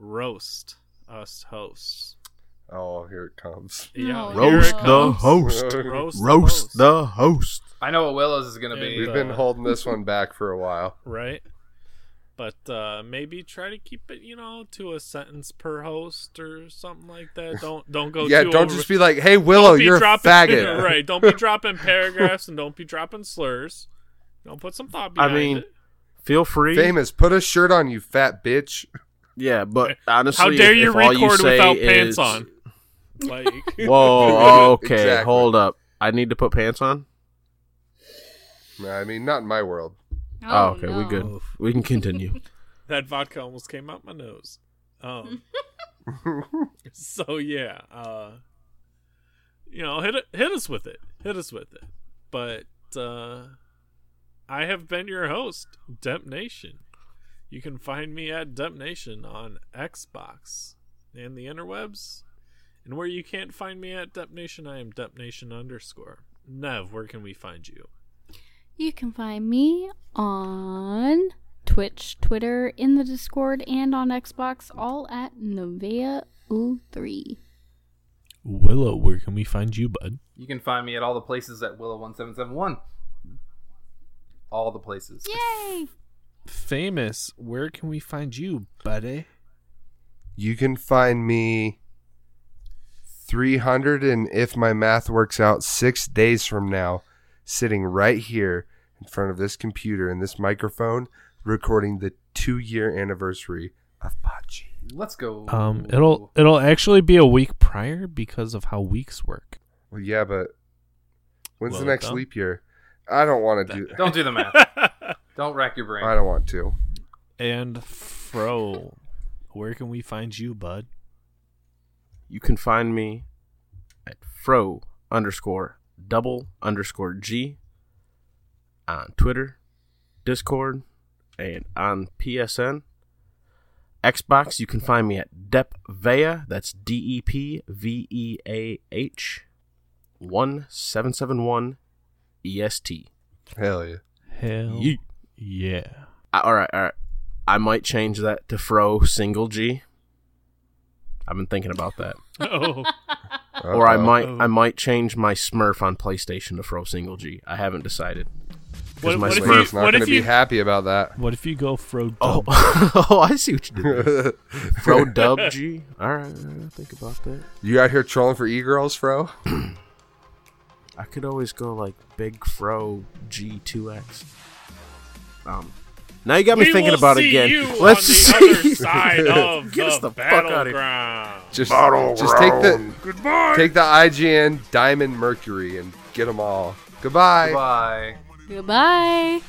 [SPEAKER 6] roast us hosts.
[SPEAKER 4] Oh, here it comes.
[SPEAKER 3] No.
[SPEAKER 6] here it
[SPEAKER 5] Roast the
[SPEAKER 6] comes.
[SPEAKER 5] host.
[SPEAKER 6] Roast,
[SPEAKER 5] Roast
[SPEAKER 6] the host.
[SPEAKER 5] the host.
[SPEAKER 2] I know what Willow's is gonna
[SPEAKER 6] Yeah,
[SPEAKER 2] be.
[SPEAKER 4] We've been holding this one back for a while.
[SPEAKER 6] right? But uh, maybe try to keep it, you know, to a sentence per host or something like that. Don't don't (laughs) go.
[SPEAKER 4] yeah,
[SPEAKER 6] too
[SPEAKER 4] don't
[SPEAKER 6] over- (laughs)
[SPEAKER 4] just be like, "Hey, Willow,
[SPEAKER 6] be
[SPEAKER 4] you're a
[SPEAKER 6] dropping- (laughs)
[SPEAKER 4] faggot."
[SPEAKER 6] right? Don't be dropping paragraphs and don't be dropping slurs. Don't put some thought
[SPEAKER 5] I
[SPEAKER 6] behind
[SPEAKER 5] mean,
[SPEAKER 6] it.
[SPEAKER 5] Feel free.
[SPEAKER 4] Famous, put a shirt on, you fat bitch.
[SPEAKER 5] Yeah, but
[SPEAKER 6] (laughs)
[SPEAKER 5] honestly,
[SPEAKER 6] How dare
[SPEAKER 5] if-
[SPEAKER 6] you
[SPEAKER 5] if all
[SPEAKER 6] record
[SPEAKER 5] say
[SPEAKER 6] without
[SPEAKER 5] is-
[SPEAKER 6] pants on? (laughs)
[SPEAKER 5] (laughs)
[SPEAKER 6] Like,
[SPEAKER 5] Whoa, okay,
[SPEAKER 4] Exactly.
[SPEAKER 5] hold up. I need to put pants on.
[SPEAKER 4] I mean, not in my world.
[SPEAKER 5] Oh, okay, we
[SPEAKER 3] no.
[SPEAKER 5] good. We can continue.
[SPEAKER 6] that vodka almost came out my nose. Um, so yeah, uh, you know, hit hit us with it, hit us with it. But uh, I have been your host, Demp Nation. You can find me at Demp Nation on Xbox and the interwebs, and where you can't find me at Demp Nation, I am Demp Nation underscore. Nev, where can we find you?
[SPEAKER 3] You can find me on Twitch, Twitter, in the Discord, and on Xbox, all at Novea Ooh, three.
[SPEAKER 1] Willow, where can we find you, bud?
[SPEAKER 2] You can find me at all the places at Willow1771. All the places.
[SPEAKER 3] Yay!
[SPEAKER 6] Famous, where can we find you, buddy?
[SPEAKER 4] You can find me 300 and if my math works out 6 days from now sitting right here in front of this computer and this microphone recording the 2 year anniversary of Pachi.
[SPEAKER 2] Let's go.
[SPEAKER 1] Um, it'll it'll actually be a week prior because of how weeks work.
[SPEAKER 4] Well yeah, but when's the
[SPEAKER 1] Well
[SPEAKER 4] next
[SPEAKER 1] done.
[SPEAKER 4] leap year? I don't want to do
[SPEAKER 2] Don't do the math. Don't rack your brain.
[SPEAKER 4] I don't want to.
[SPEAKER 1] (laughs) And Fro, where can we find you, bud?
[SPEAKER 5] You can find me at fro underscore double underscore g on Twitter, Discord, and on PSN. Xbox, you can find me at Depvea, that's D E P V E A H 1771 EST.
[SPEAKER 4] Hell yeah.
[SPEAKER 1] Hell
[SPEAKER 5] E Yeet.
[SPEAKER 6] (laughs)
[SPEAKER 1] yeah.
[SPEAKER 5] I- all right, all right. I might change that to Fro single G. I've been thinking about that.
[SPEAKER 1] Oh,
[SPEAKER 5] (laughs) Or I
[SPEAKER 4] Uh-oh.
[SPEAKER 5] might I might change my Smurf on PlayStation to Fro Single G. I haven't decided. 'Cause
[SPEAKER 1] What-
[SPEAKER 5] my
[SPEAKER 1] what if
[SPEAKER 5] Smurf-
[SPEAKER 4] Smurf's not
[SPEAKER 1] what
[SPEAKER 4] going
[SPEAKER 1] if
[SPEAKER 4] to be
[SPEAKER 1] you-
[SPEAKER 4] happy about that.
[SPEAKER 1] what if you go Fro?
[SPEAKER 5] Oh,
[SPEAKER 1] Dumb?
[SPEAKER 5] (laughs) oh, I see what you (laughs) did. there.
[SPEAKER 4] (laughs)
[SPEAKER 5] Fro Dub G. All right, all right, I'll think about that.
[SPEAKER 4] you out here trolling for e-girls, fro?
[SPEAKER 5] I could always go like Big Fro G two X. Um, now you got me
[SPEAKER 6] We
[SPEAKER 5] thinking
[SPEAKER 6] will
[SPEAKER 5] about it
[SPEAKER 6] see
[SPEAKER 5] again.
[SPEAKER 6] you
[SPEAKER 5] Let's
[SPEAKER 6] on
[SPEAKER 5] see.
[SPEAKER 6] the other side
[SPEAKER 5] (laughs)
[SPEAKER 6] of
[SPEAKER 5] Get us
[SPEAKER 6] the,
[SPEAKER 5] the fuck outta here.
[SPEAKER 6] battleground.
[SPEAKER 4] Just, just take the
[SPEAKER 6] Goodbye.
[SPEAKER 4] take the IGN Diamond Mercury and get them all. Goodbye.
[SPEAKER 2] Bye.
[SPEAKER 3] Goodbye.